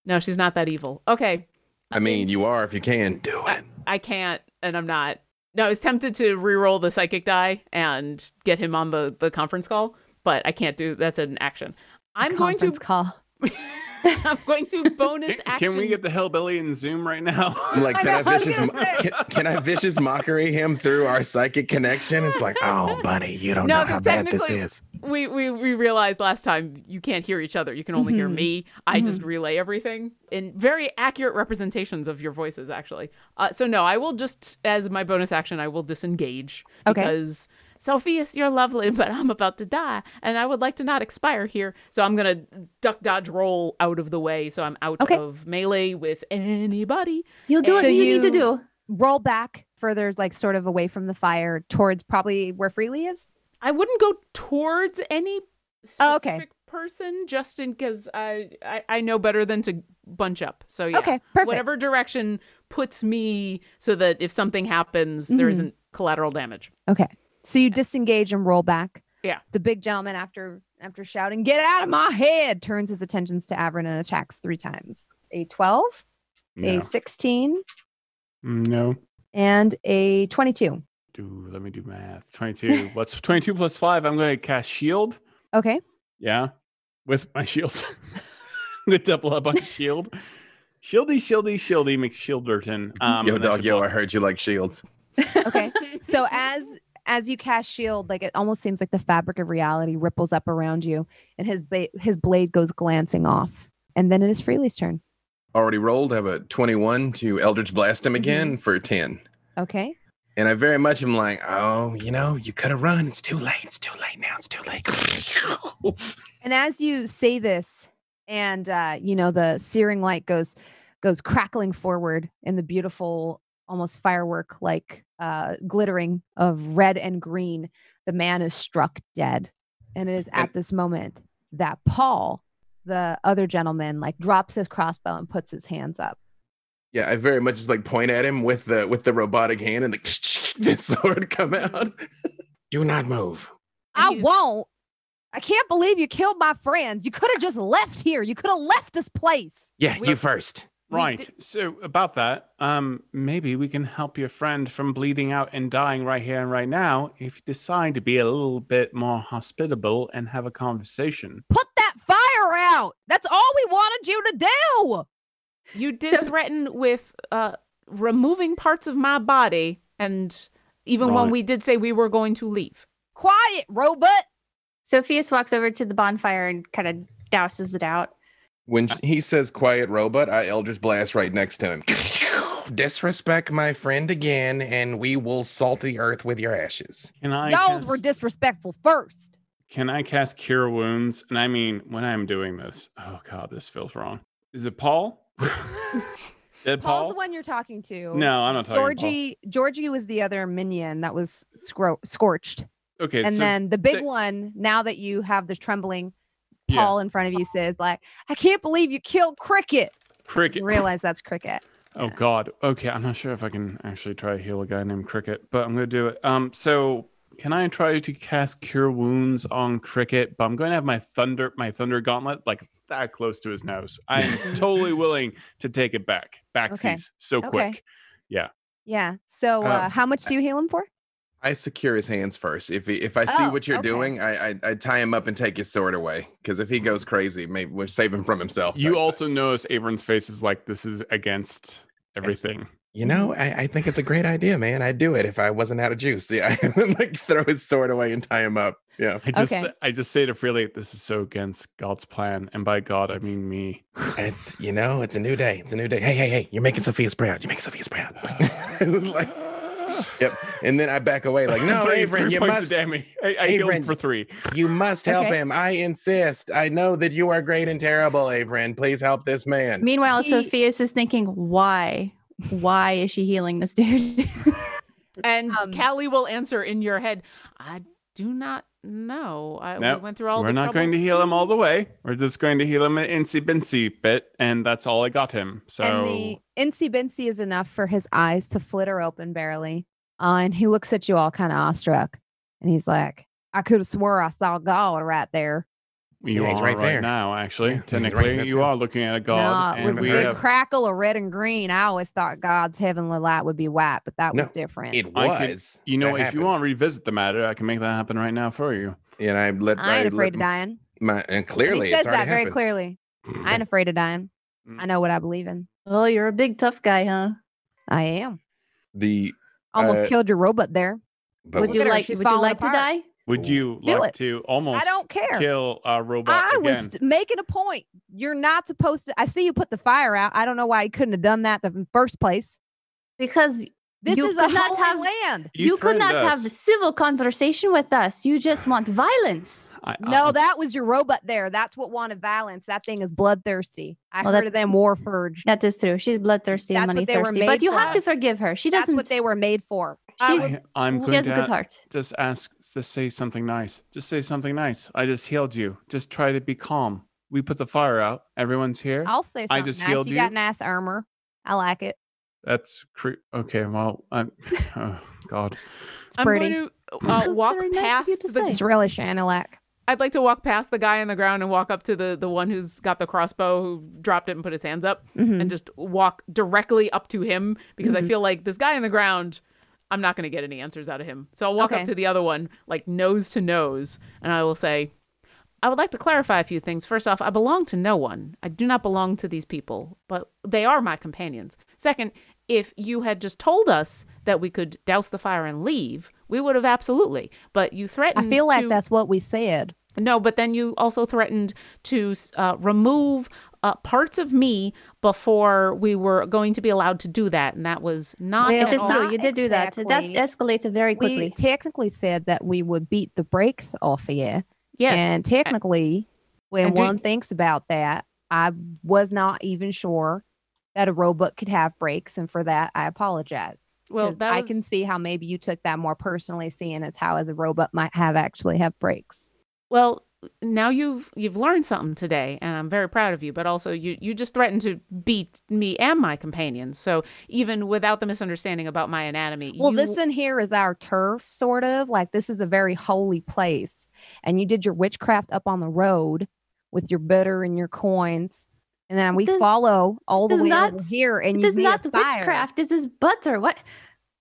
Speaker 2: No, she's not that evil. Okay,
Speaker 4: I mean, you are if you can. Do it.
Speaker 2: I can't, and I'm not. No, I was tempted to re-roll the psychic die and get him on the the conference call, but I can't do. That's an action. I'm going to.
Speaker 1: Conference call.
Speaker 2: I'm going to bonus
Speaker 5: Can,
Speaker 2: action.
Speaker 5: can we get the hillbilly in Zoom right now?
Speaker 4: I'm like,
Speaker 1: I
Speaker 4: can
Speaker 1: know,
Speaker 4: I,
Speaker 1: I was
Speaker 4: vicious,
Speaker 1: gonna
Speaker 4: mo- can, can I vicious mockery him through our psychic connection? It's like, oh, buddy, you don't
Speaker 2: No,
Speaker 4: know how
Speaker 2: 'cause
Speaker 4: bad this
Speaker 2: technically-
Speaker 4: is.
Speaker 2: we we we realized last time you can't hear each other. You can only hear
Speaker 1: Mhm.
Speaker 2: me. I just relay everything in very accurate representations of your voices, actually. Uh, so no, I will just as my bonus action, I will disengage
Speaker 1: Okay.
Speaker 2: because Sophius, you're lovely, but I'm about to die, and I would like to not expire here. So I'm gonna duck, dodge, roll out of the way. So I'm out
Speaker 1: Okay.
Speaker 2: of melee with anybody.
Speaker 3: You'll do what
Speaker 1: So
Speaker 3: you, need to
Speaker 1: you-
Speaker 3: do.
Speaker 1: Roll back further, like sort of away from the fire, towards probably where Freely is.
Speaker 2: I wouldn't go towards any
Speaker 1: Oh,
Speaker 2: specific
Speaker 1: okay.
Speaker 2: person, just in because I, I I know better than to bunch up. So yeah,
Speaker 1: Okay, perfect.
Speaker 2: whatever direction puts me, so that if something happens, there
Speaker 1: Mhm.
Speaker 2: isn't collateral damage.
Speaker 1: Okay, so you disengage and roll back.
Speaker 2: Yeah.
Speaker 1: The big gentleman, after after shouting, "Get out of my head!" turns his attentions to Avrin and attacks three times: a twelve, a sixteen,
Speaker 5: No.
Speaker 1: and a twenty-two.
Speaker 5: Do let me do math. Twenty-two. What's twenty-two plus five? I'm going to cast shield.
Speaker 1: Okay.
Speaker 5: Yeah, with my shield. I'm gonna double up on shield. Shieldy, shieldy, shieldy, McShielderton. Um,
Speaker 4: yo,
Speaker 5: and that
Speaker 4: dog,
Speaker 5: should
Speaker 4: yo, I
Speaker 5: block-
Speaker 4: heard you like shields.
Speaker 1: Okay. so as as you cast shield, like it almost seems like the fabric of reality ripples up around you, and his ba- his blade goes glancing off. And then it is Freely's turn.
Speaker 4: Already rolled. Have a 21 to Eldritch Blast him again for 10.
Speaker 1: Okay.
Speaker 4: And I very much am like, oh, you know, you could have run. It's too late. It's too late now. It's too late.
Speaker 1: And as you say this, and uh, you know the searing light goes goes crackling forward in the beautiful, almost firework like uh, glittering of red and green. The man is struck dead, and it is at
Speaker 4: And-
Speaker 1: this moment that Paul, the other gentleman, like drops his crossbow and puts his hands up.
Speaker 4: yeah, I very much just like point at him with the with the robotic hand and like the sword come out. Do not move.
Speaker 2: And
Speaker 1: I
Speaker 2: he's-
Speaker 1: won't. I can't believe you killed my friends. You could have just left here. You could have left this place.
Speaker 4: Yeah,
Speaker 2: We're-
Speaker 4: you first.
Speaker 2: We
Speaker 5: Right.
Speaker 2: di-
Speaker 5: so about that, um, maybe we can help your friend from bleeding out and dying right here and right now if you decide to be a little bit more hospitable and have a conversation.
Speaker 1: Put that fire out. That's all we wanted you to do.
Speaker 2: You did
Speaker 3: So-
Speaker 2: threaten with uh, removing parts of my body, and even when
Speaker 5: Right.
Speaker 2: we did say we were going to leave,
Speaker 1: Quiet, robot.
Speaker 3: Sophius walks over to the bonfire and kind of douses it out.
Speaker 4: When
Speaker 1: Uh
Speaker 4: sh- he says quiet robot, I Eldritch Blast right next to him. Disrespect my friend again, and we will salt the earth with your ashes.
Speaker 5: Can I?
Speaker 1: Y'all
Speaker 5: cast-
Speaker 1: were disrespectful first.
Speaker 5: Can I cast Cure Wounds? And I mean, when I'm doing this, oh god, this feels wrong. Is it Paul? Dead
Speaker 1: Paul's
Speaker 5: Paul?
Speaker 1: the one you're talking to.
Speaker 5: No, I'm not talking. to Paul.
Speaker 1: Georgie, Georgie was the other minion that was scro- scorched,
Speaker 5: Okay,
Speaker 1: and
Speaker 5: so
Speaker 1: then the big
Speaker 5: they-
Speaker 1: one. Now that you have the trembling
Speaker 5: Yeah.
Speaker 1: Paul in front of you, says like, "I can't believe you killed Cricket."
Speaker 5: Cricket.
Speaker 1: You realize that's Cricket.
Speaker 5: Oh God. Okay, I'm not sure if I can actually try to heal a guy named Cricket, but I'm gonna do it. Um, so can I try to cast Cure Wounds on Cricket? But I'm going to have my thunder, my thunder gauntlet, like that close to his nose. I'm totally willing to take it back. Backsies so
Speaker 1: Okay.
Speaker 5: quick.
Speaker 1: Yeah. So, uh,
Speaker 4: Uh,
Speaker 5: Um,
Speaker 1: how much do you heal him for?
Speaker 4: I secure his hands first. If he, if I see
Speaker 1: Oh,
Speaker 4: what you're
Speaker 1: okay.
Speaker 4: doing, I, I I tie him up and take his sword away. Because if he goes crazy, maybe we'll save him from himself.
Speaker 5: You
Speaker 4: type
Speaker 5: also notice Avern's face is like this is against everything.
Speaker 4: thing. you know, I, I think it's a great idea, man. I'd do it if I wasn't out of juice. Yeah, I would, like throw his sword away and tie him up. Yeah,
Speaker 5: I just
Speaker 1: Okay.
Speaker 5: I just say to Freely, this is so against God's plan, and by God I mean me.
Speaker 4: it's you know, it's a new day. It's a new day. Hey, hey, hey! You're making Sophia's proud. You're making Sophia's proud. like, yep. And then I back away, like, no,
Speaker 5: Three-
Speaker 4: Avery,
Speaker 5: three
Speaker 4: you
Speaker 5: points
Speaker 4: must.
Speaker 5: of damage. I, I healed
Speaker 4: Averin.
Speaker 5: for three.
Speaker 4: You must help
Speaker 1: Okay.
Speaker 4: him. I insist. I know that you are great and terrible, Averin. Please help this man.
Speaker 3: Meanwhile,
Speaker 1: He-
Speaker 3: Sophius is thinking, why? Why is she healing this dude?
Speaker 2: and
Speaker 1: Um,
Speaker 2: Callie will answer in your head. I do not know. I we
Speaker 5: No,
Speaker 2: went through all.
Speaker 5: We're
Speaker 2: the
Speaker 5: not going to
Speaker 2: trouble
Speaker 5: heal him all the way. We're just going to heal him an incy bincy bit, and that's all I got him. So
Speaker 1: And the incy bincy is enough for his eyes to flitter open barely. Uh, and he looks at you all kind of awestruck. And he's like, I could have swore I saw God right there.
Speaker 5: you
Speaker 4: Yeah, he's
Speaker 5: are right,
Speaker 4: right there.
Speaker 5: now,
Speaker 4: Yeah,
Speaker 5: actually.
Speaker 4: he's right
Speaker 5: Technically,
Speaker 4: there,
Speaker 5: you
Speaker 4: too.
Speaker 5: are looking at a
Speaker 1: Nah,
Speaker 5: god,
Speaker 1: it was
Speaker 5: and
Speaker 1: a
Speaker 5: we
Speaker 1: good
Speaker 5: have.
Speaker 1: crackle of red and green. I always thought God's heavenly light would be white, but that was
Speaker 4: No,
Speaker 1: different.
Speaker 4: It
Speaker 5: I could-
Speaker 4: was.
Speaker 5: You know,
Speaker 4: That
Speaker 5: if
Speaker 4: happened.
Speaker 5: you want to revisit the matter, I can make that happen right now for you.
Speaker 4: and I let
Speaker 1: I ain't
Speaker 4: let
Speaker 1: afraid of dying.
Speaker 4: My and
Speaker 1: And
Speaker 4: clearly,
Speaker 1: he
Speaker 4: it's
Speaker 1: says that
Speaker 4: already
Speaker 1: very
Speaker 4: happened.
Speaker 1: clearly. I ain't afraid of dying.
Speaker 5: Mm.
Speaker 1: I know what I believe in.
Speaker 3: oh, you're a big tough guy, huh?
Speaker 1: I am.
Speaker 4: The
Speaker 1: Almost
Speaker 4: Uh,
Speaker 1: killed your robot there.
Speaker 3: would
Speaker 4: but we-
Speaker 1: look
Speaker 3: you
Speaker 1: at her,
Speaker 3: like
Speaker 1: she's
Speaker 3: would you
Speaker 1: falling
Speaker 3: like
Speaker 1: apart.
Speaker 3: to die?
Speaker 5: Would you
Speaker 1: Do
Speaker 5: like
Speaker 1: it.
Speaker 5: to almost
Speaker 1: I don't care.
Speaker 5: kill a robot
Speaker 1: I was
Speaker 5: again?
Speaker 1: th- making a point. You're not supposed to. I see you put the fire out. I don't know why you couldn't have done that the first place.
Speaker 3: Because
Speaker 1: This
Speaker 3: You
Speaker 1: is a
Speaker 3: could not
Speaker 1: holy
Speaker 3: have-
Speaker 1: land.
Speaker 5: You,
Speaker 3: could
Speaker 5: threatened
Speaker 3: not have
Speaker 5: us.
Speaker 3: a civil conversation with us. You just want violence.
Speaker 5: I,
Speaker 1: No,
Speaker 5: I-
Speaker 1: that was your robot there. That's what wanted violence. That thing is bloodthirsty. I
Speaker 3: Well,
Speaker 1: heard
Speaker 3: that-
Speaker 1: of them war forged.
Speaker 3: That is true. She's bloodthirsty and
Speaker 1: That's
Speaker 3: money
Speaker 1: what they were
Speaker 3: thirsty.
Speaker 1: made
Speaker 3: But you have
Speaker 5: for.
Speaker 3: to forgive her. She
Speaker 1: That's
Speaker 3: doesn't.
Speaker 1: what they were made for.
Speaker 3: she's,
Speaker 5: I, I'm
Speaker 3: she
Speaker 5: going
Speaker 3: has a
Speaker 5: to
Speaker 3: good
Speaker 5: ha-
Speaker 3: heart.
Speaker 5: just ask, just say something nice. Just say something nice. I just healed you. Just try to be calm. We put the fire out. Everyone's here.
Speaker 1: I'll say
Speaker 5: I
Speaker 1: something
Speaker 5: just
Speaker 1: nice.
Speaker 5: healed
Speaker 1: you got
Speaker 5: you.
Speaker 1: nice armor. I like it.
Speaker 5: That's cre- okay. Well, I'm, oh God.
Speaker 1: It's
Speaker 2: I'm
Speaker 1: pretty.
Speaker 2: going to uh,
Speaker 3: That's
Speaker 2: walk
Speaker 3: very nice of
Speaker 2: past
Speaker 3: you to
Speaker 2: the
Speaker 3: say.
Speaker 1: It's really Shanilak.
Speaker 2: I'd like to walk past the guy on the ground and walk up to the the one who's got the crossbow who dropped it and put his hands up
Speaker 1: Mhm.
Speaker 2: and just walk directly up to him because I
Speaker 1: Mhm.
Speaker 2: feel like this guy on the ground I'm not going to get any answers out of him. So I'll walk
Speaker 1: Okay.
Speaker 2: up to the other one like nose to nose and I will say I would like to clarify a few things. First off, I belong to no one. I do not belong to these people, but they are my companions. Second, if you had just told us that we could douse the fire and leave, we would have absolutely. But you
Speaker 1: I
Speaker 2: threatened
Speaker 1: feel like
Speaker 2: to-
Speaker 1: that's what we said.
Speaker 2: no, but then you also threatened to uh, remove uh, parts of me before we were going to be allowed to do that, and that was not.
Speaker 1: Well,
Speaker 2: at
Speaker 3: It is
Speaker 2: all-
Speaker 1: not
Speaker 3: true. You did do that.
Speaker 1: exactly.
Speaker 3: That escalated very
Speaker 1: We
Speaker 3: quickly.
Speaker 1: technically said that we would beat the brakes off of you.
Speaker 2: Yes,
Speaker 1: And technically, when
Speaker 2: And do-
Speaker 1: one thinks about that, I was not even sure that a robot could have brakes. And for that, I apologize.
Speaker 2: well,
Speaker 1: 'Cause
Speaker 2: that
Speaker 1: I
Speaker 2: was,
Speaker 1: can see how maybe you took that more personally, seeing as how as a robot might have actually have brakes.
Speaker 2: well. Now you've you've learned something today, and I'm very proud of you. But also, you you just threatened to beat me and my companions. So even without the misunderstanding about my anatomy,
Speaker 1: Well,
Speaker 2: you-
Speaker 1: this in here is our turf, sort of like this is a very holy place. And you did your witchcraft up on the road with your butter and your coins. And then we
Speaker 3: This-
Speaker 1: follow all the
Speaker 3: this
Speaker 1: way
Speaker 3: is
Speaker 1: over
Speaker 3: not-
Speaker 1: here. And you
Speaker 3: This is
Speaker 1: made a
Speaker 3: not
Speaker 1: fire.
Speaker 3: witchcraft. This is butter. What?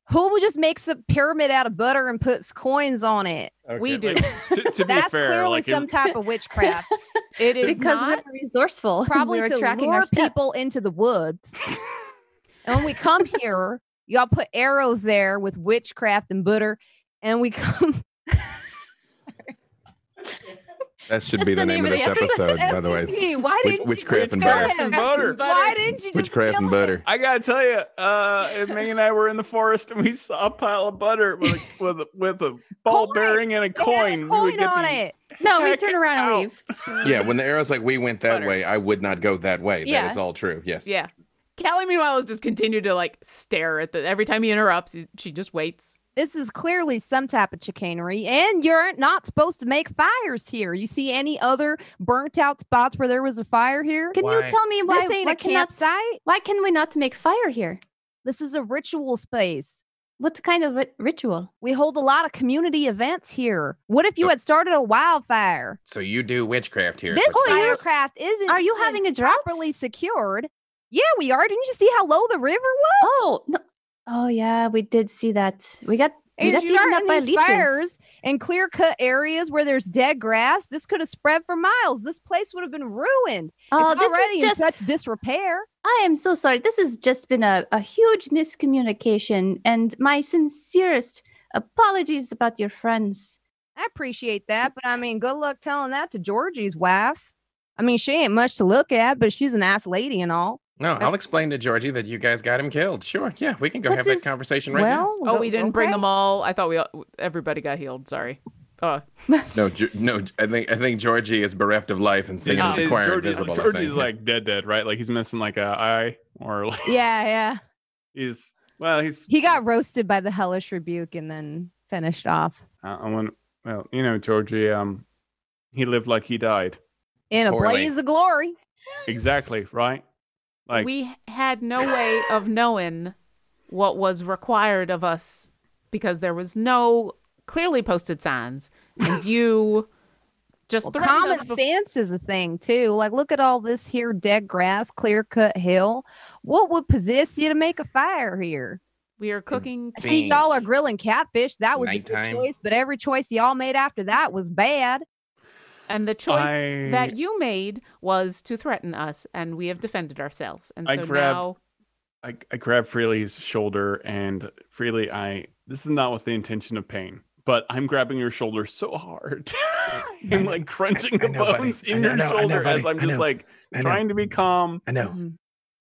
Speaker 1: Who just makes a pyramid out of butter and puts coins on it?
Speaker 2: We do.
Speaker 5: Okay, like, to, to be
Speaker 1: That's
Speaker 5: fair,
Speaker 1: clearly
Speaker 5: like it-
Speaker 1: some type of witchcraft.
Speaker 2: it is
Speaker 3: Because
Speaker 2: not
Speaker 3: we're resourceful.
Speaker 1: probably
Speaker 3: we're
Speaker 1: to
Speaker 3: tracking
Speaker 1: lure
Speaker 3: our steps.
Speaker 1: people into the woods. and when we come here, y'all put arrows there with witchcraft and butter, and we come.
Speaker 4: That should
Speaker 3: That's
Speaker 4: be the, name, of this episode, by the way. It's
Speaker 1: Gee, Why
Speaker 4: Witch-
Speaker 1: didn't
Speaker 4: Witchcraft and
Speaker 1: kill
Speaker 4: Butter.
Speaker 1: him?
Speaker 2: Captain
Speaker 5: Butter.
Speaker 1: Why didn't you? just
Speaker 4: Witchcraft and
Speaker 1: kill him?
Speaker 4: Butter.
Speaker 5: I gotta tell you, uh, May and I were in the forest and we saw a pile of butter with a, with a, with a ball
Speaker 1: Coin.
Speaker 5: bearing and a
Speaker 1: They had a
Speaker 5: coin. We would
Speaker 1: coin
Speaker 5: get
Speaker 1: on
Speaker 5: these-
Speaker 1: it.
Speaker 3: No, we
Speaker 5: Heck
Speaker 3: turn around and
Speaker 5: out.
Speaker 3: leave.
Speaker 4: Yeah, when the arrow's like, we went that
Speaker 2: Butter.
Speaker 4: way, I would not go that way.
Speaker 3: Yeah.
Speaker 4: That is all true. Yes.
Speaker 2: Yeah. Callie, meanwhile, has just continued to like stare at the. Every time he interrupts, he, she just waits.
Speaker 1: This is clearly some type of chicanery, and you're not supposed to make fires here. You see any other burnt out spots where there was a fire here?
Speaker 3: Can
Speaker 4: Why-
Speaker 3: you tell me why
Speaker 1: this ain't
Speaker 3: why
Speaker 1: a
Speaker 3: cannot-
Speaker 1: campsite.
Speaker 3: Why can we not make fire here?
Speaker 1: This is a ritual space.
Speaker 3: What kind of ri- ritual?
Speaker 1: We hold a lot of community events here. What if you
Speaker 4: Uh,
Speaker 1: had started a wildfire?
Speaker 4: So you do witchcraft here.
Speaker 1: This
Speaker 4: is what you're-
Speaker 1: firecraft isn't
Speaker 3: Are you
Speaker 1: even
Speaker 3: having a drought?
Speaker 1: properly secured. Yeah, we are. Didn't you see how low the river was?
Speaker 3: Oh no! Oh yeah, we did see that. We got we
Speaker 1: You're
Speaker 3: got eaten up by
Speaker 1: starting these
Speaker 3: leeches.
Speaker 1: fires and clear cut areas where there's dead grass. This could have spread for miles. This place would have been ruined.
Speaker 3: Oh,
Speaker 1: it's
Speaker 3: this
Speaker 1: already
Speaker 3: is just.
Speaker 1: in such disrepair.
Speaker 3: I am so sorry. This has just been a, a huge miscommunication, and my sincerest apologies about your friends.
Speaker 1: I appreciate that, but I mean, good luck telling that to Georgie's wife. I mean, she ain't much to look at, but she's a nice lady and all.
Speaker 4: No, I'll explain to Georgie that you guys got him killed. Sure. Yeah, we can go
Speaker 3: What
Speaker 4: have
Speaker 3: does-
Speaker 4: that conversation right
Speaker 1: well,
Speaker 2: Oh,
Speaker 1: go-
Speaker 2: we didn't bring
Speaker 1: okay.
Speaker 2: them all. I thought we all, everybody got healed. Sorry. Oh,
Speaker 4: now. No, Ge- no, I think I think Georgie is bereft of life and singing
Speaker 2: Yeah.
Speaker 4: in the
Speaker 5: Is
Speaker 4: choir
Speaker 5: Georgie's,
Speaker 4: invisible. I
Speaker 5: Georgie's
Speaker 4: think.
Speaker 5: like dead, dead, right? Like he's missing like a eye, or like
Speaker 1: Yeah, yeah.
Speaker 5: he's well, he's.
Speaker 1: He got roasted by the hellish rebuke and then finished off
Speaker 5: I, I want. Well, you know, Georgie. Um, he lived like he died.
Speaker 1: in a
Speaker 4: Poorly.
Speaker 1: blaze of glory.
Speaker 5: Exactly right. Like
Speaker 2: we had no way of knowing what was required of us because there was no clearly posted signs, and you just
Speaker 1: Well,
Speaker 2: threatened
Speaker 1: common
Speaker 2: us bef-
Speaker 1: sense is a thing too. Like, look at all this here dead grass, clear cut hill. What would possess you to make a fire here?
Speaker 2: We are cooking.
Speaker 1: I see y'all are grilling catfish. That was a
Speaker 4: Nighttime.
Speaker 1: good choice, but every choice y'all made after that was bad.
Speaker 2: And the choice
Speaker 5: I-
Speaker 2: that you made was to threaten us, and we have defended ourselves. And
Speaker 5: I
Speaker 2: so
Speaker 5: grabbed-
Speaker 2: now,
Speaker 5: I, I grab Freely's shoulder and Freely, I this is not with the intention of pain, but I'm grabbing your shoulder so hard and like crunching
Speaker 4: I
Speaker 5: the
Speaker 4: know, buddy.
Speaker 5: bones
Speaker 4: I
Speaker 5: in
Speaker 4: know,
Speaker 5: your
Speaker 4: I know,
Speaker 5: shoulder as
Speaker 4: buddy.
Speaker 5: I'm
Speaker 4: I
Speaker 5: just
Speaker 4: know.
Speaker 5: like
Speaker 4: I know.
Speaker 2: Mm-hmm.
Speaker 5: trying to be calm.
Speaker 4: I know.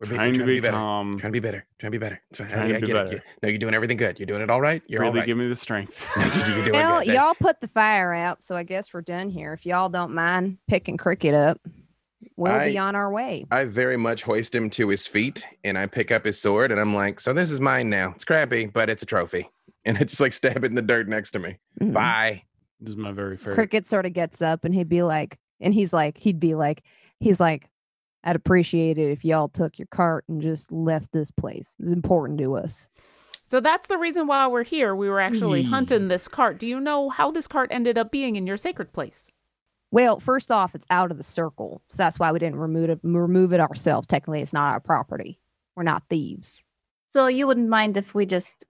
Speaker 4: We're be-
Speaker 5: trying to be
Speaker 4: better.
Speaker 5: calm.
Speaker 4: Trying to be better. Trying to be better. It's fine.
Speaker 5: Trying
Speaker 4: I,
Speaker 5: to
Speaker 4: I
Speaker 5: be
Speaker 4: get it.
Speaker 5: better.
Speaker 4: You- no, you're doing everything good. You're doing it all right. You're all
Speaker 5: really
Speaker 4: right.
Speaker 5: give me the strength.
Speaker 4: You- you're doing
Speaker 1: Well,
Speaker 4: good. That-
Speaker 1: y'all put the fire out, so I guess we're done here. If y'all don't mind picking Cricket up, we'll be
Speaker 4: I-
Speaker 1: on our way.
Speaker 4: I very much hoist him to his feet and I pick up his sword and I'm like, so this is mine now. It's crappy, but it's a trophy. And I just like stab it in the dirt next to me.
Speaker 5: Mm-hmm.
Speaker 1: Mhm.
Speaker 4: Bye.
Speaker 5: this is my very favorite.
Speaker 1: Cricket sort of gets up and he'd be like, and he's like, he'd be like, he's like, I'd appreciate it if y'all took your cart and just left this place. It's important to us.
Speaker 2: So that's the reason why we're here. We were actually
Speaker 5: Yee.
Speaker 2: hunting this cart. Do you know how this cart ended up being in your sacred place?
Speaker 1: Well, first off, it's out of the circle, so that's why we didn't remove it, remove it ourselves. Technically, it's not our property. We're not thieves.
Speaker 3: So you wouldn't mind if we just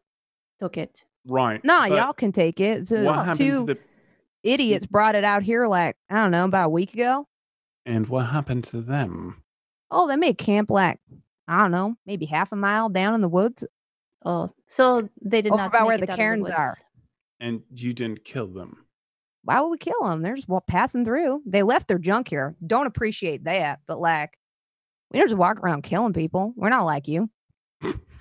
Speaker 3: took it.
Speaker 5: Right.
Speaker 1: No,
Speaker 5: but
Speaker 1: y'all can take it. So oh,
Speaker 5: What happened
Speaker 1: two
Speaker 5: to the
Speaker 1: idiots brought it out here like I don't know about a week ago.
Speaker 5: and what happened to them?
Speaker 1: Oh, they made camp like I don't know, maybe half a mile down in the woods.
Speaker 3: Oh, so they did
Speaker 1: Over
Speaker 3: not
Speaker 1: by
Speaker 3: make
Speaker 1: where
Speaker 3: it
Speaker 1: the
Speaker 3: out of
Speaker 1: cairns
Speaker 3: woods.
Speaker 1: are.
Speaker 5: And you didn't kill them.
Speaker 1: Why would we kill them? They're just wa- passing through. They left their junk here. Don't appreciate that, but like we don't just walk around killing people. We're not like you.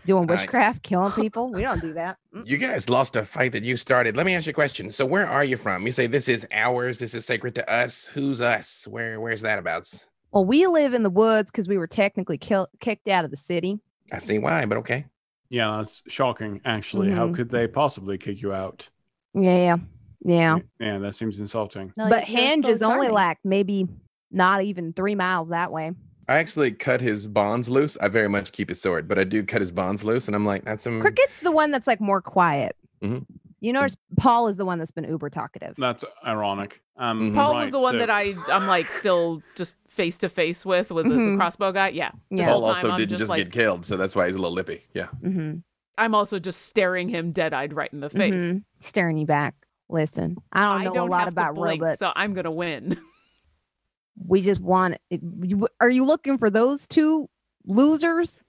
Speaker 1: Doing
Speaker 4: I-
Speaker 1: witchcraft, killing people. We don't do that. Mm.
Speaker 2: Mm-hmm.
Speaker 4: You guys lost a fight that you started. Let me ask you a question. So where are you from? You say this is ours, this is sacred to us. Who's us? Where where's that about?
Speaker 1: Well, we live in the woods because we were technically kill- kicked out of the city.
Speaker 4: I see why, but okay.
Speaker 5: Yeah, that's shocking. Actually, how
Speaker 1: Mhm.
Speaker 5: could they possibly kick you out?
Speaker 1: Yeah. Yeah.
Speaker 5: Y- Yeah, that seems insulting.
Speaker 3: No,
Speaker 1: but
Speaker 3: you're- you're
Speaker 1: Hinge
Speaker 3: so
Speaker 1: is only
Speaker 3: charming.
Speaker 1: like maybe not even three miles that way.
Speaker 4: I actually cut his bonds loose. I very much keep his sword, but I do cut his bonds loose and I'm like, that's some
Speaker 1: Cricket's the one that's like more quiet.
Speaker 4: Mhm.
Speaker 1: You notice Paul is the one that's been uber talkative.
Speaker 5: That's ironic. Um,
Speaker 4: Mhm.
Speaker 2: Paul was
Speaker 5: right,
Speaker 2: the one
Speaker 5: so-
Speaker 2: that I I'm like still just face to face with with the- the
Speaker 1: Mhm.
Speaker 2: crossbow guy. Yeah.
Speaker 1: Yeah.
Speaker 2: whole
Speaker 4: Paul
Speaker 2: time
Speaker 4: also
Speaker 2: I'm
Speaker 4: didn't
Speaker 2: just
Speaker 4: just,
Speaker 2: like-
Speaker 4: get killed, so that's why he's a little lippy. Yeah.
Speaker 1: Mm-hmm.
Speaker 2: I'm also just staring him dead eyed right in the face.
Speaker 1: Staring you back. Listen, Mm-hmm. I don't know a lot
Speaker 2: have to
Speaker 1: about
Speaker 2: blink,
Speaker 1: robots.
Speaker 2: so I'm gonna win.
Speaker 1: we just want. It. you- Are you looking for those two losers?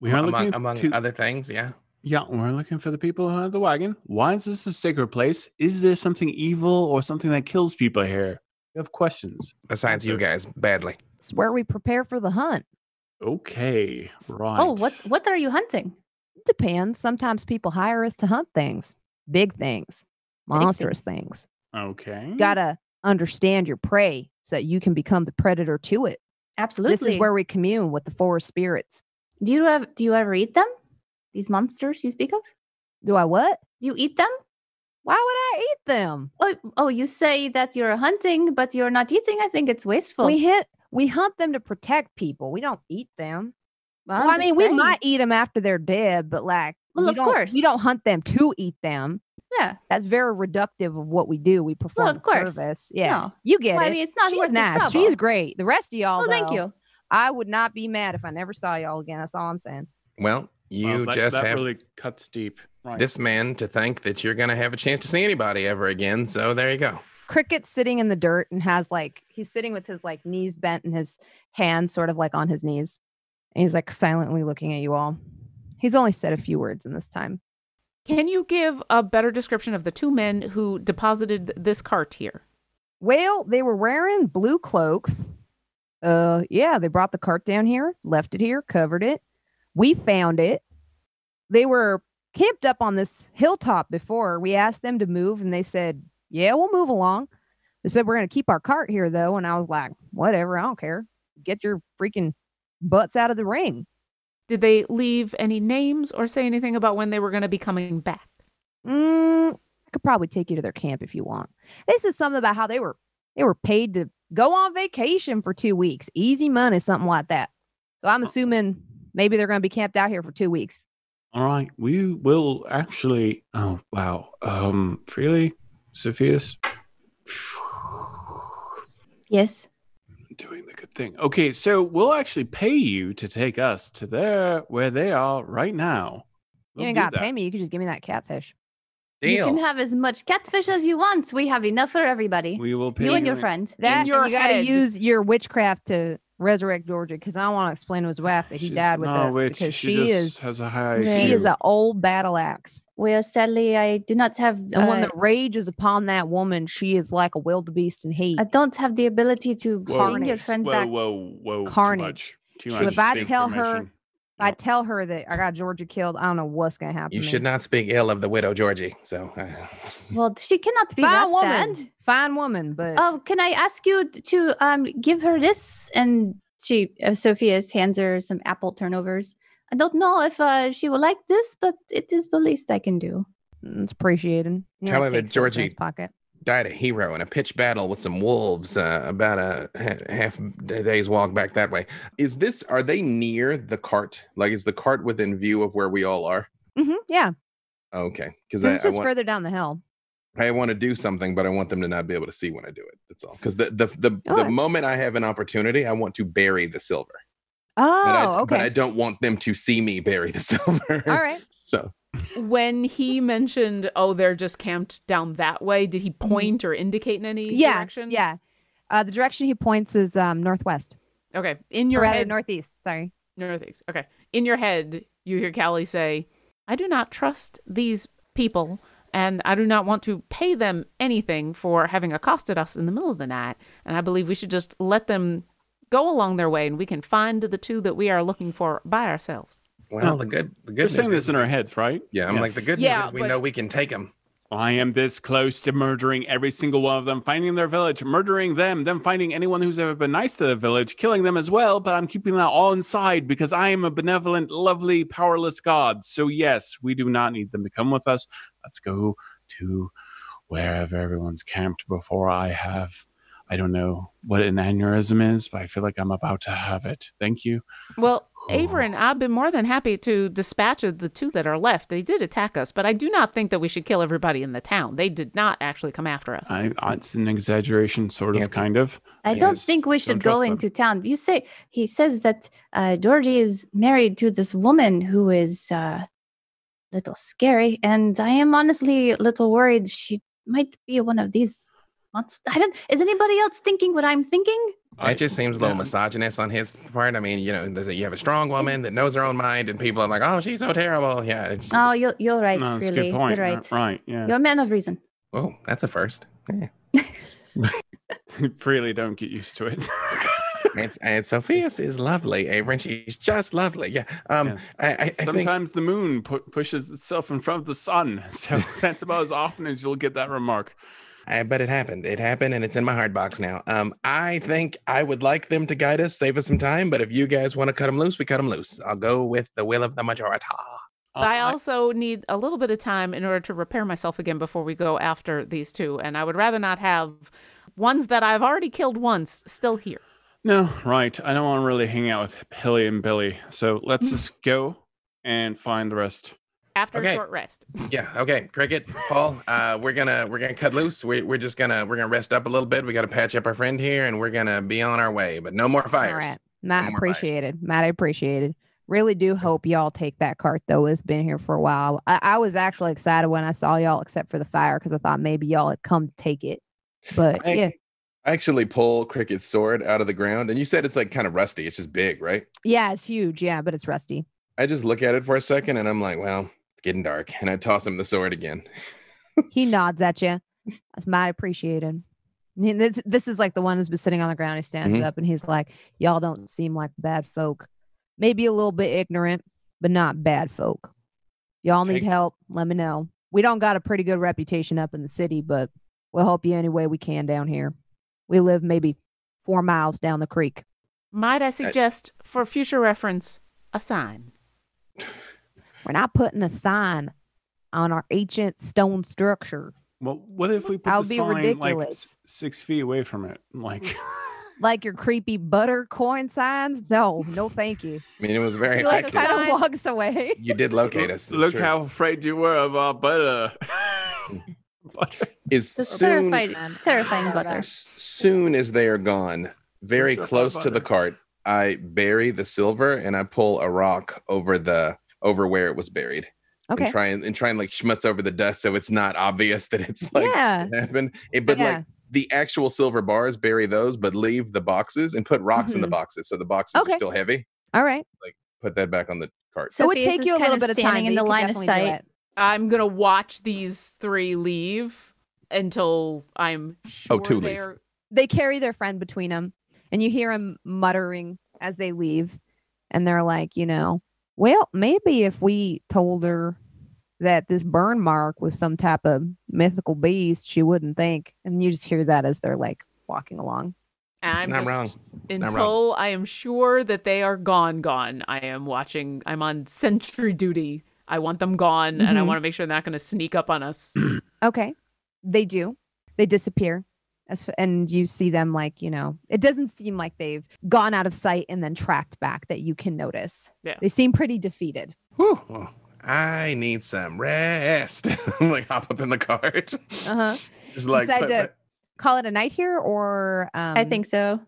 Speaker 5: we are
Speaker 4: among
Speaker 5: looking
Speaker 4: among
Speaker 5: to-
Speaker 4: other things, yeah.
Speaker 5: Yeah, we're looking for the people who had the wagon. Why is this a sacred place? Is there something evil or something that kills people here? We have questions.
Speaker 4: Besides you
Speaker 5: Okay.
Speaker 4: guys, badly.
Speaker 1: It's where we prepare for the hunt.
Speaker 5: Okay, right.
Speaker 3: Oh, what what are you hunting?
Speaker 1: Depends. Sometimes people hire us to hunt things, big things, monstrous
Speaker 3: things.
Speaker 1: things.
Speaker 5: Okay.
Speaker 2: Mm-hmm.
Speaker 1: Gotta understand your prey so that you can become the predator to it.
Speaker 3: Absolutely.
Speaker 1: This is where we commune with the forest spirits.
Speaker 3: do you have do you ever eat them? These monsters you speak of?
Speaker 1: Do I what?
Speaker 3: Do you eat them?
Speaker 1: Why would I eat them?
Speaker 3: Oh, oh, you say that you're hunting, but you're not eating. I think it's wasteful.
Speaker 1: We hit we hunt them to protect people. We don't eat them.
Speaker 3: Well,
Speaker 1: Well,
Speaker 3: I'm
Speaker 1: I mean,
Speaker 3: just
Speaker 1: we
Speaker 3: saying.
Speaker 1: might eat them after they're dead, but like,
Speaker 3: Well,
Speaker 1: we
Speaker 3: of
Speaker 1: don't-
Speaker 3: course.
Speaker 1: we don't hunt them to eat them.
Speaker 3: Yeah.
Speaker 1: That's very reductive of what we do. We perform
Speaker 3: of
Speaker 1: a
Speaker 3: course.
Speaker 1: service. Yeah,
Speaker 3: No.
Speaker 1: you get
Speaker 3: Well,
Speaker 1: it.
Speaker 3: I mean, it's not
Speaker 1: She's
Speaker 3: worth the
Speaker 1: nice.
Speaker 3: trouble.
Speaker 1: She's great. The rest of y'all,
Speaker 3: Oh, thank
Speaker 1: though,
Speaker 3: you.
Speaker 1: I would not be mad if I never saw y'all again. That's all I'm saying.
Speaker 4: Well,
Speaker 5: Wow,
Speaker 4: you
Speaker 5: that,
Speaker 4: just
Speaker 5: that
Speaker 4: have
Speaker 5: really cuts deep. Right.
Speaker 4: this man to think that you're gonna have a chance to see anybody ever again. So there you go.
Speaker 1: Cricket's sitting in the dirt and has like he's sitting with his like knees bent and his hands sort of like on his knees. And he's like silently looking at you all. He's only said a few words in this time.
Speaker 2: Can you give a better description of the two men who deposited this cart here?
Speaker 1: Well, they were wearing blue cloaks. Uh yeah, they brought the cart down here, left it here, covered it. We found it. They were camped up on this hilltop before. We asked them to move and they said, "Yeah, we'll move along." They said we're going to keep our cart here though, and I was like, "Whatever, I don't care. Get your freaking butts out of the ring."
Speaker 2: Did they leave any names or say anything about when they were going to be coming back?
Speaker 1: Mm, I could probably take you to their camp if you want. They said something about how they were they were paid to go on vacation for two weeks, easy money, something like that. So I'm assuming maybe they're going to be camped out here for two weeks.
Speaker 5: All right. We will actually. Oh wow. Um. Freely, Sophia's
Speaker 3: Yes.
Speaker 5: doing the good thing. Okay. So we'll actually pay you to take us to there where they are right now.
Speaker 1: you ain't got to pay me. You can just give me that catfish.
Speaker 4: Deal.
Speaker 3: You can have as much catfish as you want. We have enough for everybody.
Speaker 5: We will pay
Speaker 3: you and your
Speaker 5: in-
Speaker 3: friend.
Speaker 1: That and
Speaker 2: your
Speaker 1: you got to
Speaker 2: head.
Speaker 1: use your witchcraft to resurrect Georgia because I want to explain to his wife that he
Speaker 5: She's
Speaker 1: died with
Speaker 5: not a
Speaker 1: us
Speaker 5: witch,
Speaker 1: because
Speaker 5: she,
Speaker 1: she
Speaker 5: just
Speaker 1: is
Speaker 5: has a high
Speaker 3: Yeah.
Speaker 1: she is
Speaker 5: IQ.
Speaker 1: an old battle axe.
Speaker 3: Well, sadly, I do not have.
Speaker 1: And when
Speaker 3: uh,
Speaker 1: the rage is upon that woman, she is like a wildebeest in heat.
Speaker 3: I don't uh, have the ability to bring your
Speaker 1: Carnage.
Speaker 3: friend
Speaker 5: whoa,
Speaker 3: back.
Speaker 5: whoa, whoa, too
Speaker 1: Carnage.
Speaker 5: much. Too
Speaker 1: So if I
Speaker 5: big
Speaker 1: tell her-
Speaker 5: formation.
Speaker 1: If I tell her that I got Georgia killed, I don't know what's gonna happen.
Speaker 4: You
Speaker 1: to me.
Speaker 4: should not speak ill of the widow Georgie. So, uh,
Speaker 3: Well, she cannot be that
Speaker 1: Fine woman,
Speaker 3: bad.
Speaker 1: fine woman, but
Speaker 3: Oh, can I ask you t- to um give her this? And she, uh, Sophia, hands her some apple turnovers. I don't know if uh, she will like this, but it is the least I can do.
Speaker 1: mm, it's appreciated. You know,
Speaker 4: Tell
Speaker 1: it
Speaker 4: her that
Speaker 1: takes something in
Speaker 4: Georgie-
Speaker 1: his pocket.
Speaker 4: died a hero in a pitched battle with some wolves uh, about a ha- half a day's walk back that way. Is this, are they near the cart? Like, is the cart within view of where we all are?
Speaker 1: hmm yeah,
Speaker 4: Okay. Because I,
Speaker 1: this
Speaker 4: I
Speaker 1: is
Speaker 4: want-
Speaker 1: further down the hill.
Speaker 4: I want to do something, but I want them to not be able to see when I do it. That's all. Because the the the,
Speaker 1: Oh,
Speaker 4: the
Speaker 1: I-
Speaker 4: moment I have an opportunity, I want to bury the silver.
Speaker 1: Oh,
Speaker 4: but I,
Speaker 1: okay.
Speaker 4: But I don't want them to see me bury the silver.
Speaker 1: All right.
Speaker 4: So
Speaker 2: When he mentioned, oh, they're just camped down that way, did he point or indicate in any
Speaker 1: Mm-hmm. Yeah,
Speaker 2: direction?
Speaker 1: yeah. Uh, the direction he points is um, northwest.
Speaker 2: Okay. In
Speaker 1: Or
Speaker 2: your
Speaker 1: rather,
Speaker 2: head,
Speaker 1: northeast. Sorry.
Speaker 2: northeast. Okay. In your head, you hear Callie say, I do not trust these people, and I do not want to pay them anything for having accosted us in the middle of the night. And I believe we should just let them go along their way, and we can find the two that we are looking for by ourselves.
Speaker 4: well, Oh, the good the good.
Speaker 5: We're
Speaker 4: news
Speaker 5: saying
Speaker 4: is-
Speaker 5: this in our heads, right?
Speaker 4: Yeah, I'm
Speaker 5: Yeah.
Speaker 4: like the good
Speaker 2: Yeah,
Speaker 4: news is we
Speaker 2: but-
Speaker 4: know we can take them.
Speaker 5: I am this close to murdering every single one of them, finding their village, murdering them, them finding anyone who's ever been nice to the village, killing them as well. But I'm keeping that all inside because I am a benevolent, lovely, powerless god. So, yes, we do not need them to come with us. Let's go to wherever everyone's camped before I have. I don't know what an aneurysm is, but I feel like I'm about to have it. Thank you.
Speaker 2: Well, Averin, I've been more than happy to dispatch of the two that are left. They did attack us, but I do not think that we should kill everybody in the town. They did not actually come after us.
Speaker 5: I, it's an exaggeration, sort
Speaker 4: Yeah,
Speaker 5: of,
Speaker 4: it's-
Speaker 5: kind of.
Speaker 3: I
Speaker 5: I
Speaker 3: don't
Speaker 5: guess
Speaker 3: think we
Speaker 5: don't
Speaker 3: should go
Speaker 5: trust them.
Speaker 3: into town. You say he says that uh, Georgie is married to this woman who is uh, little scary, and I am honestly a little worried she might be one of these monsters. I don't. Is anybody else thinking what I'm thinking?
Speaker 4: It just seems a little
Speaker 5: Yeah.
Speaker 4: misogynist on his part. I mean, you know, there's a, you have a strong woman that knows her own mind, and people are like, "Oh, she's so terrible." Yeah. It's,
Speaker 1: Uh.
Speaker 3: Oh, you're you're right.
Speaker 5: no, that's a
Speaker 3: really,
Speaker 5: good point.
Speaker 3: you're
Speaker 5: Yeah,
Speaker 3: right.
Speaker 5: Right. Yeah.
Speaker 3: You're a man of reason.
Speaker 4: oh, that's a first. Yeah.
Speaker 5: Freely don't get used to it.
Speaker 4: It's, and Sophia's is lovely, Averin. She's just lovely. Yeah. Um.
Speaker 5: Yes.
Speaker 4: I, I, I think
Speaker 5: Sometimes the moon pu- pushes itself in front of the sun. So that's about as often as you'll get that remark.
Speaker 4: I bet it happened. It happened, and it's in my hard box now. Um. I think I would like them to guide us, save us some time. But if you guys want to cut them loose, we cut them loose. I'll go with the will of the majority.
Speaker 2: I
Speaker 5: Uh,
Speaker 2: also need a little bit of time in order to repair myself again before we go after these two, and I would rather not have ones that I've already killed once still here.
Speaker 5: no, right. I don't want to really hang out with Hilly and Billy. So let's
Speaker 1: Mm.
Speaker 5: just go and find the rest.
Speaker 2: After
Speaker 4: Okay.
Speaker 2: a short rest.
Speaker 4: Yeah. Okay. Cricket, Paul. Uh, we're gonna we're gonna cut loose. We're we're just gonna we're gonna rest up a little bit. We gotta patch up our friend here, and we're gonna be on our way. But no more fires.
Speaker 1: All right. Matt
Speaker 4: more fires.
Speaker 1: appreciated. Matt appreciated. Really do hope y'all take that cart though. It's been here for a while. I, I was actually excited when I saw y'all, except for the fire, because I thought maybe y'all had come take it. But
Speaker 4: I-
Speaker 1: yeah,
Speaker 4: I actually pull Cricket's sword out of the ground, and you said it's like kind of rusty. It's just big, right?
Speaker 1: yeah, it's huge. Yeah, but it's rusty.
Speaker 4: I just look at it for a second, and I'm like, well, it's getting dark, and I toss him the sword again.
Speaker 1: he nods at you. That's Matt appreciated. N- This, this is like the one who's been sitting on the ground. He stands
Speaker 4: Mhm.
Speaker 1: up and he's like, "Y'all don't seem like bad folk. Maybe a little bit ignorant, but not bad folk. Y'all need
Speaker 4: Take-
Speaker 1: help. Let me know. We don't got a pretty good reputation up in the city, but we'll help you any way we can down here. We live maybe four miles down the creek.
Speaker 2: Might
Speaker 4: Uh,
Speaker 2: I suggest, for future reference, a sign?
Speaker 1: We're not putting a sign on our ancient stone structure.
Speaker 5: Well, what if we put
Speaker 1: I'll
Speaker 5: the
Speaker 1: be
Speaker 5: sign like
Speaker 1: ridiculous.
Speaker 5: s- six feet away from it? Like,
Speaker 1: Like your creepy butter coin signs? No, no, thank you."
Speaker 4: I mean, it was very
Speaker 2: You like the
Speaker 4: active.
Speaker 2: sound?
Speaker 1: kind of
Speaker 2: Sign.
Speaker 1: walks away.
Speaker 4: You did locate us. it's
Speaker 5: look
Speaker 4: true.
Speaker 5: how afraid you were of our butter. butter.
Speaker 4: is
Speaker 3: This
Speaker 4: soon
Speaker 3: terrified, terrifying butter.
Speaker 4: s- soon as they are gone, very
Speaker 5: Where's your
Speaker 4: close to the
Speaker 5: butter?
Speaker 4: cart, I bury the silver and I pull a rock over the over where it was buried. and
Speaker 1: Okay.
Speaker 4: try and, and try and like schmutz over the dust so it's not obvious that it's like
Speaker 1: yeah.
Speaker 4: happened. It- but
Speaker 1: yeah.
Speaker 4: like the actual silver bars, bury those, but leave the boxes and put rocks in the
Speaker 1: Mhm.
Speaker 4: boxes so the boxes
Speaker 1: Okay.
Speaker 4: are still heavy.
Speaker 1: All right.
Speaker 4: Put that back on the cart.
Speaker 1: So it would
Speaker 3: Sophia's
Speaker 1: take
Speaker 3: is
Speaker 1: you a
Speaker 3: kind
Speaker 1: little bit of time
Speaker 3: standing in
Speaker 1: but
Speaker 3: the
Speaker 1: you could
Speaker 3: line of
Speaker 1: definitely do
Speaker 3: sight.
Speaker 1: it.
Speaker 2: I'm gonna watch these three leave until I'm sure
Speaker 4: Oh, two leave.
Speaker 2: they're
Speaker 1: They carry their friend between them, and you hear him muttering as they leave. and they're like, you know, well, maybe if we told her that this burn mark was some type of mythical beast, she wouldn't think. And you just hear that as they're like walking along.
Speaker 4: It's
Speaker 2: I'm
Speaker 4: not
Speaker 2: just,
Speaker 4: wrong. not
Speaker 2: Until I am sure that they are gone, gone. I am watching. I'm on sentry duty. I want them gone, and I
Speaker 4: Mm-hmm.
Speaker 1: Mhm.
Speaker 2: want to make sure they're not going to sneak up on us.
Speaker 1: Okay. They do. They disappear. As f- and you see them like, you know, it doesn't seem like they've gone out of sight and then tracked back that you can notice.
Speaker 2: Yeah.
Speaker 1: They seem pretty defeated.
Speaker 4: Whew, well, I need some rest. like hop up in the cart.
Speaker 1: Uh-huh.
Speaker 4: Just like
Speaker 1: Decide
Speaker 4: put
Speaker 1: to-
Speaker 4: my-
Speaker 1: Call it a night here or um,
Speaker 3: I think so.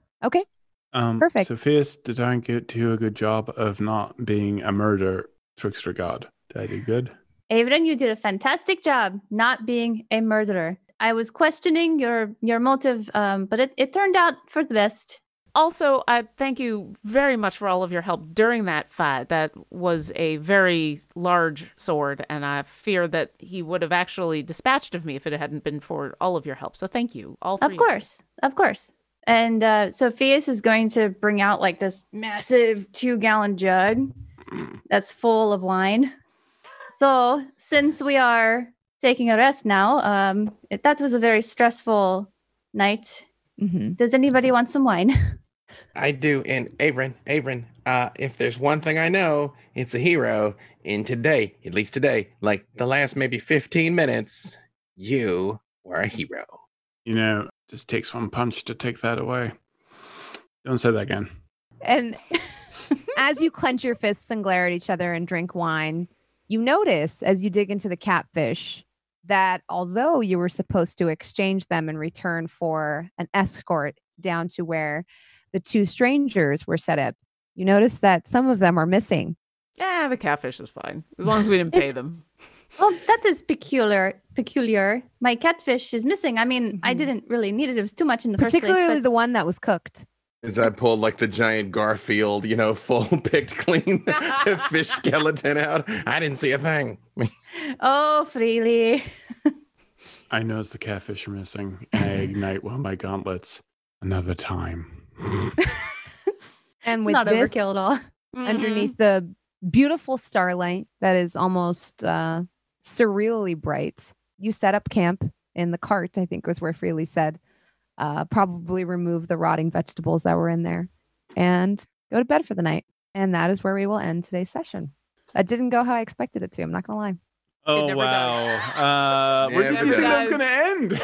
Speaker 5: Um,
Speaker 1: Perfect.
Speaker 5: Sophia's did I get do a good job of not being a murder trickster god? Did I do good?
Speaker 3: Avren, you did a fantastic job not being a murderer. I was questioning your your motive, um, but it, it turned out for the best.
Speaker 2: also, I thank you very much for all of your help during that fight. That was a very large sword, and I fear that he would have actually dispatched of me if it hadn't been for all of your help. So thank you, all. three
Speaker 3: Of course, of course. And uh, Sophia's is going to bring out like this massive two gallon jug that's full of wine. So, since we are taking a rest now, um, it, that was a very stressful night.
Speaker 1: Mhm.
Speaker 3: Does anybody want some wine?
Speaker 4: I do. And Averin, Averin, uh, if there's one thing I know, it's a hero. In today, at least today, like the last maybe 15 minutes, you were a hero.
Speaker 5: You know, just takes one punch to take that away. Don't say that again.
Speaker 1: And as you clench your fists and glare at each other and drink wine, you notice as you dig into the catfish that although you were supposed to exchange them in return for an escort down to where the two strangers were set up, you notice that some of them are missing.
Speaker 2: Yeah, the catfish is fine as long as we didn't pay them.
Speaker 3: well, that is peculiar. Peculiar. My catfish is missing. I mean, I
Speaker 1: Mhm.
Speaker 3: didn't really need it. It was too much in the
Speaker 1: particularly
Speaker 3: first place.
Speaker 1: the one that was cooked.
Speaker 4: As I pulled like the giant Garfield, you know, full picked clean fish skeleton out, I didn't see a thing.
Speaker 3: But, oh, freely.
Speaker 5: I notice the catfish are missing. And I ignite one of my gauntlets another time.
Speaker 1: And
Speaker 3: It's
Speaker 1: with
Speaker 3: not
Speaker 1: this,
Speaker 3: overkill at all.
Speaker 1: Mm-hmm. underneath the beautiful starlight that is almost uh, surreally bright. You set up camp in the cart, I think was where Freely said. Uh, probably remove the rotting vegetables that were in there and go to bed for the night. And that is where we will end today's session. That didn't go how I expected it to. I'm not going to lie.
Speaker 5: Oh
Speaker 2: never
Speaker 5: wow! Uh, where did
Speaker 4: Never
Speaker 5: you think that
Speaker 2: does.
Speaker 5: was going to end?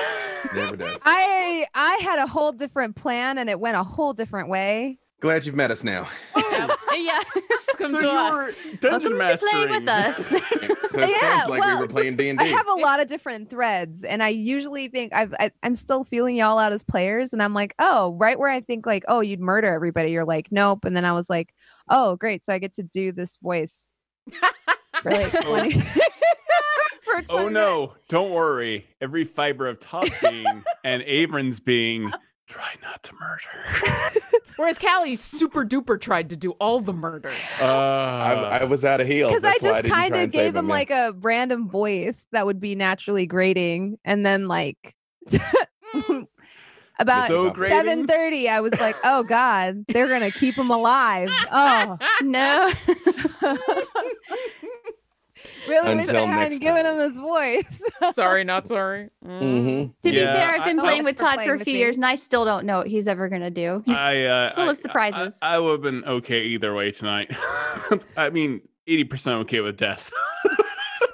Speaker 4: Never does.
Speaker 1: I I had a whole different plan and it went a whole different way.
Speaker 4: Glad you've met us now.
Speaker 2: Yep,
Speaker 3: yeah.
Speaker 2: Come
Speaker 5: so
Speaker 2: to
Speaker 5: you
Speaker 2: us.
Speaker 5: were dungeon
Speaker 3: Welcome to playing
Speaker 5: mastering
Speaker 3: with us.
Speaker 4: So it
Speaker 1: Yeah,
Speaker 4: sounds like we
Speaker 1: well,
Speaker 4: were playing D and
Speaker 1: I
Speaker 4: D.
Speaker 1: have a lot of different threads, and I usually think I've I, I'm still feeling y'all out as players, and I'm like, oh, right where I think like, oh, you'd murder everybody, you're like, nope, and then I was like, oh, great, so I get to do this voice for like
Speaker 5: Oh.
Speaker 1: 20. for 20
Speaker 5: Oh no! Don't worry. Every fiber of Todd's being and Avren's being. Try not to murder.
Speaker 2: Whereas Callie super duper tried to do all the murder.
Speaker 5: Uh,
Speaker 4: I, I was out of heels.
Speaker 1: Because I
Speaker 4: That's why
Speaker 1: just
Speaker 4: didn't try
Speaker 1: kind of
Speaker 4: and save
Speaker 1: gave him
Speaker 4: yeah.
Speaker 1: like a random voice that would be naturally grating, and then like about
Speaker 5: so
Speaker 4: Seven
Speaker 5: grating.
Speaker 1: 7:30, I was like, oh god, they're gonna keep him alive. Oh.
Speaker 3: no.
Speaker 1: Really wish
Speaker 4: Until
Speaker 1: I
Speaker 4: next
Speaker 1: hadn't given
Speaker 4: time.
Speaker 1: him his voice.
Speaker 2: sorry, not sorry. Mm. Mm-hmm.
Speaker 1: mm.
Speaker 4: Mhm.
Speaker 3: To
Speaker 5: Yeah,
Speaker 3: be fair, I've been
Speaker 5: I-
Speaker 3: playing
Speaker 1: I-
Speaker 3: with
Speaker 1: Thanks for
Speaker 3: Todd
Speaker 1: playing
Speaker 3: for a
Speaker 1: with
Speaker 3: few
Speaker 1: me.
Speaker 3: years, and I still don't know what he's ever gonna do.
Speaker 5: I, uh,
Speaker 3: full
Speaker 5: I-
Speaker 3: of surprises.
Speaker 5: I, I would have been okay either way tonight. I mean, eighty percent okay with death.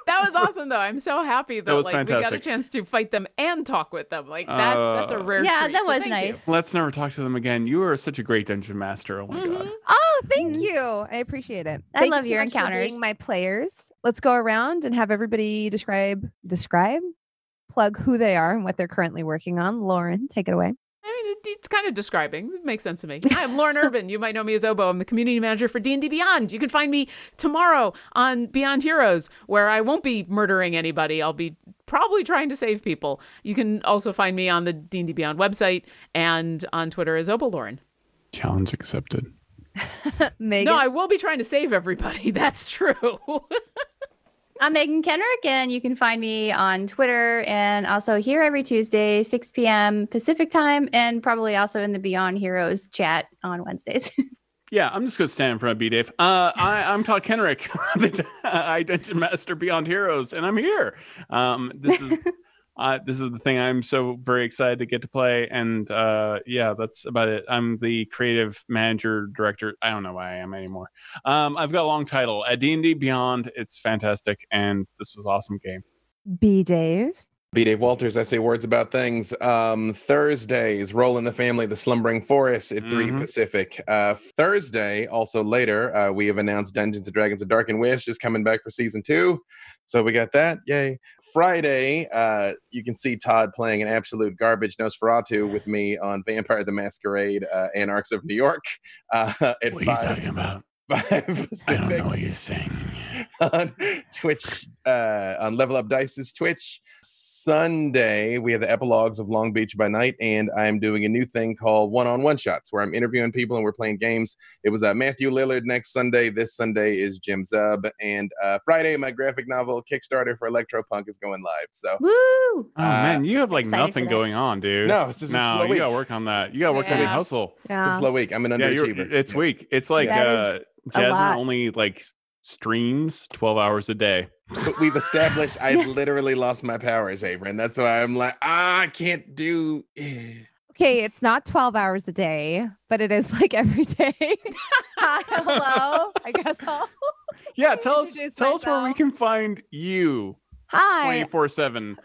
Speaker 2: That was awesome though. I'm so happy that,
Speaker 5: That was
Speaker 2: like we got a
Speaker 5: fantastic.
Speaker 2: chance to fight them and talk with them. Like that's that's a
Speaker 5: Uh,
Speaker 2: rare
Speaker 3: Yeah,
Speaker 2: treat,
Speaker 3: that
Speaker 2: so
Speaker 3: was
Speaker 2: thank you.
Speaker 3: nice.
Speaker 5: Let's never talk to them again. You are such a great dungeon master. Oh my god.
Speaker 3: Mm-hmm.
Speaker 2: Mhm.
Speaker 1: oh, thank you. I appreciate it.
Speaker 3: I
Speaker 1: Thank you
Speaker 3: love
Speaker 1: so
Speaker 3: your
Speaker 1: much for being
Speaker 3: encounters.
Speaker 1: my players. Let's go around and have everybody describe describe plug who they are and what they're currently working on. Lauren, take it away.
Speaker 2: I mean, it, it's kind of describing. It makes sense to me. Hi, I'm Lauren Urban. You might know me as Obo. I'm the community manager for D&D Beyond. You can find me tomorrow on Beyond Heroes, where I won't be murdering anybody. I'll be probably trying to save people. You can also find me on the D&D Beyond website and on Twitter as Obo Lauren.
Speaker 5: Challenge accepted.
Speaker 1: Megan.
Speaker 2: No, I will be trying to save everybody. That's true.
Speaker 3: I'm Megan Kenrick, and you can find me on Twitter and also here every Tuesday, 6 p.m. Pacific time, and probably also in the Beyond Heroes chat on Wednesdays.
Speaker 5: Yeah, I'm just gonna stand in front of B Dave. Uh, I, I'm Todd Kenrick, the t- uh, Dungeon Master Beyond Heroes, and I'm here. Um, this is uh, this is the thing I'm so very excited to get to play, and uh, yeah, that's about it. I'm the creative manager, director. I don't know why I am anymore. Um, I've got a long title at D&D Beyond. It's fantastic, and this was an awesome game.
Speaker 1: B Dave.
Speaker 4: B. Dave Walters, I say words about things. Um, Thursdays, Roll in the Family, The Slumbering Forest at 3
Speaker 5: Mhm.
Speaker 4: Pacific. Uh, Thursday, also later, uh, we have announced Dungeons and Dragons A Dark and Wish is coming back for season two. So we got that. Yay. Friday, uh, you can see Todd playing an absolute garbage Nosferatu with me on Vampire the Masquerade, uh, Anarchs of New York uh, at 5,
Speaker 5: about?
Speaker 4: 5 Pacific
Speaker 5: you're saying.
Speaker 4: on Twitch, uh, on Level Up Dice's Twitch. Sunday, we have the epilogues of Long Beach by Night, and I'm doing a new thing called One on One Shots, where I'm interviewing people and we're playing games. It was uh, Matthew Lillard next Sunday. This Sunday is Jim Zub. And uh, Friday, my graphic novel Kickstarter for Electropunk is going live. So,
Speaker 3: Woo!
Speaker 5: Oh
Speaker 4: Uh,
Speaker 5: man, you have like
Speaker 3: excited for
Speaker 5: nothing
Speaker 3: that.
Speaker 5: going on, dude.
Speaker 4: no, it's just a
Speaker 5: no,
Speaker 4: slow
Speaker 5: you
Speaker 4: week.
Speaker 5: gotta work on that. You gotta work on your
Speaker 2: Yeah.
Speaker 5: hustle.
Speaker 4: It's a
Speaker 1: Yeah.
Speaker 4: slow week. I'm an
Speaker 5: Yeah, you're,
Speaker 4: underachiever.
Speaker 5: it's week. It's like
Speaker 1: That
Speaker 5: uh,
Speaker 1: is a
Speaker 5: Jasmine
Speaker 1: lot.
Speaker 5: only like streams twelve hours a day.
Speaker 4: but we've established I've literally lost my powers, Averin. That's why I'm like, ah, I can't do.
Speaker 1: Okay, it's not 12 hours a day, but it is like every day. Hi, hello. I guess I'll.
Speaker 5: Yeah,
Speaker 1: me
Speaker 5: tell us,
Speaker 1: introduce
Speaker 5: tell us where we
Speaker 1: myself.
Speaker 5: can find you twenty
Speaker 1: Hi,
Speaker 5: four seven.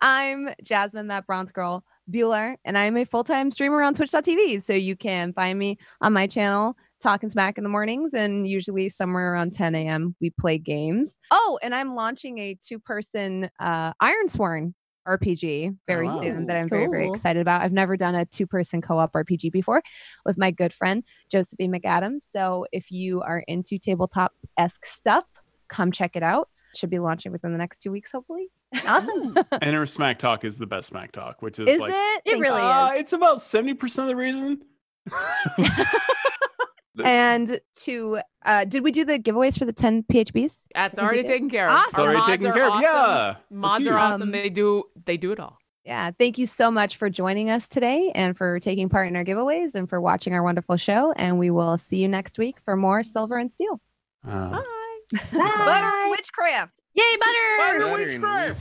Speaker 1: I'm Jasmine, that bronze girl, Bueller, and I'm a full time streamer on twitch.tv. So you can find me on my channel, Talking Smack in the mornings, and usually somewhere around 10 a.m. we play games. Oh, and I'm launching a two person uh, Iron Sworn RPG very
Speaker 5: wow.
Speaker 1: soon that I'm very, very
Speaker 3: Cool.
Speaker 1: excited about. I've never done a two person co op RPG before with my good friend, Josephine McAdams. So if you are into tabletop esque stuff, come check it out. Should be launching within the next two wees, hopefully.
Speaker 3: Awesome.
Speaker 5: And her smack talk is the best smack talk, which is,
Speaker 1: Is
Speaker 5: like
Speaker 1: it?
Speaker 3: It
Speaker 1: Thank
Speaker 3: really
Speaker 5: uh,
Speaker 3: is.
Speaker 5: it's about seventy percent of the reason.
Speaker 1: And to uh did we do the giveaways for the 10 PHBs?
Speaker 2: That's
Speaker 1: I think we
Speaker 2: already
Speaker 1: did.
Speaker 2: taken care of.
Speaker 1: Awesome.
Speaker 2: Our
Speaker 5: Already
Speaker 2: mods
Speaker 5: taken
Speaker 2: are
Speaker 5: care of.
Speaker 2: awesome.
Speaker 5: Yeah, that's
Speaker 2: Mods are
Speaker 5: huge.
Speaker 2: awesome.
Speaker 1: Um,
Speaker 2: they do they do it all.
Speaker 1: Yeah, thank you so much for joining us today and for taking part in our giveaways and for watching our wonderful show. And we will see you next week for more silver and steel.
Speaker 5: Uh,
Speaker 2: Bye.
Speaker 1: Butter
Speaker 3: Bye.
Speaker 1: witchcraft.
Speaker 3: Yay, butter!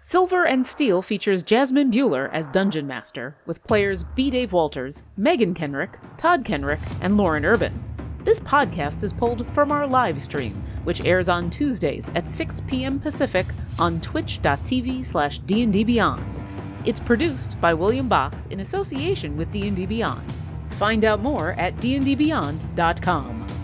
Speaker 2: Silver and Steel features Jasmine Bueller as Dungeon Master, with players B. Dave Walters, Megan Kenrick, Todd Kenrick, and Lauren Urban. This podcast is pulled from our live stream, which airs on Tuesdays at 6 p.m. Pacific on twitch.tv slash D&D Beyond. It's produced by William Box in association with D&D Beyond. Find out more at dndbeyond.com.